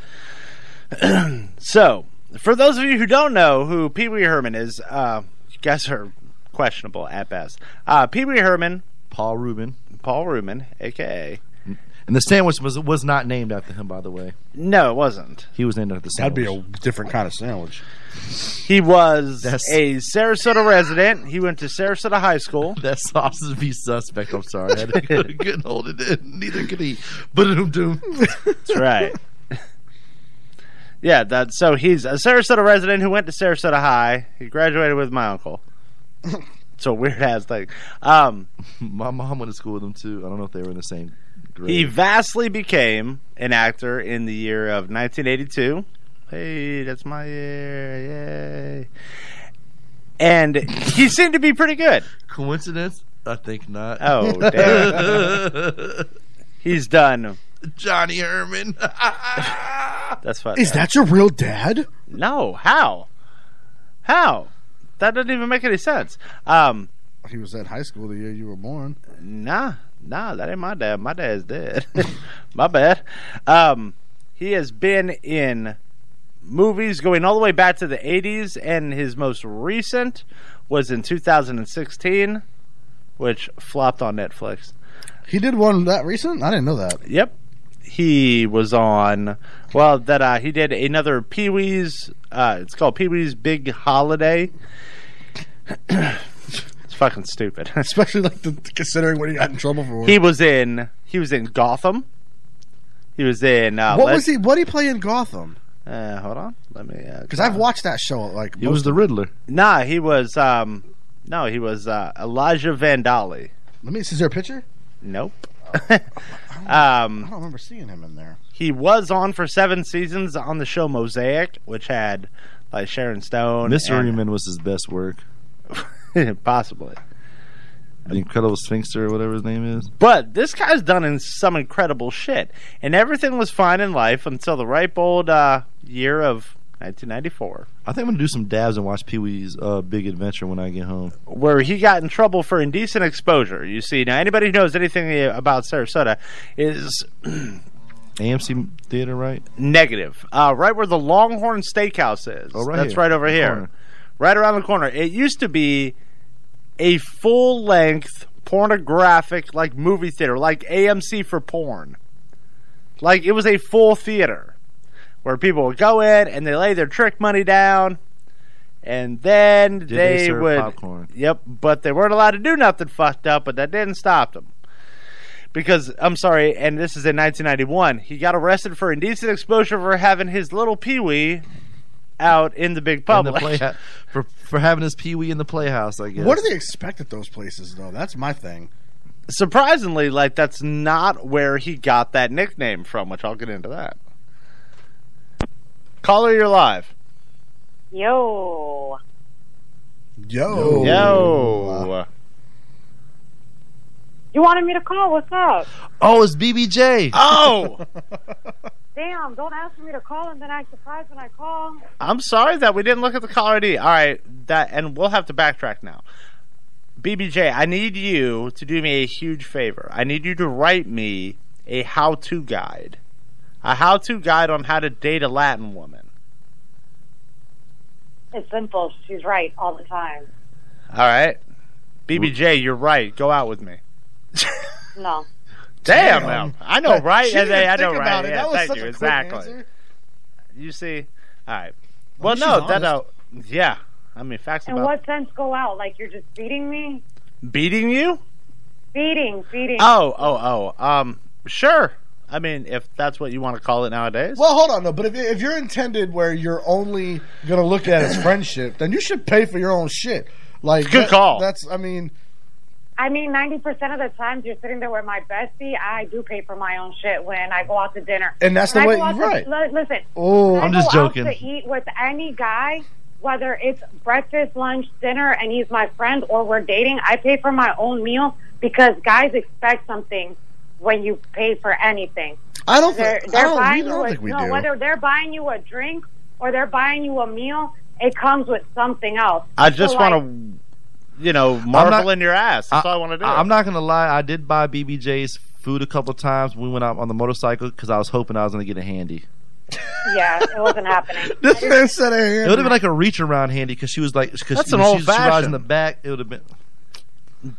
Speaker 1: so, for those of you who don't know who Pee Wee Herman is, uh, you guys are questionable at best. Uh, Pee Wee Herman,
Speaker 10: Paul Rubin,
Speaker 1: Paul Rubin, aka.
Speaker 10: And the sandwich was was not named after him, by the way.
Speaker 1: No, it wasn't.
Speaker 10: He was named after the
Speaker 4: That'd
Speaker 10: sandwich.
Speaker 4: be a different kind of sandwich.
Speaker 1: He was
Speaker 10: That's-
Speaker 1: a Sarasota resident. He went to Sarasota High School.
Speaker 10: That sausage be suspect. I'm sorry, I didn't- couldn't hold it in. Neither could he. But doom doom. That's
Speaker 1: right. Yeah, that. So he's a Sarasota resident who went to Sarasota High. He graduated with my uncle. It's a weird ass thing. Um,
Speaker 10: My mom went to school with him too. I don't know if they were in the same grade.
Speaker 1: He vastly became an actor in the year of 1982. Hey, that's my year. Yay. And he seemed to be pretty good.
Speaker 10: Coincidence? I think not.
Speaker 1: Oh, damn. He's done.
Speaker 10: Johnny Herman.
Speaker 1: That's fine.
Speaker 4: Is that your real dad?
Speaker 1: No. How? How? That doesn't even make any sense. Um,
Speaker 4: He was at high school the year you were born.
Speaker 1: Nah, nah, that ain't my dad. My dad's dead. my bad. Um, he has been in movies going all the way back to the 80s, and his most recent was in 2016, which flopped on Netflix.
Speaker 4: He did one that recent? I didn't know that.
Speaker 1: Yep. He was on, well, that uh, he did another Pee Wee's, uh, it's called Pee Wee's Big Holiday. it's fucking stupid.
Speaker 4: Especially like the, considering what he got in trouble for.
Speaker 1: He was in. He was in Gotham. He was in. Uh,
Speaker 4: what was he? What did he play in Gotham?
Speaker 1: Uh, hold on, let me.
Speaker 4: Because I've watched that show. Like
Speaker 1: He was
Speaker 4: the
Speaker 10: Riddler.
Speaker 1: Nah, he was. Um, no, he was uh, Elijah Vandali.
Speaker 4: Let me. Is there a picture?
Speaker 1: Nope.
Speaker 4: I
Speaker 1: um,
Speaker 4: don't remember seeing him in there.
Speaker 1: he was on for seven seasons on the show Mosaic, which had like Sharon Stone,
Speaker 10: Mr. Herman was his best work.
Speaker 1: and, possibly.
Speaker 10: The Incredible Sphinxer, or whatever his name is.
Speaker 1: But this guy's done in some incredible shit, and everything was fine in life until the ripe old uh, year of 1994.
Speaker 10: I think I'm gonna do some dabs and watch Pee Wee's uh, Big Adventure when I get home.
Speaker 1: where he got in trouble for indecent exposure. You see, now anybody who knows anything about Sarasota is
Speaker 10: AMC Theater, right?
Speaker 1: negative. Uh, right where the Longhorn Steakhouse is.
Speaker 10: Oh, right
Speaker 1: That's
Speaker 10: here.
Speaker 1: right over
Speaker 10: The
Speaker 1: here.
Speaker 10: corner.
Speaker 1: Right around the corner. It used to be a full length pornographic like movie theater, like AMC for porn. Like it was a full theater where people would go in and they lay their trick money down and then
Speaker 10: Did they serve
Speaker 1: would
Speaker 10: popcorn?
Speaker 1: Yep, but they weren't allowed to do nothing fucked up, but that didn't stop them. Because I'm sorry, and this is in 1991, he got arrested for indecent exposure for having his little pee wee out in the big
Speaker 10: In the
Speaker 1: public.
Speaker 10: playhouse for for having his Pee Wee in the playhouse. I guess.
Speaker 4: What do they expect at those places though? That's my thing.
Speaker 1: Surprisingly, like that's not where he got that nickname from, which I'll get into that.
Speaker 6: Caller, you're live.
Speaker 8: Yo.
Speaker 4: Yo.
Speaker 6: Yo.
Speaker 8: You wanted me to call. What's up?
Speaker 10: Oh, it's BBJ.
Speaker 6: Oh.
Speaker 8: Damn, don't ask me to call and then act surprised when I call.
Speaker 6: I'm sorry that we didn't look at the caller ID. All right, that and we'll have to backtrack now. BBJ, I need you to do me a huge favor. I need you to write me a how-to guide. A how-to guide on how to date a Latin woman.
Speaker 8: It's simple. She's right all the time.
Speaker 6: All right? BBJ, you're right. Go out with me.
Speaker 8: No.
Speaker 6: Damn,
Speaker 8: Damn.
Speaker 6: Al. I know, right?
Speaker 8: She didn't
Speaker 6: Yeah, I
Speaker 8: even
Speaker 6: know,
Speaker 8: think
Speaker 6: right?
Speaker 8: about it.
Speaker 6: Yeah,
Speaker 8: That was
Speaker 6: thank
Speaker 8: such
Speaker 6: you.
Speaker 8: a quick
Speaker 6: exactly.
Speaker 8: answer.
Speaker 6: You see? All right.
Speaker 8: At
Speaker 6: Well,
Speaker 8: least
Speaker 6: no,
Speaker 8: she's
Speaker 6: that, uh, yeah. I mean, facts
Speaker 8: In
Speaker 6: about
Speaker 8: what sense go out? Like you're just beating me?
Speaker 6: beating you?
Speaker 8: Beating, beating.
Speaker 6: Oh, oh, oh. Um, sure. I mean, if that's what you want to call it nowadays.
Speaker 4: Well, hold on though. But if, if you're intended where you're only gonna look at as friendship, then you should pay for your own shit. Like
Speaker 6: Good
Speaker 4: that-
Speaker 6: call.
Speaker 4: That's I mean,
Speaker 8: I mean, 90% of the times you're sitting there with my bestie, I do pay for my own shit when I go out to dinner.
Speaker 4: And that's the
Speaker 8: When I
Speaker 4: way-
Speaker 8: go out to-
Speaker 4: right.
Speaker 8: li- listen.
Speaker 4: Oh,
Speaker 8: when I
Speaker 4: I'm just
Speaker 8: go out
Speaker 4: joking.
Speaker 8: to eat with any guy, whether it's breakfast, lunch, dinner, and he's my friend or we're dating, I pay for my own meal because guys expect something when you pay for anything.
Speaker 4: I don't thi-
Speaker 8: They're,
Speaker 4: I
Speaker 8: they're
Speaker 4: don't- we
Speaker 8: buying you
Speaker 4: don't
Speaker 8: a-
Speaker 4: think we
Speaker 8: no,
Speaker 4: do.
Speaker 8: Whether they're buying you a drink or they're buying you a meal, it comes with something else.
Speaker 6: I just
Speaker 8: So, like,
Speaker 6: want to, you know, marvel
Speaker 10: not-
Speaker 6: in your ass. That's all I want to do.
Speaker 10: I'm not gonna lie. I did buy BBJ's food a couple times. when We went out on the motorcycle because I was hoping I was gonna get a handy.
Speaker 8: Yeah, it wasn't happening.
Speaker 4: this man said a
Speaker 10: It would have been like a reach around handy because she was like because
Speaker 6: That's
Speaker 10: she,
Speaker 6: an
Speaker 10: she, she
Speaker 6: old-fashioned.
Speaker 10: rides in the back. It would have been.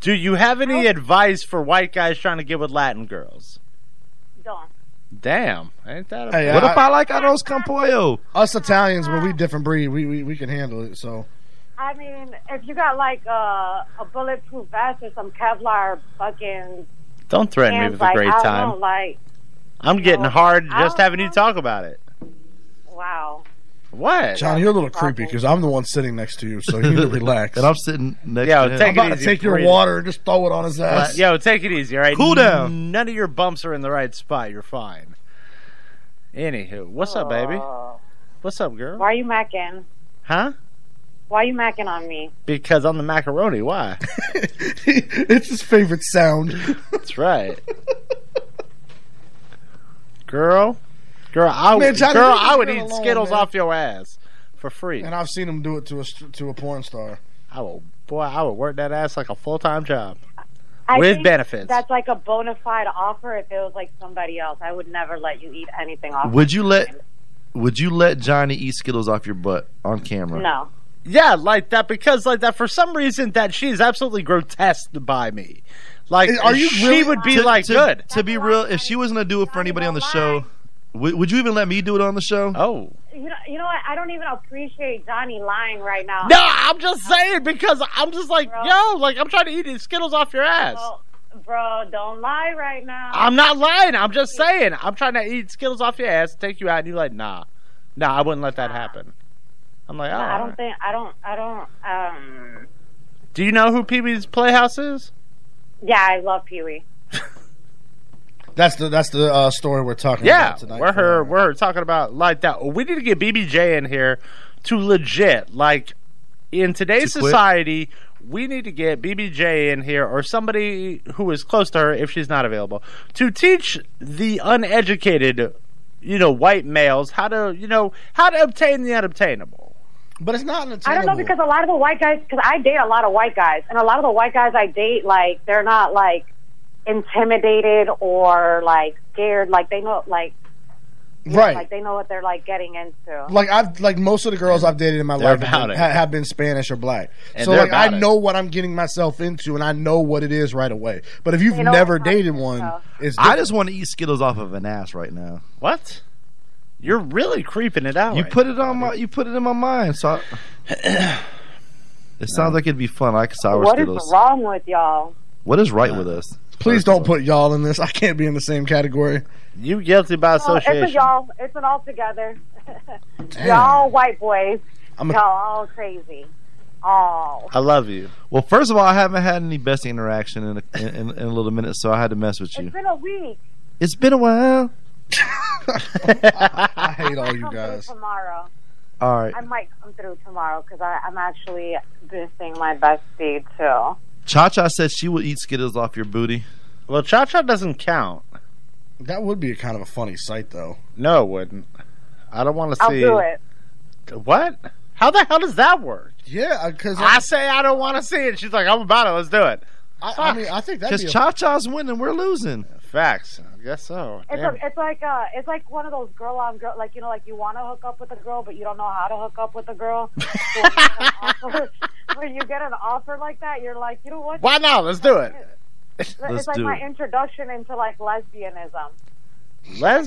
Speaker 6: Do you have any advice for white guys trying to get with Latin girls?
Speaker 8: Don't.
Speaker 6: Damn, ain't that a
Speaker 4: Hey,
Speaker 10: what
Speaker 4: I-
Speaker 10: if
Speaker 6: Uh,
Speaker 10: I like arroz con pollo?
Speaker 4: us Italians, but we different breed. We we, we can handle it. So
Speaker 8: I mean, if you got like uh, a bulletproof vest or some Kevlar fucking
Speaker 6: Don't threaten me
Speaker 8: hands,
Speaker 6: with a
Speaker 8: like,
Speaker 6: great
Speaker 8: I don't
Speaker 6: time.
Speaker 8: know, like
Speaker 6: I'm getting hard
Speaker 8: I
Speaker 6: just
Speaker 8: don't
Speaker 6: having you talk about it.
Speaker 8: wow.
Speaker 6: What?
Speaker 4: John, you're a little creepy because I'm the one sitting next to you, so you need to relax.
Speaker 10: And I'm sitting next
Speaker 6: Yo,
Speaker 10: to him.
Speaker 6: take
Speaker 4: I'm
Speaker 6: it
Speaker 4: about
Speaker 6: easy.
Speaker 4: to take your
Speaker 6: breathe.
Speaker 4: water and just throw it on his ass.
Speaker 6: Yo, take it easy, all right?
Speaker 4: Cool down.
Speaker 6: None of your bumps are in the right spot. You're fine. Anywho, what's up, baby? What's up, girl?
Speaker 8: Why are you macking?
Speaker 6: Huh?
Speaker 8: Why are you macking on me?
Speaker 6: Because I'm the macaroni. Why?
Speaker 4: it's his favorite sound.
Speaker 6: That's right. girl, girl, I would,
Speaker 4: Man, Johnny,
Speaker 6: girl,
Speaker 4: leave this
Speaker 6: I would
Speaker 4: girl
Speaker 6: eat
Speaker 4: alone,
Speaker 6: Skittles
Speaker 4: man.
Speaker 6: off your ass for free.
Speaker 4: And I've seen him do it to a st- to a porn star.
Speaker 6: I will, boy, I would work that ass like a full time job
Speaker 8: I
Speaker 6: with
Speaker 8: think
Speaker 6: benefits.
Speaker 8: That's like a bona fide offer. If it was like somebody else, I would never let you eat anything off.
Speaker 10: Would you let Would you let Johnny eat Skittles off your butt on camera?
Speaker 8: No.
Speaker 6: Yeah, like that because like that for some reason that she is absolutely grotesque by me. Like,
Speaker 10: Are you
Speaker 6: She
Speaker 10: really-
Speaker 6: would be
Speaker 10: To-
Speaker 6: like
Speaker 10: to-
Speaker 6: good.
Speaker 10: To be real, if she was gonna do it for anybody on the show, would, would you even let me do it on the show?
Speaker 6: Oh,
Speaker 8: You know, you know what? I don't even appreciate Johnny lying right now.
Speaker 6: No, I'm just saying because I'm just like, yo, like I'm trying to eat these Skittles off your ass.
Speaker 8: Bro, bro, don't lie right now.
Speaker 6: I'm not lying. I'm just saying. I'm trying to eat Skittles off your ass, take you out, and you're like, nah, nah, I wouldn't let that happen. I'm like, oh.
Speaker 8: No, I don't think. I don't. I don't. Um.
Speaker 6: Do you know who Pee Wee's Playhouse is?
Speaker 8: Yeah, I love Pee Wee.
Speaker 4: That's the that's the uh, story we're talking
Speaker 6: Yeah,
Speaker 4: about tonight.
Speaker 6: we're her. We're talking about like that. We need to get BBJ in here to legit like in today's
Speaker 4: To quit?
Speaker 6: society. We need to get BBJ in here or somebody who is close to her if she's not available to teach the uneducated, you know, white males how to you know how to obtain the unobtainable.
Speaker 4: But it's not an
Speaker 8: I don't know because a lot of the white guys, because I date a lot of white guys, and a lot of the white guys I date, like they're not like intimidated or like scared. Like they know, like you know,
Speaker 4: Right.
Speaker 8: like they know what they're like getting into.
Speaker 4: Like I've like most of the girls I've dated in my
Speaker 6: They're
Speaker 4: life have
Speaker 6: about it.
Speaker 4: been, ha- have been Spanish or black.
Speaker 6: And
Speaker 4: so
Speaker 6: they're
Speaker 4: like I
Speaker 6: about it.
Speaker 4: know what I'm getting myself into and I know what it is right away. But if you've
Speaker 8: They know
Speaker 4: never
Speaker 8: what I'm
Speaker 4: dated one, it's
Speaker 10: I
Speaker 4: different.
Speaker 10: just want to eat Skittles off of an ass right now.
Speaker 6: What? You're really creeping it out.
Speaker 10: You
Speaker 6: right
Speaker 10: put it on my. You put it in my mind. So. I, it sounds like it'd be fun. I like sour
Speaker 8: What is
Speaker 10: Skittles.
Speaker 8: wrong with y'all?
Speaker 10: what is right with us?
Speaker 4: please don't put y'all in this. I can't be in the same category.
Speaker 6: You guilty by
Speaker 8: Oh, it's a y'all. It's an all together. y'all white boys.
Speaker 10: I'm a-
Speaker 8: y'all all crazy. Oh.
Speaker 6: I love you.
Speaker 10: Well, first of all, I haven't had any best interaction in a, in, in a little minute, so I had to mess with you.
Speaker 8: It's been a week.
Speaker 10: It's been a while.
Speaker 4: I hate all you
Speaker 8: Come through
Speaker 4: guys.
Speaker 8: Tomorrow.
Speaker 10: All right.
Speaker 8: I might come through tomorrow because I'm actually visiting my bestie too.
Speaker 10: Cha Cha said she will eat Skittles off your booty.
Speaker 1: Well, Cha Cha doesn't count.
Speaker 4: That would be a kind of a funny sight, though.
Speaker 1: No, it wouldn't. I don't want to
Speaker 8: I'll
Speaker 1: see.
Speaker 8: do it.
Speaker 1: What? How the hell does that work?
Speaker 4: Yeah, because
Speaker 1: I say I don't want to see it. She's like, I'm about it. Let's do it.
Speaker 4: I,
Speaker 1: Fuck.
Speaker 4: mean, I think
Speaker 10: Because Cha Cha's winning, we're losing.
Speaker 1: Facts. I guess so.
Speaker 8: It's,
Speaker 1: Damn.
Speaker 8: a, it's like uh, it's like one of those girl on girl, like you know, like you want to hook up with a girl, but you don't know how to hook up with a girl. So when, you get an offer, when you get an offer like that, you're like, you know what?
Speaker 1: Why not? Let's do it.
Speaker 8: It's
Speaker 1: Let's
Speaker 8: like
Speaker 1: do
Speaker 8: my
Speaker 1: it.
Speaker 8: introduction into like lesbianism. Like, close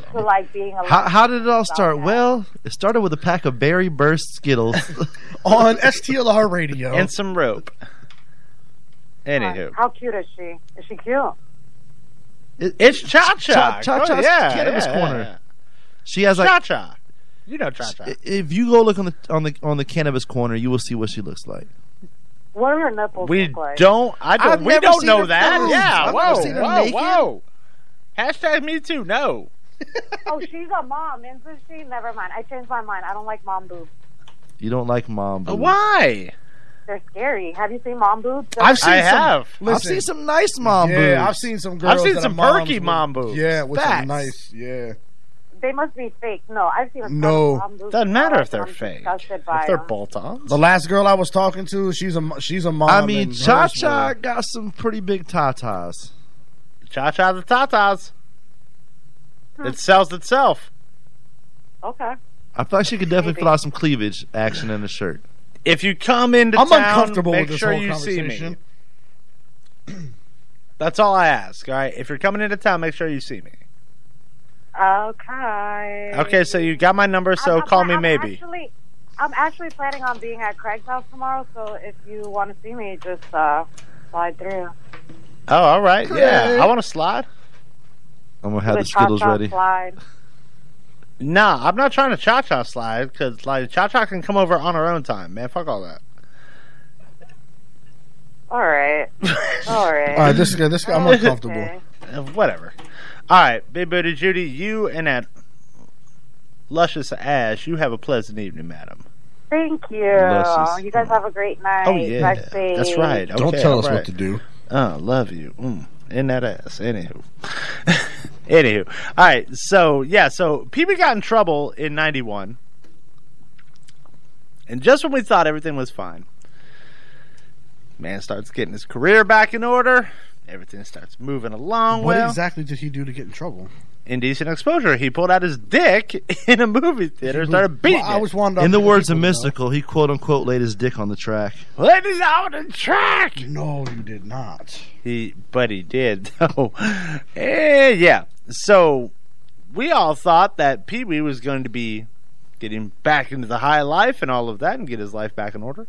Speaker 10: Lesbianism.
Speaker 8: to like being a
Speaker 10: How, how did it all start? Well, it started with a pack of berry burst Skittles
Speaker 4: on STLR radio
Speaker 1: and some rope. Anywho,
Speaker 8: How cute is she? Is she cute?
Speaker 1: it's Cha Cha.
Speaker 10: Cha Cha's
Speaker 1: Oh, Yeah,
Speaker 10: cannabis
Speaker 1: yeah,
Speaker 10: corner.
Speaker 1: yeah.
Speaker 10: She has like
Speaker 1: Cha Cha. You know Cha Cha.
Speaker 10: I- If you go look on the on the on the cannabis corner, you will see what she looks like.
Speaker 8: What are her nipples
Speaker 1: We
Speaker 8: look like?
Speaker 1: don't. I don't.
Speaker 10: I've
Speaker 1: we
Speaker 10: never
Speaker 1: don't
Speaker 10: seen
Speaker 1: know
Speaker 10: her
Speaker 1: that.
Speaker 10: photos.
Speaker 1: Yeah.
Speaker 10: I've
Speaker 1: whoa.
Speaker 10: never seen her
Speaker 1: whoa.
Speaker 10: naked.
Speaker 1: Whoa. Hashtag me too. No.
Speaker 8: Oh, she's a mom, isn't she? Never mind. I changed my mind. I don't like mom boobs.
Speaker 10: You don't like mom.
Speaker 4: Uh,
Speaker 10: Boobs.
Speaker 1: Why?
Speaker 8: They're scary. Have you seen mom boobs?
Speaker 4: I've seen some,
Speaker 10: I've seen some nice mom
Speaker 4: yeah,
Speaker 10: boobs.
Speaker 4: I've seen some girls. that are moms with- Yeah, with some
Speaker 10: Facts.
Speaker 4: nice. Yeah.
Speaker 8: They must be fake. No, I've seen. a couple
Speaker 4: No.
Speaker 8: mom boobs.
Speaker 4: Doesn't matter if they're
Speaker 8: I'm
Speaker 4: fake.
Speaker 8: disgusted by them.
Speaker 1: bolt-ons.
Speaker 4: The last girl I was talking to, she's a she's a mom.
Speaker 10: I mean,
Speaker 4: and hers
Speaker 10: Cha Cha
Speaker 4: were-
Speaker 10: got some pretty big tatas.
Speaker 1: Cha Cha the Tatas. It sells itself.
Speaker 8: Okay.
Speaker 10: I thought she could definitely put out some cleavage action in a shirt.
Speaker 1: If you come into
Speaker 10: I'm
Speaker 1: town,
Speaker 10: uncomfortable
Speaker 1: make
Speaker 10: with this
Speaker 1: sure
Speaker 10: whole
Speaker 1: you see me.
Speaker 10: conversation.
Speaker 1: That's all I ask. All right. If you're coming into town, make sure you see me.
Speaker 8: Okay.
Speaker 1: Okay. So you got my number. So
Speaker 8: I'm- I'm-
Speaker 1: call me
Speaker 8: I'm
Speaker 1: maybe.
Speaker 8: Actually, I'm actually planning on being at Craig's house tomorrow, so if you want to see me, just uh, slide through.
Speaker 1: oh, all right.
Speaker 8: Craig.
Speaker 1: Yeah. I want to slide.
Speaker 10: I'm gonna have the
Speaker 8: With Cha-Cha
Speaker 10: Skittles ready.
Speaker 8: Slide.
Speaker 1: Nah, I'm not trying to cha cha slide because like cha cha can come over on her own time, man. Fuck all that.
Speaker 8: All right. All right.
Speaker 4: All right, this guy, this guy, I'm uncomfortable.
Speaker 1: Uh, Whatever. All right, big booty Judy, you and that luscious ass, you have a pleasant evening, madam.
Speaker 8: Thank you.
Speaker 1: Bless
Speaker 8: You guys have a great night.
Speaker 1: Oh yeah,
Speaker 8: Lexi.
Speaker 1: that's right.
Speaker 4: Don't
Speaker 1: Okay,
Speaker 4: tell
Speaker 1: all
Speaker 4: us what
Speaker 1: right.
Speaker 4: to do.
Speaker 1: Uh, love you. Mm, in that ass. Anywho. Anywho. All right. So, yeah. So, PB got in trouble in 91. And just when we thought everything was fine, man starts getting his career back in order. Everything starts moving along
Speaker 4: What
Speaker 1: well.
Speaker 4: exactly did he do to get in trouble?
Speaker 1: Indecent exposure. He pulled out his dick in a movie theater and started beating
Speaker 4: Well, I
Speaker 1: it.
Speaker 4: was wondering.
Speaker 10: In the words of Mystical, he quote unquote laid his dick on the track.
Speaker 1: Ladies out and track.
Speaker 4: No, you did not.
Speaker 1: He, but he did though. Eh, yeah. So we all thought that Pee Wee was going to be getting back into the high life and all of that, and get his life back in order.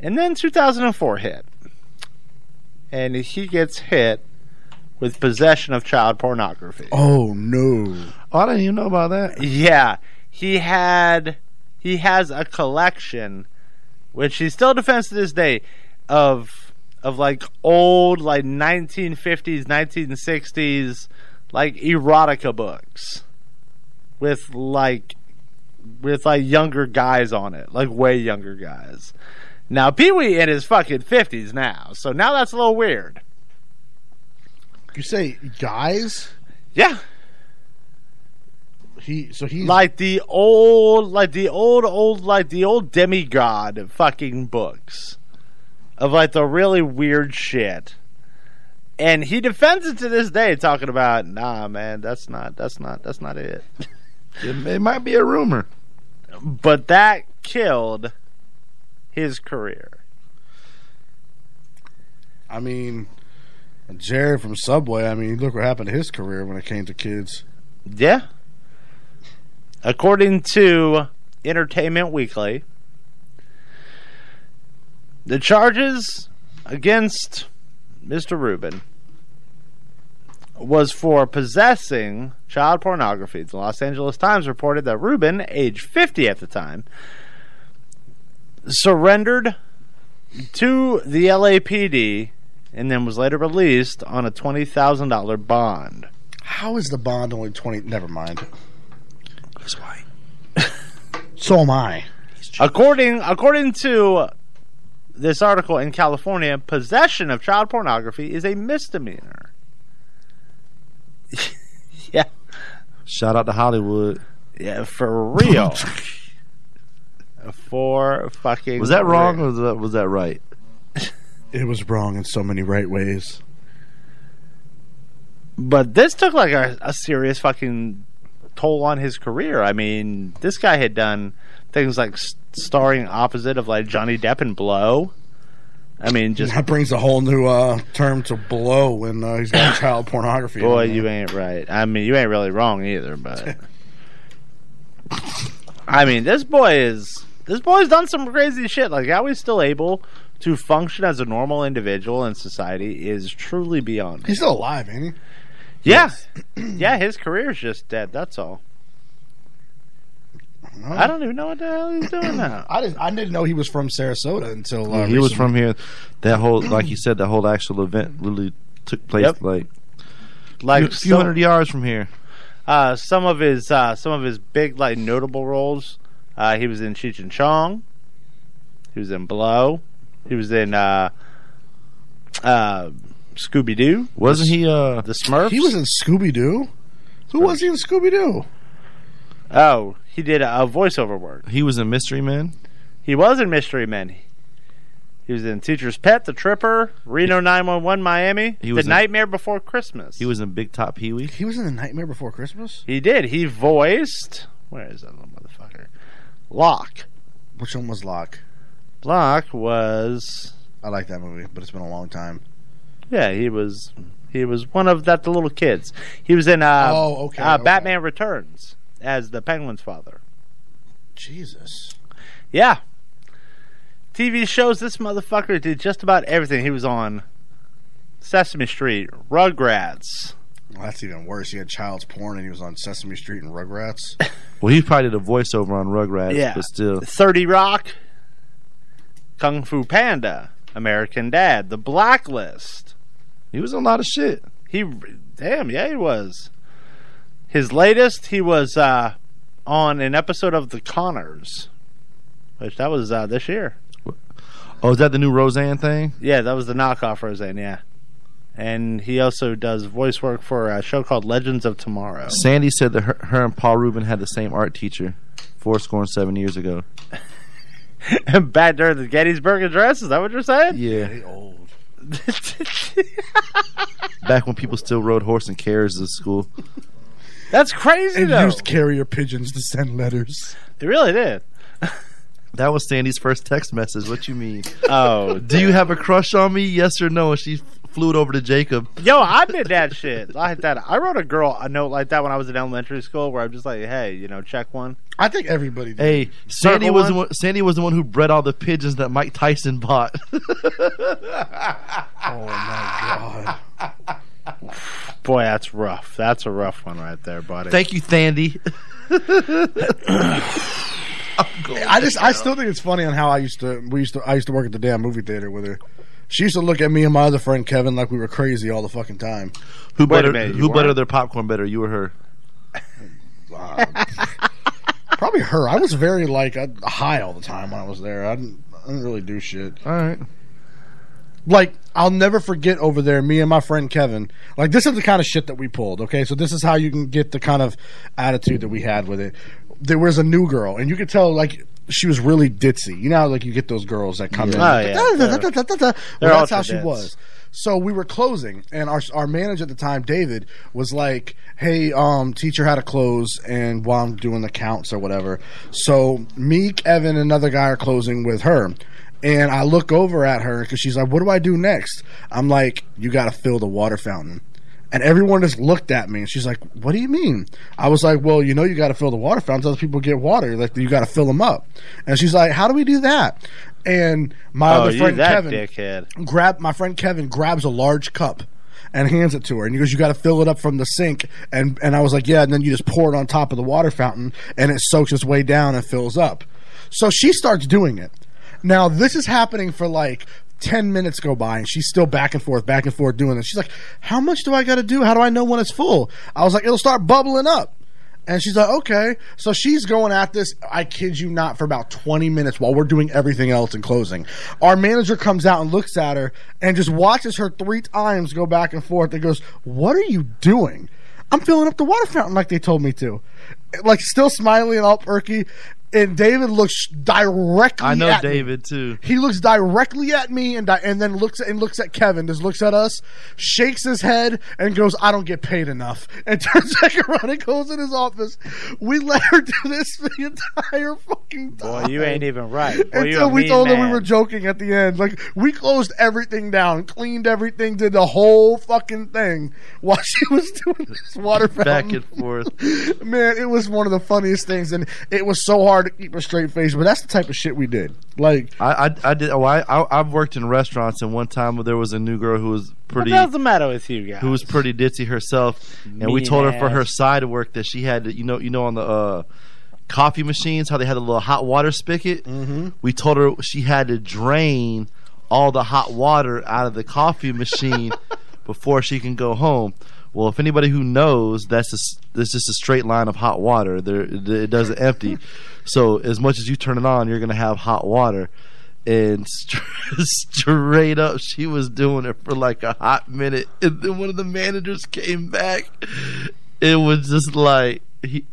Speaker 1: And then 2004 hit, and he gets hit with possession of child pornography.
Speaker 4: Oh no!
Speaker 10: I didn't even know about that.
Speaker 1: Yeah, he had he has a collection, which he still defends to this day, of of like old like 1950s, 1960s like erotica books with like with like younger guys on it, like way younger guys. Now Pee Wee in his fucking fifties now, so now that's a little weird.
Speaker 4: You say guys?
Speaker 1: Yeah.
Speaker 4: He so he's
Speaker 1: like the old like the old old like the old demigod fucking books of like the really weird shit and he defends it to this day talking about nah man that's not that's not that's not it
Speaker 10: It, may- it might be a rumor.
Speaker 1: but that killed his career
Speaker 4: I mean, Jared from Subway. I mean, look what happened to his career when it came to kids.
Speaker 1: Yeah. According to Entertainment Weekly, the charges against Mr. Rubin was for possessing child pornography. The Los Angeles Times reported that Rubin, age 50 at the time, surrendered to the LAPD and then was later released on a $20,000 bond.
Speaker 4: How is the Bond only twenty? Never mind. He's white. so am I.
Speaker 1: According according to this article in California, possession of child pornography is a misdemeanor. yeah.
Speaker 10: Shout out to Hollywood.
Speaker 1: Yeah, for real. for fucking
Speaker 10: Was that wrong
Speaker 1: real.
Speaker 10: or was that, was that right?
Speaker 4: It was wrong in so many right ways.
Speaker 1: But this took like a, a serious fucking toll on his career. I mean, this guy had done things like s- starring opposite of like Johnny Depp in Blow. I mean, just
Speaker 4: that brings a whole new uh, term to blow when uh, he's got child pornography.
Speaker 1: Boy,
Speaker 4: in there.
Speaker 1: you ain't right. I mean, you ain't really wrong either, but I mean, this boy is this boy's done some crazy shit. Like how he's still able to function as a normal individual in society is truly beyond. me.
Speaker 4: he's still alive, ain't he?
Speaker 1: Yeah. yeah, his career's just dead, that's all. I don't even know what the hell he's doing now.
Speaker 4: I didn't. I didn't know he was from Sarasota until uh,
Speaker 10: he was
Speaker 4: recently.
Speaker 10: from here. That whole, like you said, that whole actual event literally took place
Speaker 1: Yep.
Speaker 10: like
Speaker 1: Like
Speaker 10: a few
Speaker 1: so-
Speaker 10: hundred yards from here.
Speaker 1: Uh, some of his uh, some of his big like notable roles. Uh, he was in Cheech and Chong. He was in Blow. He was in uh, uh, Scooby Doo.
Speaker 10: Wasn't he? Uh,
Speaker 1: the Smurfs.
Speaker 4: He was in Scooby Doo. Who was he in Scooby Doo?
Speaker 1: Oh, he did a, a voiceover work.
Speaker 10: He was in Mystery Men.
Speaker 1: He was in Mystery Men. He was in Teacher's Pet, The Tripper, Reno 911 Miami,
Speaker 10: He
Speaker 1: The
Speaker 10: was in-
Speaker 1: Nightmare Before Christmas.
Speaker 10: He was in Big Top Pee Wee.
Speaker 4: He was in The Nightmare Before Christmas.
Speaker 1: He did. He voiced. Where is that little motherfucker? Locke.
Speaker 4: Which one was Locke?
Speaker 1: Locke was.
Speaker 4: I like that movie, but it's been a long time.
Speaker 1: Yeah, he was. He was one of that the little kids. He was in. Uh,
Speaker 4: Oh, okay,
Speaker 1: Uh,
Speaker 4: okay.
Speaker 1: Batman Returns as the Penguin's father.
Speaker 4: Jesus.
Speaker 1: Yeah. TV shows. This motherfucker did just about everything. He was on Sesame Street, Rugrats.
Speaker 4: Well, that's even worse. He had child's porn, and he was on Sesame Street and Rugrats.
Speaker 10: Well, he probably did a voiceover on Rugrats,
Speaker 1: Yeah.
Speaker 10: but still,
Speaker 1: Thirty Rock, Kung Fu Panda, American Dad, The Blacklist.
Speaker 10: He was in a lot of shit.
Speaker 1: He, damn, yeah, he was. His latest, he was uh, on an episode of The Connors, which that was uh, this year.
Speaker 10: Oh, is that the new Roseanne thing?
Speaker 1: Yeah, that was the knockoff Roseanne. Yeah, and he also does voice work for a show called Legends of Tomorrow.
Speaker 10: Sandy said that her, her and Paul Rubin had the same art teacher, four score and seven years ago.
Speaker 1: Back during the Gettysburg Address, is that what you're saying?
Speaker 10: Yeah. Back when people still rode horse and carriages to school.
Speaker 1: That's crazy though.
Speaker 4: carrier pigeons to send letters.
Speaker 1: They really did.
Speaker 10: That was Sandy's first text message. What you mean?
Speaker 1: Oh,
Speaker 10: do you have a crush on me? Yes or no? And she flew it over to Jacob.
Speaker 1: Yo, I did that shit like that. I wrote a girl a note like that when I was in elementary school, where I'm just like, hey, you know, check one.
Speaker 4: I think everybody. Did.
Speaker 10: Hey, Sandy
Speaker 1: Circle
Speaker 10: was the
Speaker 1: one?
Speaker 10: one, Sandy was the one who bred all the pigeons that Mike Tyson bought.
Speaker 4: Oh my god.
Speaker 1: Boy, that's rough. That's a rough one right there, buddy.
Speaker 10: Thank you, Sandy.
Speaker 4: I just I still think it's funny on how I used to we used to I used to work at the damn movie theater with her. She used to look at me and my other friend Kevin like we were crazy all the fucking time.
Speaker 10: Who
Speaker 4: Wait a
Speaker 10: better?
Speaker 4: minute, you
Speaker 10: who better
Speaker 4: weren't.
Speaker 10: their popcorn better? You or her?
Speaker 4: Probably her. I was very like uh, high all the time when I was there. I didn't, I didn't really do shit.
Speaker 10: All right.
Speaker 4: Like I'll never forget over there, me and my friend Kevin. Like this is the kind of shit that we pulled. Okay, so this is how you can get the kind of attitude that we had with it. There was a new girl, and you could tell like she was really ditzy. You know, how, like you get those girls that come in.
Speaker 1: Yeah. Oh, yeah.
Speaker 4: Da, da, da, da, da, da.
Speaker 1: They're
Speaker 4: Well, that's
Speaker 1: ultra
Speaker 4: how she
Speaker 1: dense.
Speaker 4: was. So we were closing, and our our manager at the time, David, was like, "Hey, um, teach her how to close, and while I'm doing the counts or whatever." So me, Evan, and another guy are closing with her, and I look over at her because she's like, "What do I do next?" I'm like, "You got to fill the water fountain." And everyone just looked at me, and she's like, "What do you mean?" I was like, "Well, you know, you got to fill the water fountains. Other people get water. Like, you got to fill them up." And she's like, "How do we do that?" And my
Speaker 1: oh,
Speaker 4: other
Speaker 1: you
Speaker 4: friend
Speaker 1: that
Speaker 4: Kevin,
Speaker 1: dickhead.
Speaker 4: grab my friend Kevin grabs a large cup and hands it to her and he goes you got to fill it up from the sink and and I was like yeah and then you just pour it on top of the water fountain and it soaks its way down and fills up so she starts doing it now this is happening for like 10 minutes go by and she's still back and forth, back and forth doing this. She's like, How much do I got to do? How do I know when it's full? I was like, It'll start bubbling up. And she's like, okay. So she's going at this, I kid you not, for about 20 minutes while we're doing everything else in closing. Our manager comes out and looks at her and just watches her three times go back and forth and goes, What are you doing? I'm filling up the water fountain like they told me to. Like, still smiling and all perky. And David looks directly
Speaker 10: I know
Speaker 4: at me.
Speaker 10: David too.
Speaker 4: He looks directly at me and di- and then looks at, and looks at Kevin. Just looks at us, shakes his head, and goes, "I don't get paid enough." And turns back around and goes in his office. We let her do this for the entire fucking
Speaker 1: Boy,
Speaker 4: time.
Speaker 1: you ain't even right. Boy, you a
Speaker 4: Until we
Speaker 1: mean
Speaker 4: told
Speaker 1: man.
Speaker 4: her we were joking at the end. Like we closed everything down, cleaned everything, did the whole fucking thing while she was doing this water
Speaker 10: Back
Speaker 4: fountain.
Speaker 10: and forth.
Speaker 4: Man, it was one of the funniest things, and it was so hard to keep a straight face. But that's the type of shit we did. Like
Speaker 10: I, I, I did. Oh, I, I, I've worked in restaurants, and one time there was a new girl who was pretty.
Speaker 1: What the hell's the matter with you guys?
Speaker 10: who was pretty ditzy herself, and we
Speaker 1: Mean
Speaker 10: told her for
Speaker 1: ass.
Speaker 10: her side work that she had, to, you know, you know, on the uh, coffee machines how they had a little hot water spigot. Mm-hmm. We told her she had to drain all the hot water out of the coffee machine before she can go home. Well, if anybody who knows, that's just, that's just a straight line of hot water. There, it doesn't empty. So as much as you turn it on, you're gonna have hot water. And st- straight up, she was doing it for like a hot minute. And then one of the managers came back. It was just like he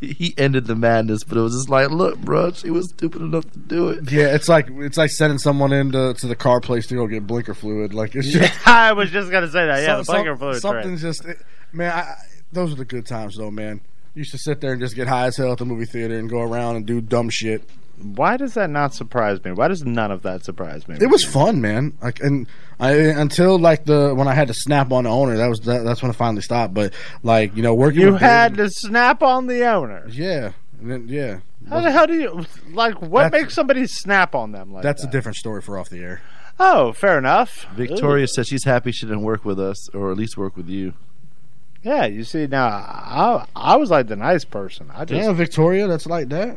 Speaker 10: he ended the madness, but it was just like, look, bro, she was stupid enough to do it.
Speaker 4: Yeah, it's like it's like sending someone into to the car place to go get blinker fluid. Like it's just
Speaker 1: I was just gonna say that. Yeah, the
Speaker 4: Some-
Speaker 1: blinker
Speaker 4: some-
Speaker 1: fluid.
Speaker 4: Something's just it- man. I, I- those were the good times though, man. Used to sit there and just get high as hell at the movie theater and go around and do dumb shit.
Speaker 1: Why does that not surprise me? Why does none of that surprise me?
Speaker 4: It was fun, man. Like and I until like the when I had to snap on the owner, that was that, that's when I finally stopped. But like you know, working
Speaker 1: You
Speaker 4: with
Speaker 1: had to snap on the owner.
Speaker 4: Yeah. David- yeah.
Speaker 1: How the hell do you like? What
Speaker 4: That's-
Speaker 1: makes somebody snap on them like
Speaker 4: That's
Speaker 1: that?
Speaker 4: a different story for off the air.
Speaker 1: oh, fair enough.
Speaker 10: Victoria said she's happy she didn't work with us, or at least work with you.
Speaker 1: Ooh. Yeah, you see now, I I was like the nice person. I just
Speaker 4: Damn, Victoria, that's like that.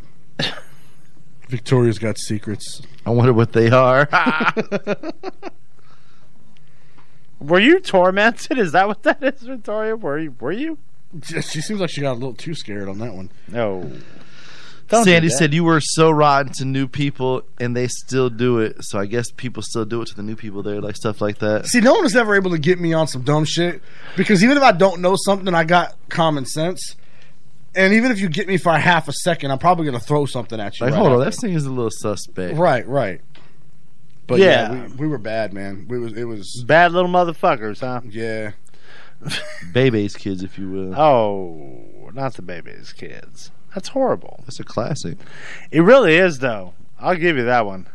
Speaker 4: Victoria's got secrets.
Speaker 10: I wonder what they are.
Speaker 1: were you tormented? Is that what that is, Victoria? Were you? Were you?
Speaker 4: She seems like she got a little too scared on that one.
Speaker 1: No.
Speaker 10: Sandy said you were so rotten to new people, and they still do it. So I guess people still do it to the new people there, like stuff like that.
Speaker 4: See, no one was ever able to get me on some dumb shit because even if I don't know something, I got common sense. And even if you get me for a half a second, I'm probably gonna throw something at you.
Speaker 10: Like,
Speaker 4: right
Speaker 10: hold on,
Speaker 4: after.
Speaker 10: that thing is a little suspect.
Speaker 4: Right, right. But
Speaker 1: Yeah.
Speaker 4: yeah, we, we were bad, man. We was it was
Speaker 1: bad little motherfuckers, huh?
Speaker 4: Yeah.
Speaker 10: Baby's kids, if you will.
Speaker 1: Oh, not the baby's kids. That's horrible.
Speaker 10: That's a classic.
Speaker 1: It really is, though. I'll give you that one.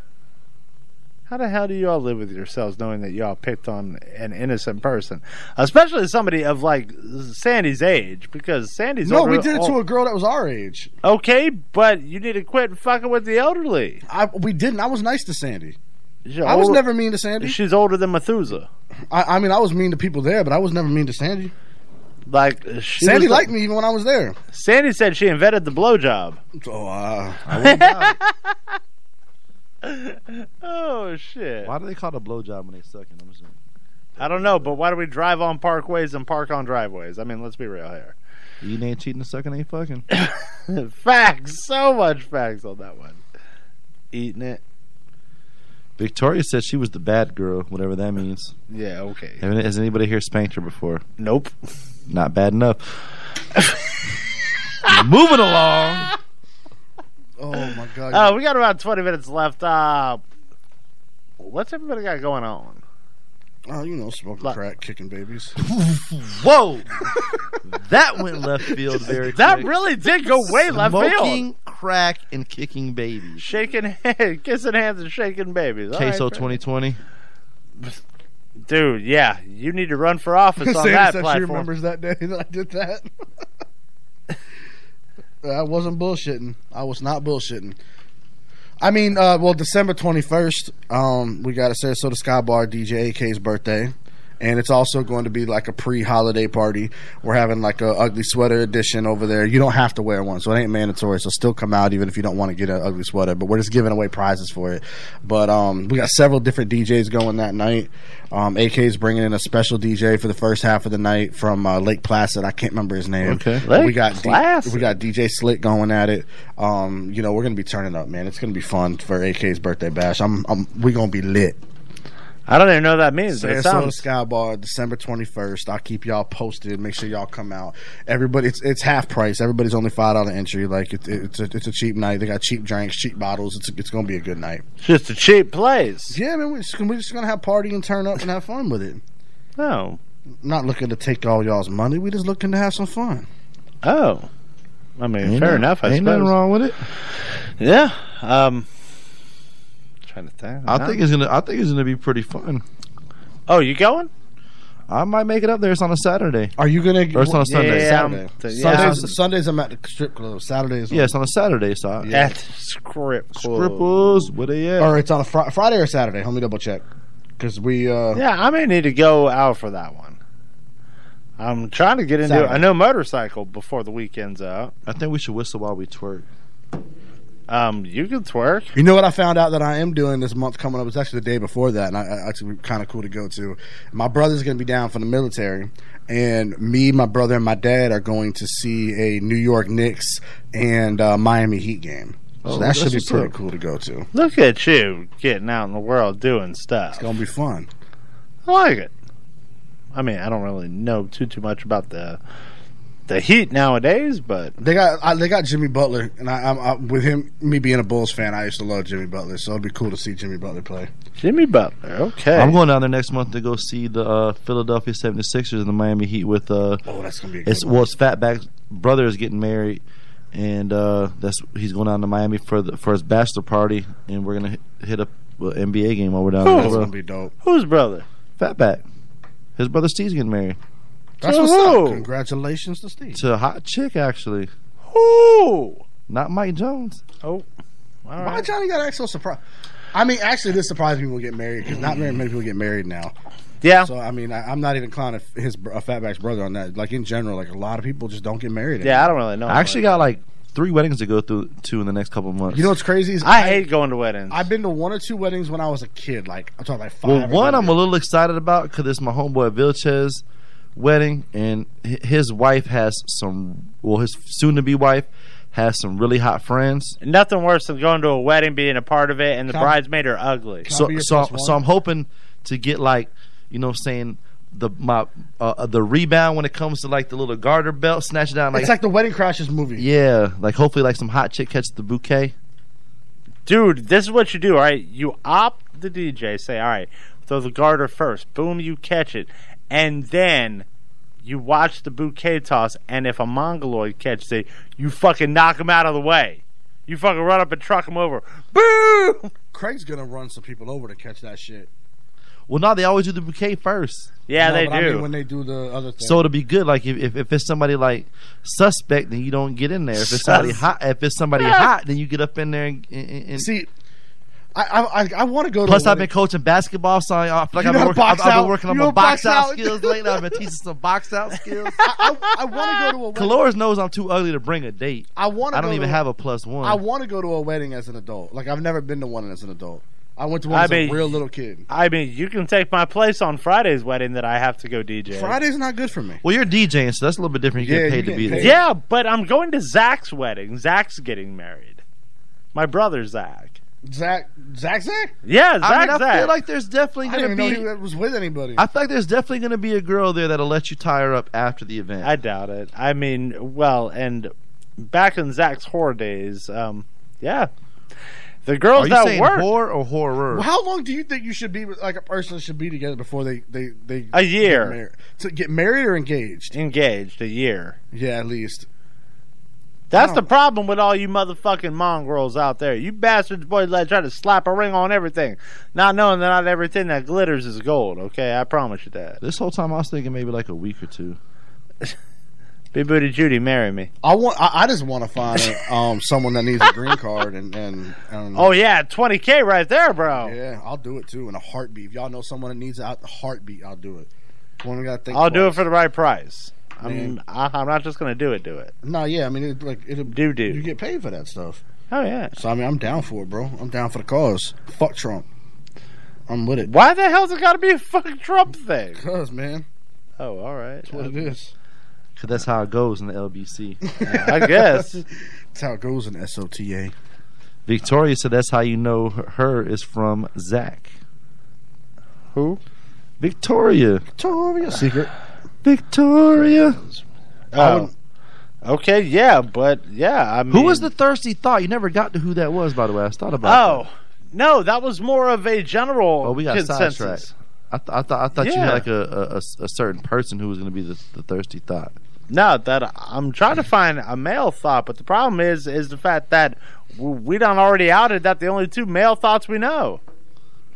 Speaker 1: How the hell do you all live with yourselves knowing that y'all picked on an innocent person, especially somebody of like Sandy's age? Because Sandy's
Speaker 4: no,
Speaker 1: over-
Speaker 4: we did it to
Speaker 1: oh,
Speaker 4: a girl that was our age.
Speaker 1: Okay, but you need to quit fucking with the elderly.
Speaker 4: I we didn't. I was nice to Sandy. I was never mean to Sandy.
Speaker 1: She's older than Methuselah.
Speaker 4: I, I mean, I was mean to people there, but I was never mean to Sandy.
Speaker 1: Like she
Speaker 4: Sandy
Speaker 1: was the-
Speaker 4: liked me even when I was there.
Speaker 1: Sandy said she invented the blowjob.
Speaker 4: Oh, uh,
Speaker 1: oh shit!
Speaker 10: Why do they call it a blowjob when they suck it? I'm just
Speaker 1: I don't know, but why do we drive on parkways and park on driveways? I mean, let's be real here.
Speaker 10: eating ain't cheating, and sucking ain't fucking.
Speaker 1: facts, so much facts on that one. Eating it.
Speaker 10: Victoria said she was the bad girl, whatever that means.
Speaker 1: Yeah, okay.
Speaker 10: Have any- Has anybody here spanked her before?
Speaker 1: Nope.
Speaker 10: Not bad enough. Moving along.
Speaker 4: oh my god.
Speaker 1: Uh, we got about 20 minutes left. Uh, what's everybody got going on?
Speaker 4: Oh, you know, smoking crack, kicking babies.
Speaker 10: Whoa! that went left field very
Speaker 1: That
Speaker 10: quick.
Speaker 1: really did go way left field.
Speaker 10: Smoking, crack, and kicking babies.
Speaker 1: Shaking hands, kissing hands, and shaking babies. All right,
Speaker 10: Queso
Speaker 1: great.
Speaker 10: 2020.
Speaker 1: Dude, yeah, you need to run for office on
Speaker 4: Sandy
Speaker 1: that
Speaker 4: said she
Speaker 1: platform.
Speaker 4: remembers that day that I did that. I wasn't bullshitting. I was not bullshitting. I mean, uh, well, December twenty first, um, we got a Sarasota Sky Bar DJ AK's birthday, and it's also going to be like a pre-holiday party. We're having like a ugly sweater edition over there. You don't have to wear one, so it ain't mandatory. So still come out even if you don't want to get an ugly sweater. But we're just giving away prizes for it. But um, we got several different DJs going that night. Um, AK is bringing in a special DJ for the first half of the night from uh, Lake Placid. I can't remember his name.
Speaker 10: Okay.
Speaker 4: we
Speaker 10: Lake
Speaker 4: got D-
Speaker 10: Placid.
Speaker 4: we got DJ Slick going at it. Um, you know we're gonna be turning up, man. It's gonna be fun for AK's birthday bash. I'm, I'm we gonna be lit.
Speaker 1: I don't even know what that means. but
Speaker 4: Sarasota
Speaker 1: It sounds
Speaker 4: Sky Bar, December twenty first. I'll keep y'all posted. Make sure y'all come out. Everybody, it's it's half price. Everybody's only five dollar entry. Like it's it's a it's a cheap night. They got cheap drinks, cheap bottles. It's it's gonna be a good night.
Speaker 1: just a cheap place.
Speaker 4: Yeah, man, we're just, we're just gonna have party and turn up and have fun with it.
Speaker 1: Oh,
Speaker 4: not looking to take all y'all's money. We just looking to have some fun.
Speaker 1: Oh, I mean, fair enough. I
Speaker 10: ain't nothing
Speaker 1: suppose.
Speaker 10: wrong with it.
Speaker 1: Yeah. Um, trying to think.
Speaker 10: I think it's gonna. I think it's gonna be pretty fun.
Speaker 1: Oh, you going?
Speaker 10: I might make it up there. It's on a Saturday.
Speaker 4: Are you gonna?
Speaker 10: Or it's on a Sunday.
Speaker 4: Saturday.
Speaker 10: Sunday's-
Speaker 4: Sundays, Sundays I'm at the strip club. Saturdays, I'm-
Speaker 10: Yeah, it's on a Saturday. So I-
Speaker 4: Yeah.
Speaker 1: script
Speaker 10: Scripples, where they at?
Speaker 4: or it's on a fr- Friday or Saturday. Let me double check because we. Uh,
Speaker 1: Yeah, I may need to go out for that one. I'm trying to get into.
Speaker 10: Saturday.
Speaker 1: I know motorcycle before the weekend's out.
Speaker 10: I think we should whistle while we twerk.
Speaker 1: Um, you can twerk.
Speaker 4: You know what I found out that I am doing this month coming up? It's actually the day before that, and I, I actually kind of cool to go to. My brother's going to be down from the military, and me, my brother, and my dad are going to see a New York Knicks and uh, Miami Heat game. So
Speaker 1: Oh,
Speaker 4: that
Speaker 1: that's
Speaker 4: should be
Speaker 1: what's
Speaker 4: pretty
Speaker 1: up.
Speaker 4: cool to go to.
Speaker 1: Look at you getting out in the world doing stuff. It's
Speaker 4: gonna be fun.
Speaker 1: I like it. I mean, I don't really know too too much about the the heat nowadays, but
Speaker 4: They got I, they got Jimmy Butler, and I, I'm I, with him. Me being a Bulls fan, I used to love Jimmy Butler, so it'd be cool to see Jimmy Butler play.
Speaker 1: Jimmy Butler, okay.
Speaker 10: I'm going down there next month to go see the uh, Philadelphia 76ers and the Miami Heat with. Uh,
Speaker 4: oh, that's gonna be. A
Speaker 10: it's well, it's Fatback's brother is getting married, and uh, that's he's going down to Miami for the for his bachelor party, and we're gonna hit, hit a well, NBA game while we're down there.
Speaker 4: That's
Speaker 10: as well.
Speaker 4: gonna be dope.
Speaker 1: Who's brother?
Speaker 10: Fatback. His brother Steve's getting married
Speaker 4: That's
Speaker 10: To
Speaker 4: what's
Speaker 10: who?
Speaker 4: up. Congratulations to Steve.
Speaker 10: to a hot chick, actually.
Speaker 1: Who?
Speaker 10: Not Mike Jones.
Speaker 1: Oh,
Speaker 4: Why Johnny got act so surprised? I mean, actually, this surprised me when we get married because not very many people get married now.
Speaker 1: Yeah.
Speaker 4: So I mean, I, I'm not even clowning his br- uh, Fatback's brother on that. Like in general, like a lot of people just don't get married.
Speaker 1: Yeah, I don't really know.
Speaker 4: Oh
Speaker 10: I actually got like three weddings to go through to in the next couple of months.
Speaker 4: You know what's crazy? Is
Speaker 1: I, hate going to weddings.
Speaker 4: I've been to one or two weddings when I was a kid. Like I'm talking like five.
Speaker 10: Well,
Speaker 4: or
Speaker 10: one I'm a little excited about because it's my homeboy Vilches' wedding, and hi- his wife has some. Well, his soon-to-be wife has some really hot friends.
Speaker 1: Nothing worse than going to a wedding, being a part of it, and the
Speaker 10: Can I-
Speaker 1: bridesmaid are ugly.
Speaker 10: So, so, so I'm hoping to get like, you know, what I'm saying the my uh, uh, the rebound when it comes to like the little garter belt, snatch it down. Like,
Speaker 4: it's like the Wedding Crashers movie.
Speaker 10: yeah, like hopefully like some hot chick catches the bouquet.
Speaker 1: dude, this is what you do, all right? You opt the DJ, say, all right, throw the garter first. Boom, you catch it. And then you watch the bouquet toss, and if a mongoloid catches it, you fucking knock him out of the way. You fucking run up and truck him over. Boo!
Speaker 4: Craig's gonna run some people over to catch that shit.
Speaker 10: Well, no, they always do the bouquet first.
Speaker 4: No, but I mean, when they do the other thing.
Speaker 10: So to be good, like if, if, if it's somebody like suspect, then you don't get in there. If it's somebody
Speaker 4: Sus-
Speaker 10: hot, if it's somebody
Speaker 4: Yeah.
Speaker 10: hot, then you get up in there and, and, and
Speaker 4: see. I I, I, I want to go.
Speaker 10: Plus,
Speaker 4: to a
Speaker 10: I've been coaching basketball, so I I feel like
Speaker 4: You
Speaker 10: I've
Speaker 4: know how
Speaker 10: been,
Speaker 4: to
Speaker 10: working, I've,
Speaker 4: box
Speaker 10: I've
Speaker 4: out?
Speaker 10: been working on
Speaker 4: You
Speaker 10: my
Speaker 4: know
Speaker 10: box,
Speaker 4: box
Speaker 10: out,
Speaker 4: out?
Speaker 10: skills lately. I've been teaching some box out skills.
Speaker 4: I, I, I want to go to a wedding.
Speaker 10: Colores knows I'm too ugly to bring a date.
Speaker 4: I wanna
Speaker 10: I don't
Speaker 4: go
Speaker 10: even
Speaker 4: to-
Speaker 10: have a plus one.
Speaker 4: I want to go to a wedding as an adult. Like I've never been to one as an adult. I went to one
Speaker 1: I
Speaker 4: as
Speaker 1: mean-
Speaker 4: a real little kid.
Speaker 1: I mean, you can take my place on Friday's wedding that I have to go DJ.
Speaker 4: Friday's not good for me.
Speaker 10: well, you're DJing, so that's a little bit different. You
Speaker 1: Yeah,
Speaker 10: get
Speaker 1: you
Speaker 10: paid to
Speaker 1: get
Speaker 10: be there.
Speaker 1: Yeah, but I'm going to Zach's wedding. Zach's getting married. My brother Zach.
Speaker 4: Zach, Zach, Zach.
Speaker 1: Yeah, Zach.
Speaker 10: I mean, I
Speaker 1: Zach.
Speaker 10: feel like there's definitely
Speaker 4: I didn't
Speaker 10: going to
Speaker 4: even know
Speaker 10: be.
Speaker 4: he was with anybody.
Speaker 10: I feel like there's definitely going to be a girl there that'll let you tie her up after the event.
Speaker 1: I doubt it. I mean, well, and back in Zach's horror days, um, yeah, the girls
Speaker 10: Are you
Speaker 1: that
Speaker 10: saying
Speaker 1: work
Speaker 10: whore or horror?
Speaker 4: Well, how long do you think you should be with- like a person should be together before they they they
Speaker 1: a
Speaker 4: get
Speaker 1: year
Speaker 4: mar- to get married or engaged?
Speaker 1: engaged a year.
Speaker 4: Yeah, at least.
Speaker 1: That's
Speaker 4: Oh.
Speaker 1: the problem with all you motherfucking mongrels out there. You bastards, boys, that try to slap a ring on everything, not knowing that not everything that glitters is gold. Okay, I promise you that.
Speaker 10: This whole time I was thinking maybe like a week or two.
Speaker 1: Big booty Judy, marry me.
Speaker 4: I want. I, I just want to find um someone that needs a green card and and, and
Speaker 1: Oh yeah, twenty k right there, bro.
Speaker 4: yeah. I'll do it too in a heartbeat. If y'all know someone that needs a heartbeat, I'll do it. Women gotta think.
Speaker 1: I'll do it
Speaker 4: twice.
Speaker 1: for the right price. I'm
Speaker 4: Man.
Speaker 1: I, I'm not just gonna do it. Do it.
Speaker 4: No, yeah, I mean, it, like it'll
Speaker 1: do do.
Speaker 4: You get paid for that stuff.
Speaker 1: Oh yeah.
Speaker 4: So I mean, I'm down for it, bro. I'm down for the cause. Fuck Trump. I'm with it.
Speaker 1: Why the hell's it got to be a fucking Trump thing?
Speaker 4: Cause man.
Speaker 1: Oh, all right. That's
Speaker 4: what it is.
Speaker 10: Cause that's how it goes in the LBC.
Speaker 1: I guess.
Speaker 4: That's how it goes in SOTA.
Speaker 10: Victoria said that's how you know her is from Zach.
Speaker 1: Who?
Speaker 10: Victoria.
Speaker 4: Victoria Secret.
Speaker 10: Victoria.
Speaker 1: Oh. Okay, yeah, but yeah, I mean,
Speaker 10: who was the thirsty thought? You never got to who that was, by the way. I thought about.
Speaker 1: Oh, no, that was more of a general
Speaker 10: that. oh, we got
Speaker 1: consensus.
Speaker 10: sidetracked. I, th- I thought I thought you had
Speaker 1: Yeah.
Speaker 10: like a, a- a s- a certain person who was going to be the, the thirsty thought.
Speaker 1: No, that I'm trying to find a male thought, but the problem is is the fact that w- we done already outed that the only two male thoughts we know,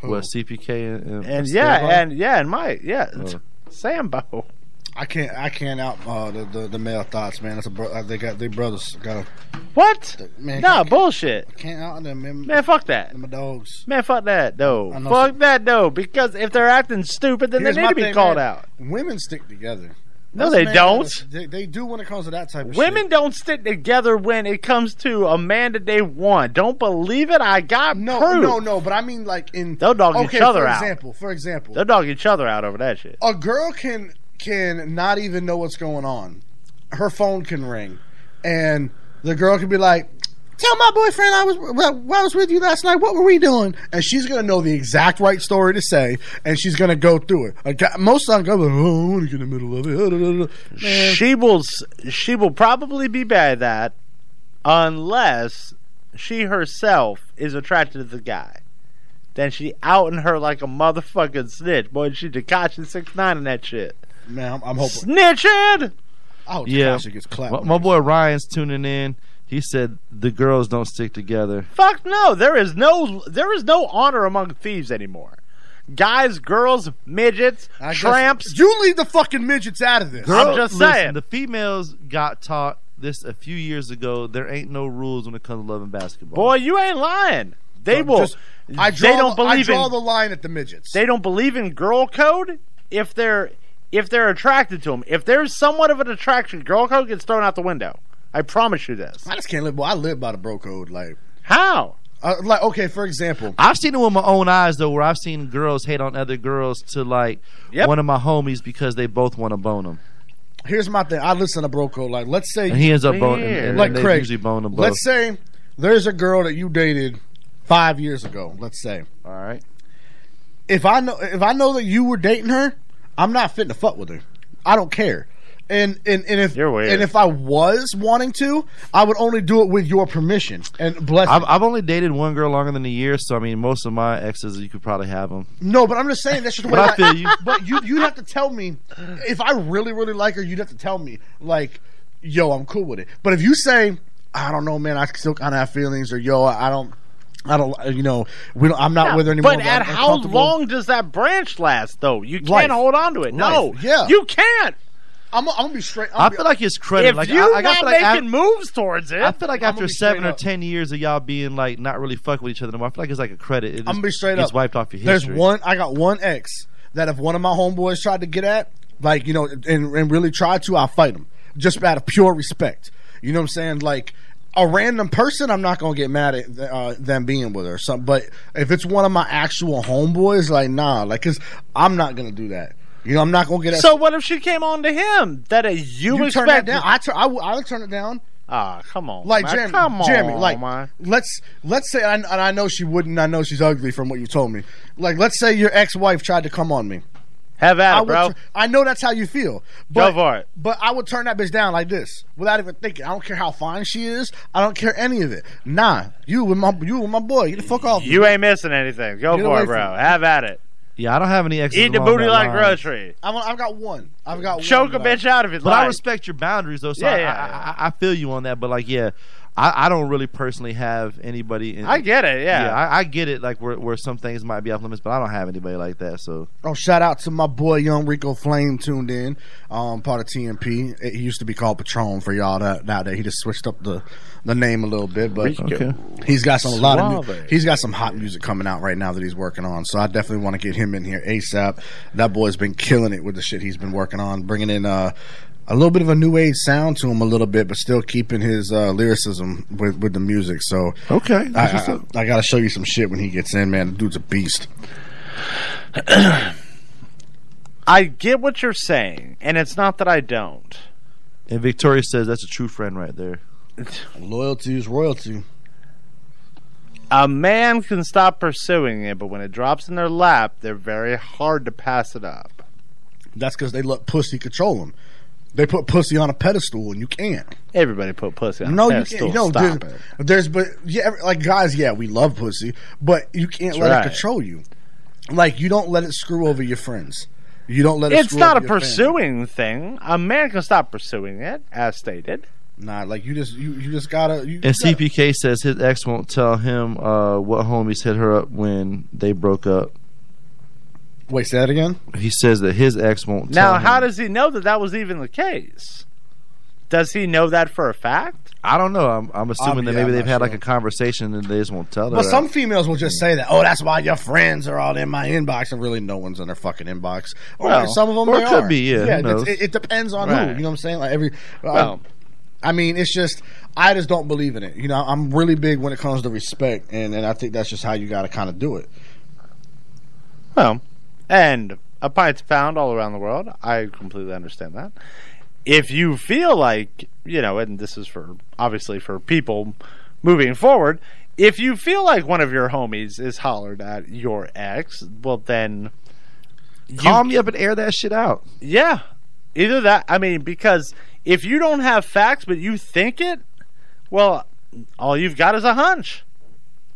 Speaker 10: What CPK and, and,
Speaker 1: and yeah,
Speaker 4: Sambo?
Speaker 1: and yeah, and Mike, yeah,
Speaker 4: Oh.
Speaker 1: Sambo.
Speaker 4: I can't. I can't out uh, the, the the male thoughts, man. That's a bro- uh, they got they brothers got a
Speaker 1: What?
Speaker 4: man.
Speaker 1: nah,
Speaker 4: can't-
Speaker 1: bullshit.
Speaker 4: Can't out them man.
Speaker 1: Man, fuck that.
Speaker 4: My dogs.
Speaker 1: Man, fuck that. No,
Speaker 4: I know
Speaker 1: fuck that. No, because if they're acting stupid, then
Speaker 4: Here's
Speaker 1: they
Speaker 4: my
Speaker 1: need to be
Speaker 4: thing,
Speaker 1: called
Speaker 4: man.
Speaker 1: out.
Speaker 4: Women stick together.
Speaker 1: No,
Speaker 4: Us
Speaker 1: they
Speaker 4: men,
Speaker 1: don't.
Speaker 4: They, they do when it comes to that type of
Speaker 1: Women don't stick together when it comes to a man that they want. Don't believe it. I got
Speaker 4: No,
Speaker 1: proof.
Speaker 4: no, no. But I mean, like in
Speaker 1: They'll dog
Speaker 4: okay,
Speaker 1: each other
Speaker 4: for
Speaker 1: out.
Speaker 4: example, for example,
Speaker 1: They'll dog each other out over that shit.
Speaker 4: a girl can can not even know what's going on. Her phone can ring, and the girl can be like, "Tell my boyfriend I was well, I was with you last night. What were we doing?" And she's gonna know the exact right story to say, and she's gonna go through it. A guy- most of the time, guys are like, "Oh, I want to get in the middle of it." Man.
Speaker 1: She will. s- She will probably be bad at that, unless she herself is attracted to the guy. Then she outing her like a motherfucking snitch. Boy, she Tekashi six nine in that shit.
Speaker 4: Man, I'm, I'm hoping.
Speaker 1: Snitching.
Speaker 4: Oh,
Speaker 10: yeah,
Speaker 4: Tasha gets clapped.
Speaker 10: my, my boy Ryan's tuning in. He said the girls don't stick together.
Speaker 1: Fuck no. There is no. There is no honor among thieves anymore. Guys, girls, midgets,
Speaker 4: guess-
Speaker 1: tramps.
Speaker 4: You leave the fucking midgets out of this.
Speaker 10: Girl-
Speaker 1: I'm just
Speaker 10: listen,
Speaker 1: saying.
Speaker 10: The females got taught this a few years ago. There ain't no rules when it comes to loving basketball.
Speaker 1: Boy, you ain't lying. They
Speaker 10: I'm
Speaker 1: will.
Speaker 10: just-
Speaker 4: I draw,
Speaker 1: they don't
Speaker 4: the, I
Speaker 1: believe
Speaker 4: draw
Speaker 1: in.
Speaker 4: the line at the midgets.
Speaker 1: they don't believe in girl code if they're if they're attracted to them. If there's somewhat of an attraction, girl code gets thrown out the window. I promise you this.
Speaker 4: I just can't live. Well, I live by the bro code. Like,
Speaker 1: How?
Speaker 4: uh, like okay, for example,
Speaker 10: I've seen it with my own eyes though, where I've seen girls hate on other girls to like
Speaker 4: Yep.
Speaker 10: one of my homies because they both want to bone him.
Speaker 4: here's my thing. I listen to bro code. Like, let's say
Speaker 10: And he ends up boning- and- and
Speaker 4: like
Speaker 10: they
Speaker 4: Craig.
Speaker 10: usually bone them both.
Speaker 4: Let's say there's a girl that you dated five years ago. Let's say.
Speaker 10: All right.
Speaker 4: If I know if I know that you were dating her, I'm not fitting to fuck with her. I don't care. And and, and if and if I was wanting to, I would only do it with your permission and blessing.
Speaker 10: I've, I've only dated one girl longer than a year, so I mean, most of my exes you could probably have them.
Speaker 4: No, but I'm just saying that's just the way.
Speaker 10: But I feel you.
Speaker 4: But you you'd have to tell me if I really really like her. You'd have to tell me like, yo, I'm cool with it. But if you say, I don't know, man, I still kind of have feelings, or yo, I don't, I don't, you know, we don't, I'm not
Speaker 1: Yeah,
Speaker 4: with her anymore.
Speaker 1: But at
Speaker 4: I'm
Speaker 1: how
Speaker 4: uncomfortable.
Speaker 1: long does that branch last, though? You can't
Speaker 4: Life.
Speaker 1: hold on to it. No,
Speaker 4: Life, yeah.
Speaker 1: you can't.
Speaker 4: I'm, I'm gonna be straight. I'm
Speaker 10: I
Speaker 4: be-
Speaker 10: feel like it's credit.
Speaker 1: if
Speaker 10: like,
Speaker 1: you're
Speaker 10: I, I, I
Speaker 1: not
Speaker 10: feel like
Speaker 1: making
Speaker 10: af-
Speaker 1: moves towards it,
Speaker 10: I feel like
Speaker 1: I'm
Speaker 10: after
Speaker 1: gonna be
Speaker 10: seven
Speaker 1: straight
Speaker 10: or
Speaker 1: up.
Speaker 10: ten years of y'all being like not really fucking with each other anymore, I feel like it's like a credit. It
Speaker 4: I'm
Speaker 10: just
Speaker 4: gonna be straight
Speaker 10: gets
Speaker 4: up.
Speaker 10: wiped off your
Speaker 4: There's
Speaker 10: history.
Speaker 4: one. I got one ex that if one of my homeboys tried to get at, like you know, and, and really tried to, I fight him just out of pure respect. You know what I'm saying? Like a random person, I'm not gonna get mad at uh, them being with her. or Something, but if it's one of my actual homeboys, like nah, like cause I'm not gonna do that. You know, I'm not gonna get that.
Speaker 1: So what if she came on to him? That a you,
Speaker 4: you turn
Speaker 1: expect
Speaker 4: that down. I turn. I would I would turn it down.
Speaker 1: Ah, come on,
Speaker 4: Like
Speaker 1: man.
Speaker 4: Jeremy,
Speaker 1: come on,
Speaker 4: Jeremy, like
Speaker 1: man.
Speaker 4: let's let's say, and I, and I know she wouldn't. I know she's ugly from what you told me. Like let's say your ex-wife tried to come on me.
Speaker 1: have at
Speaker 4: I,
Speaker 1: it,
Speaker 4: would
Speaker 1: bro.
Speaker 4: tur- I know that's how you feel. But,
Speaker 1: for it.
Speaker 4: But I would turn that bitch down like this without even thinking. I don't care how fine she is. I don't care any of it. Nah, you with my you with my boy. Get the fuck off.
Speaker 1: You ain't missing anything. Go
Speaker 4: Get
Speaker 1: for
Speaker 4: away
Speaker 1: it,
Speaker 4: from
Speaker 1: bro.
Speaker 4: me.
Speaker 1: Have at it.
Speaker 10: Yeah, I don't have any exes.
Speaker 1: Eat the
Speaker 10: along
Speaker 1: booty
Speaker 10: that
Speaker 1: like
Speaker 10: line.
Speaker 1: grocery.
Speaker 4: I'm, I've got one. I've got
Speaker 1: Choke a
Speaker 4: one. that I-
Speaker 1: bitch out of it.
Speaker 10: But I
Speaker 1: like.
Speaker 10: respect your boundaries, though. So
Speaker 1: Yeah,
Speaker 10: I,
Speaker 1: yeah, yeah.
Speaker 10: I, I, I feel you on that. But like, yeah, I, I don't really personally have anybody. In,
Speaker 1: I get it, yeah.
Speaker 10: I, I get it. Like where where some things might be off limits, but I don't have anybody like that. So
Speaker 4: Oh, shout out to my boy Young Rico Flame tuned in, um, part of TMP. It, he used to be called Patron for y'all. That now that he just switched up the, the name a little bit, but
Speaker 10: Rico. Okay.
Speaker 4: he's got some a lot of new,
Speaker 10: Suave.
Speaker 4: he's got some hot music coming out right now that he's working on. So I definitely want to get him in here ASAP. That boy's been killing it with the shit he's been working on, bringing in uh, a little bit of a new age sound to him a little bit, but still keeping his uh, lyricism with with the music. So
Speaker 10: okay,
Speaker 4: I, I, I got to show you some shit when he gets in, man. The dude's a beast.
Speaker 1: I get what you're saying, and it's not that I don't.
Speaker 10: and Victoria says that's a true friend right there.
Speaker 4: Loyalty is royalty.
Speaker 1: A man can stop pursuing it, but when it drops in their lap, they're very hard to pass it up.
Speaker 4: That's because they let pussy control them. They put pussy on a pedestal, and you can't.
Speaker 1: Everybody put pussy on
Speaker 4: no,
Speaker 1: a
Speaker 4: you
Speaker 1: pedestal.
Speaker 4: can't. You don't.
Speaker 1: Stop
Speaker 4: there's,
Speaker 1: it.
Speaker 4: there's, but yeah, every- like guys, yeah, we love pussy, but you can't
Speaker 1: That's
Speaker 4: let
Speaker 1: right.
Speaker 4: it control you. Like you don't let it screw over your friends. You don't let it.
Speaker 1: It's
Speaker 4: screw
Speaker 1: not a
Speaker 4: over your family.
Speaker 1: pursuing thing. A man can stop pursuing it, as stated.
Speaker 4: Nah, like you just you, you just gotta. You,
Speaker 10: And CPK says his ex won't tell him uh, what homies hit her up when they broke up.
Speaker 4: Wait, say that again.
Speaker 10: He says that his ex won't
Speaker 1: Now,
Speaker 10: tell
Speaker 1: how
Speaker 10: him.
Speaker 1: does he know that that was even the case? Does he know that for a fact?
Speaker 10: I don't know. I'm, I'm assuming
Speaker 4: Um,
Speaker 10: that
Speaker 4: yeah,
Speaker 10: maybe
Speaker 4: I'm
Speaker 10: they've
Speaker 4: not
Speaker 10: had like a conversation and they just won't tell her.
Speaker 4: But some females will just say that. Oh, that's why your friends are all in my inbox, and really, no one's in their fucking inbox. Or
Speaker 10: Well,
Speaker 4: some of them,
Speaker 10: or
Speaker 4: they
Speaker 10: it could
Speaker 4: are.
Speaker 10: be, yeah, who
Speaker 4: it-
Speaker 10: knows?
Speaker 4: It, it depends on who.
Speaker 10: Right.
Speaker 4: You know what I'm saying? Like every. uh,
Speaker 10: Well-
Speaker 4: I mean, it's just I just don't believe in it. You know, I'm really big when it comes to respect, and, and I think that's just how you got to kind of do it.
Speaker 1: Well, and a pint's found all around the world. I completely understand that. If you feel like, you know, and this is for obviously for people moving forward, if you feel like one of your homies is hollered at your ex, well, then.
Speaker 10: Calm me up and air that shit out.
Speaker 1: Yeah. Either that, I mean, because if you don't have facts but you think it, well, all you've got is a hunch.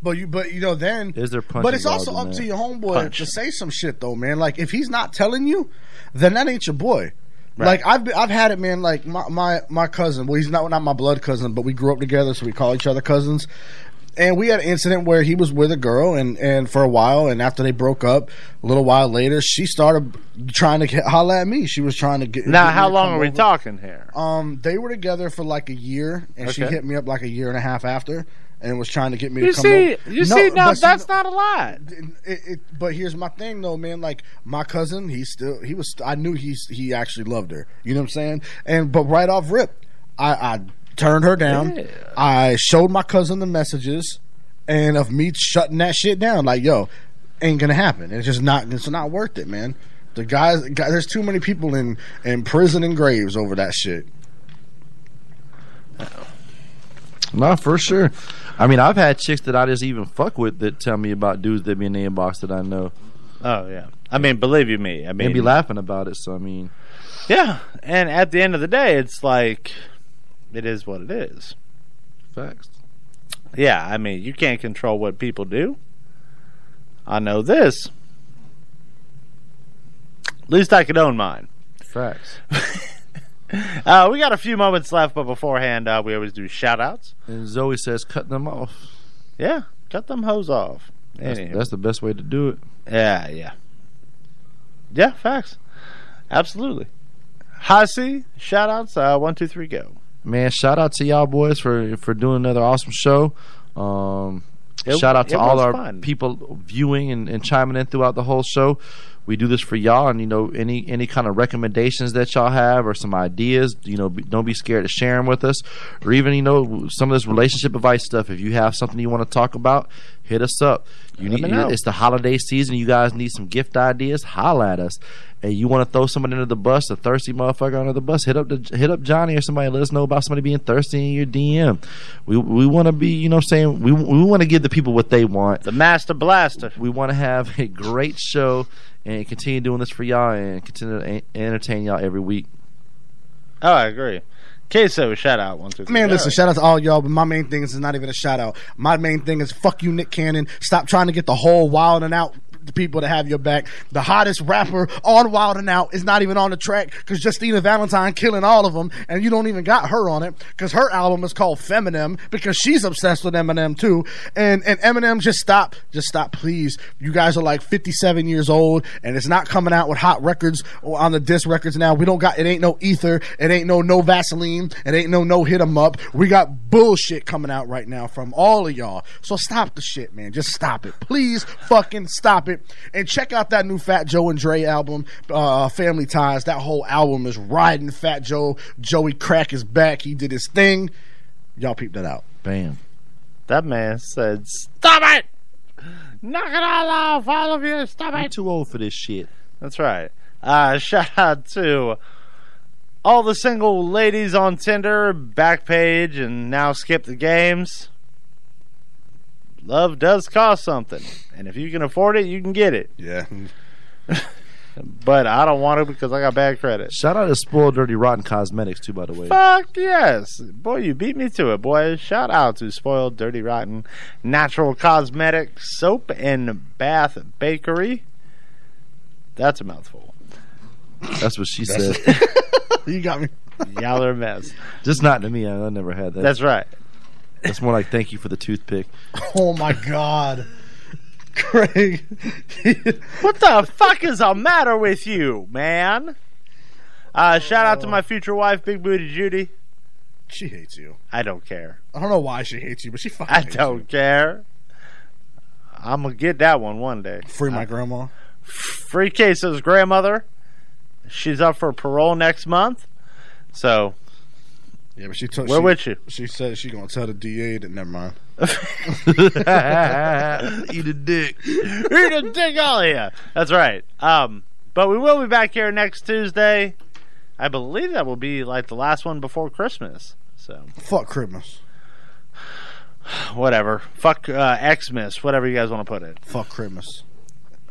Speaker 4: But you, but you know, then
Speaker 10: is there punch?
Speaker 4: But it's also up to your homeboy to say some shit though, man. Like if he's not telling you, then that ain't your boy. Like I've been, I've had it, man. Like my, my my cousin. Well, he's not not my blood cousin, but we grew up together, so we call each other cousins. And we had an incident where he was with a girl, and and for a while, and after they broke up, a little while later, she started trying to get, holla at me. She was trying to get.
Speaker 1: Now,
Speaker 4: get me
Speaker 1: how
Speaker 4: to
Speaker 1: long
Speaker 4: come
Speaker 1: are we
Speaker 4: over.
Speaker 1: talking here?
Speaker 4: Um, they were together for like a year, and she
Speaker 1: Okay.
Speaker 4: hit me up like a year and a half after, and was trying to get me
Speaker 1: You
Speaker 4: to come.
Speaker 1: see,
Speaker 4: over.
Speaker 1: you see, now
Speaker 4: but
Speaker 1: that's not a lie.
Speaker 4: it, it, but here's my thing though, man. Like my cousin, he still he was. I knew he he actually loved her. You know what I'm saying? And but right off rip, I, I turned her down. I showed my cousin the messages, and of me shutting that shit down. Like yo, ain't gonna happen. It's just not. It's not worth it, man. The guys, guys there's too many people in in prison and graves over that shit.
Speaker 10: No, for sure. I mean, I've had chicks that I just even fuck with that tell me about dudes that be in the inbox that I know.
Speaker 1: Oh, yeah. I mean, believe you me. I
Speaker 10: They
Speaker 1: mean,
Speaker 10: be laughing about it. So I mean,
Speaker 1: yeah. And at the end of the day, it's like, it is what it is.
Speaker 10: facts.
Speaker 1: Yeah, I mean, you can't control what people do. I know this. At least I could own mine.
Speaker 10: Facts.
Speaker 1: Uh, we got a few moments left, but beforehand, uh, we always do shout outs.
Speaker 10: And Zoe says, cut them off.
Speaker 1: Yeah, cut them hoes off.
Speaker 10: That's,
Speaker 1: Anywho.
Speaker 10: that's the best way to do it.
Speaker 1: Yeah, yeah. Yeah, facts. Absolutely. Hasi, shout outs. Uh, one, two, three, go.
Speaker 10: man shout out to y'all boys for for doing another awesome show um
Speaker 1: It-
Speaker 10: shout out to
Speaker 1: it
Speaker 10: all
Speaker 1: was
Speaker 10: our
Speaker 1: fun.
Speaker 10: people viewing and, and chiming in throughout the whole show we do this for y'all and you know any any kind of recommendations that y'all have or some ideas you know be, don't be scared to share them with us or even you know some of this relationship advice stuff if you have something you want to talk about hit us up you
Speaker 1: Let
Speaker 10: need
Speaker 1: me know.
Speaker 10: it's the holiday season you guys need some gift ideas holla at us and you want to throw somebody under the bus, a thirsty motherfucker under the bus, hit up the, hit up Johnny or somebody. Let us know about somebody being thirsty in your DM. We we want to be, you know, what I'm saying we we want to give the people what they want.
Speaker 1: The master blaster.
Speaker 10: We want to have a great show and continue doing this for y'all and continue to en- entertain y'all every week.
Speaker 1: Oh, I agree. Queso, shout out. One, two, three,
Speaker 4: Man,
Speaker 1: go.
Speaker 4: listen, shout out to all y'all, but my main thing is it's not even a shout out. My main thing is fuck you, Nick Cannon. Stop trying to get the whole wild and out the people that have your back. The hottest rapper on Wild and Out is not even on the track because Justina Valentine killing all of them, and you don't even got her on it because her album is called Feminem because she's obsessed with Eminem too. And and Eminem, just stop, just stop, please. You guys are like 57 years old, and it's not coming out with hot records or on the disc records now. We don't got it. Ain't no ether. It ain't no no Vaseline. It ain't no no hit 'em up. We got bullshit coming out right now from all of y'all. So stop the shit, man. Just stop it, please. Fucking stop it. And check out that new Fat Joe and Dre album, uh, Family Ties. That whole album is riding Fat Joe. Joey Crack is back. He did his thing. Y'all peep that out.
Speaker 10: Bam. That man said,
Speaker 1: Stop it! Knock it all off, all of you. Stop
Speaker 10: I'm
Speaker 1: it.
Speaker 10: too old for this shit.
Speaker 1: That's right. Uh, shout out to all the single ladies on Tinder, Backpage, and now Skip the Games. Love does cost something, and if you can afford it, you can get it.
Speaker 4: Yeah.
Speaker 1: but I don't want to because I got bad credit.
Speaker 10: Shout out to Spoiled Dirty Rotten Cosmetics, too, by the way.
Speaker 1: Fuck yes. Boy, you beat me to it, boy. Shout out to Spoiled Dirty Rotten Natural Cosmetic Soap and Bath Bakery. That's a mouthful.
Speaker 10: That's what she said.
Speaker 4: you got me.
Speaker 1: Y'all are a mess.
Speaker 10: Just not to me. I, I never had that.
Speaker 1: That's right.
Speaker 10: That's more like thank you for the toothpick.
Speaker 4: Oh my God. Craig.
Speaker 1: what the fuck is the matter with you, man? Uh, shout out to my future wife, Big Booty Judy.
Speaker 4: She hates you.
Speaker 1: I don't care.
Speaker 4: I don't know why she hates you, but she fucking
Speaker 1: I
Speaker 4: hates
Speaker 1: don't
Speaker 4: you.
Speaker 1: care. I'm gonna get that one one day.
Speaker 4: Free my grandma.
Speaker 1: Free Queso's grandmother. She's up for parole next month. So
Speaker 4: Yeah, but she took.
Speaker 1: We're
Speaker 4: she,
Speaker 1: with you.
Speaker 4: She said she gonna tell the DA that. Never mind.
Speaker 10: Eat a dick.
Speaker 1: Eat a dick, all of you. That's right. Um, but we will be back here next Tuesday. I believe that will be like the last one before Christmas. So
Speaker 4: Fuck Christmas.
Speaker 1: whatever. Fuck uh, Xmas, whatever you guys want to put it.
Speaker 4: Fuck Christmas.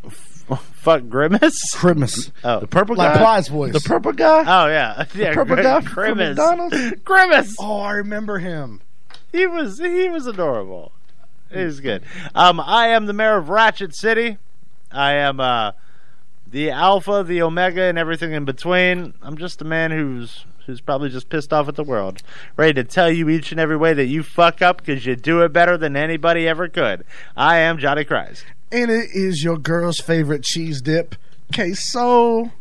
Speaker 1: Fuck Grimace.
Speaker 4: Christmas.
Speaker 1: Oh, the
Speaker 10: purple
Speaker 4: Like Plies voice.
Speaker 10: Uh, The purple guy.
Speaker 1: Oh yeah, yeah.
Speaker 10: the purple
Speaker 1: Gr-
Speaker 10: guy. From
Speaker 1: Grimace.
Speaker 10: McDonald's.
Speaker 1: Grimace.
Speaker 4: Oh, I remember him.
Speaker 1: He was he was adorable. He was good. Um, I am the mayor of Ratchet City. I am uh, the alpha, the omega, and everything in between. I'm just a man who's who's probably just pissed off at the world, ready to tell you each and every way that you fuck up because you do it better than anybody ever could. I am Johnny Christ.
Speaker 4: And it is your girl's favorite cheese dip, queso.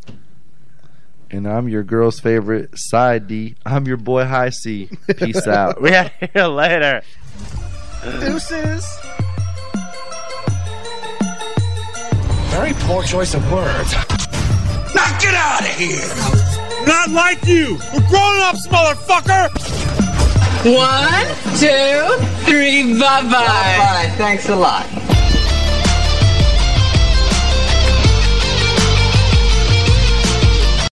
Speaker 10: And I'm your girl's favorite side D. I'm your boy High C. Peace out.
Speaker 1: We out of here later.
Speaker 4: Deuces.
Speaker 13: Very poor choice of words. Now get out of here!
Speaker 11: Not like you! We're grown ups, motherfucker!
Speaker 2: One, two, three, bye bye. Bye bye. Thanks a lot.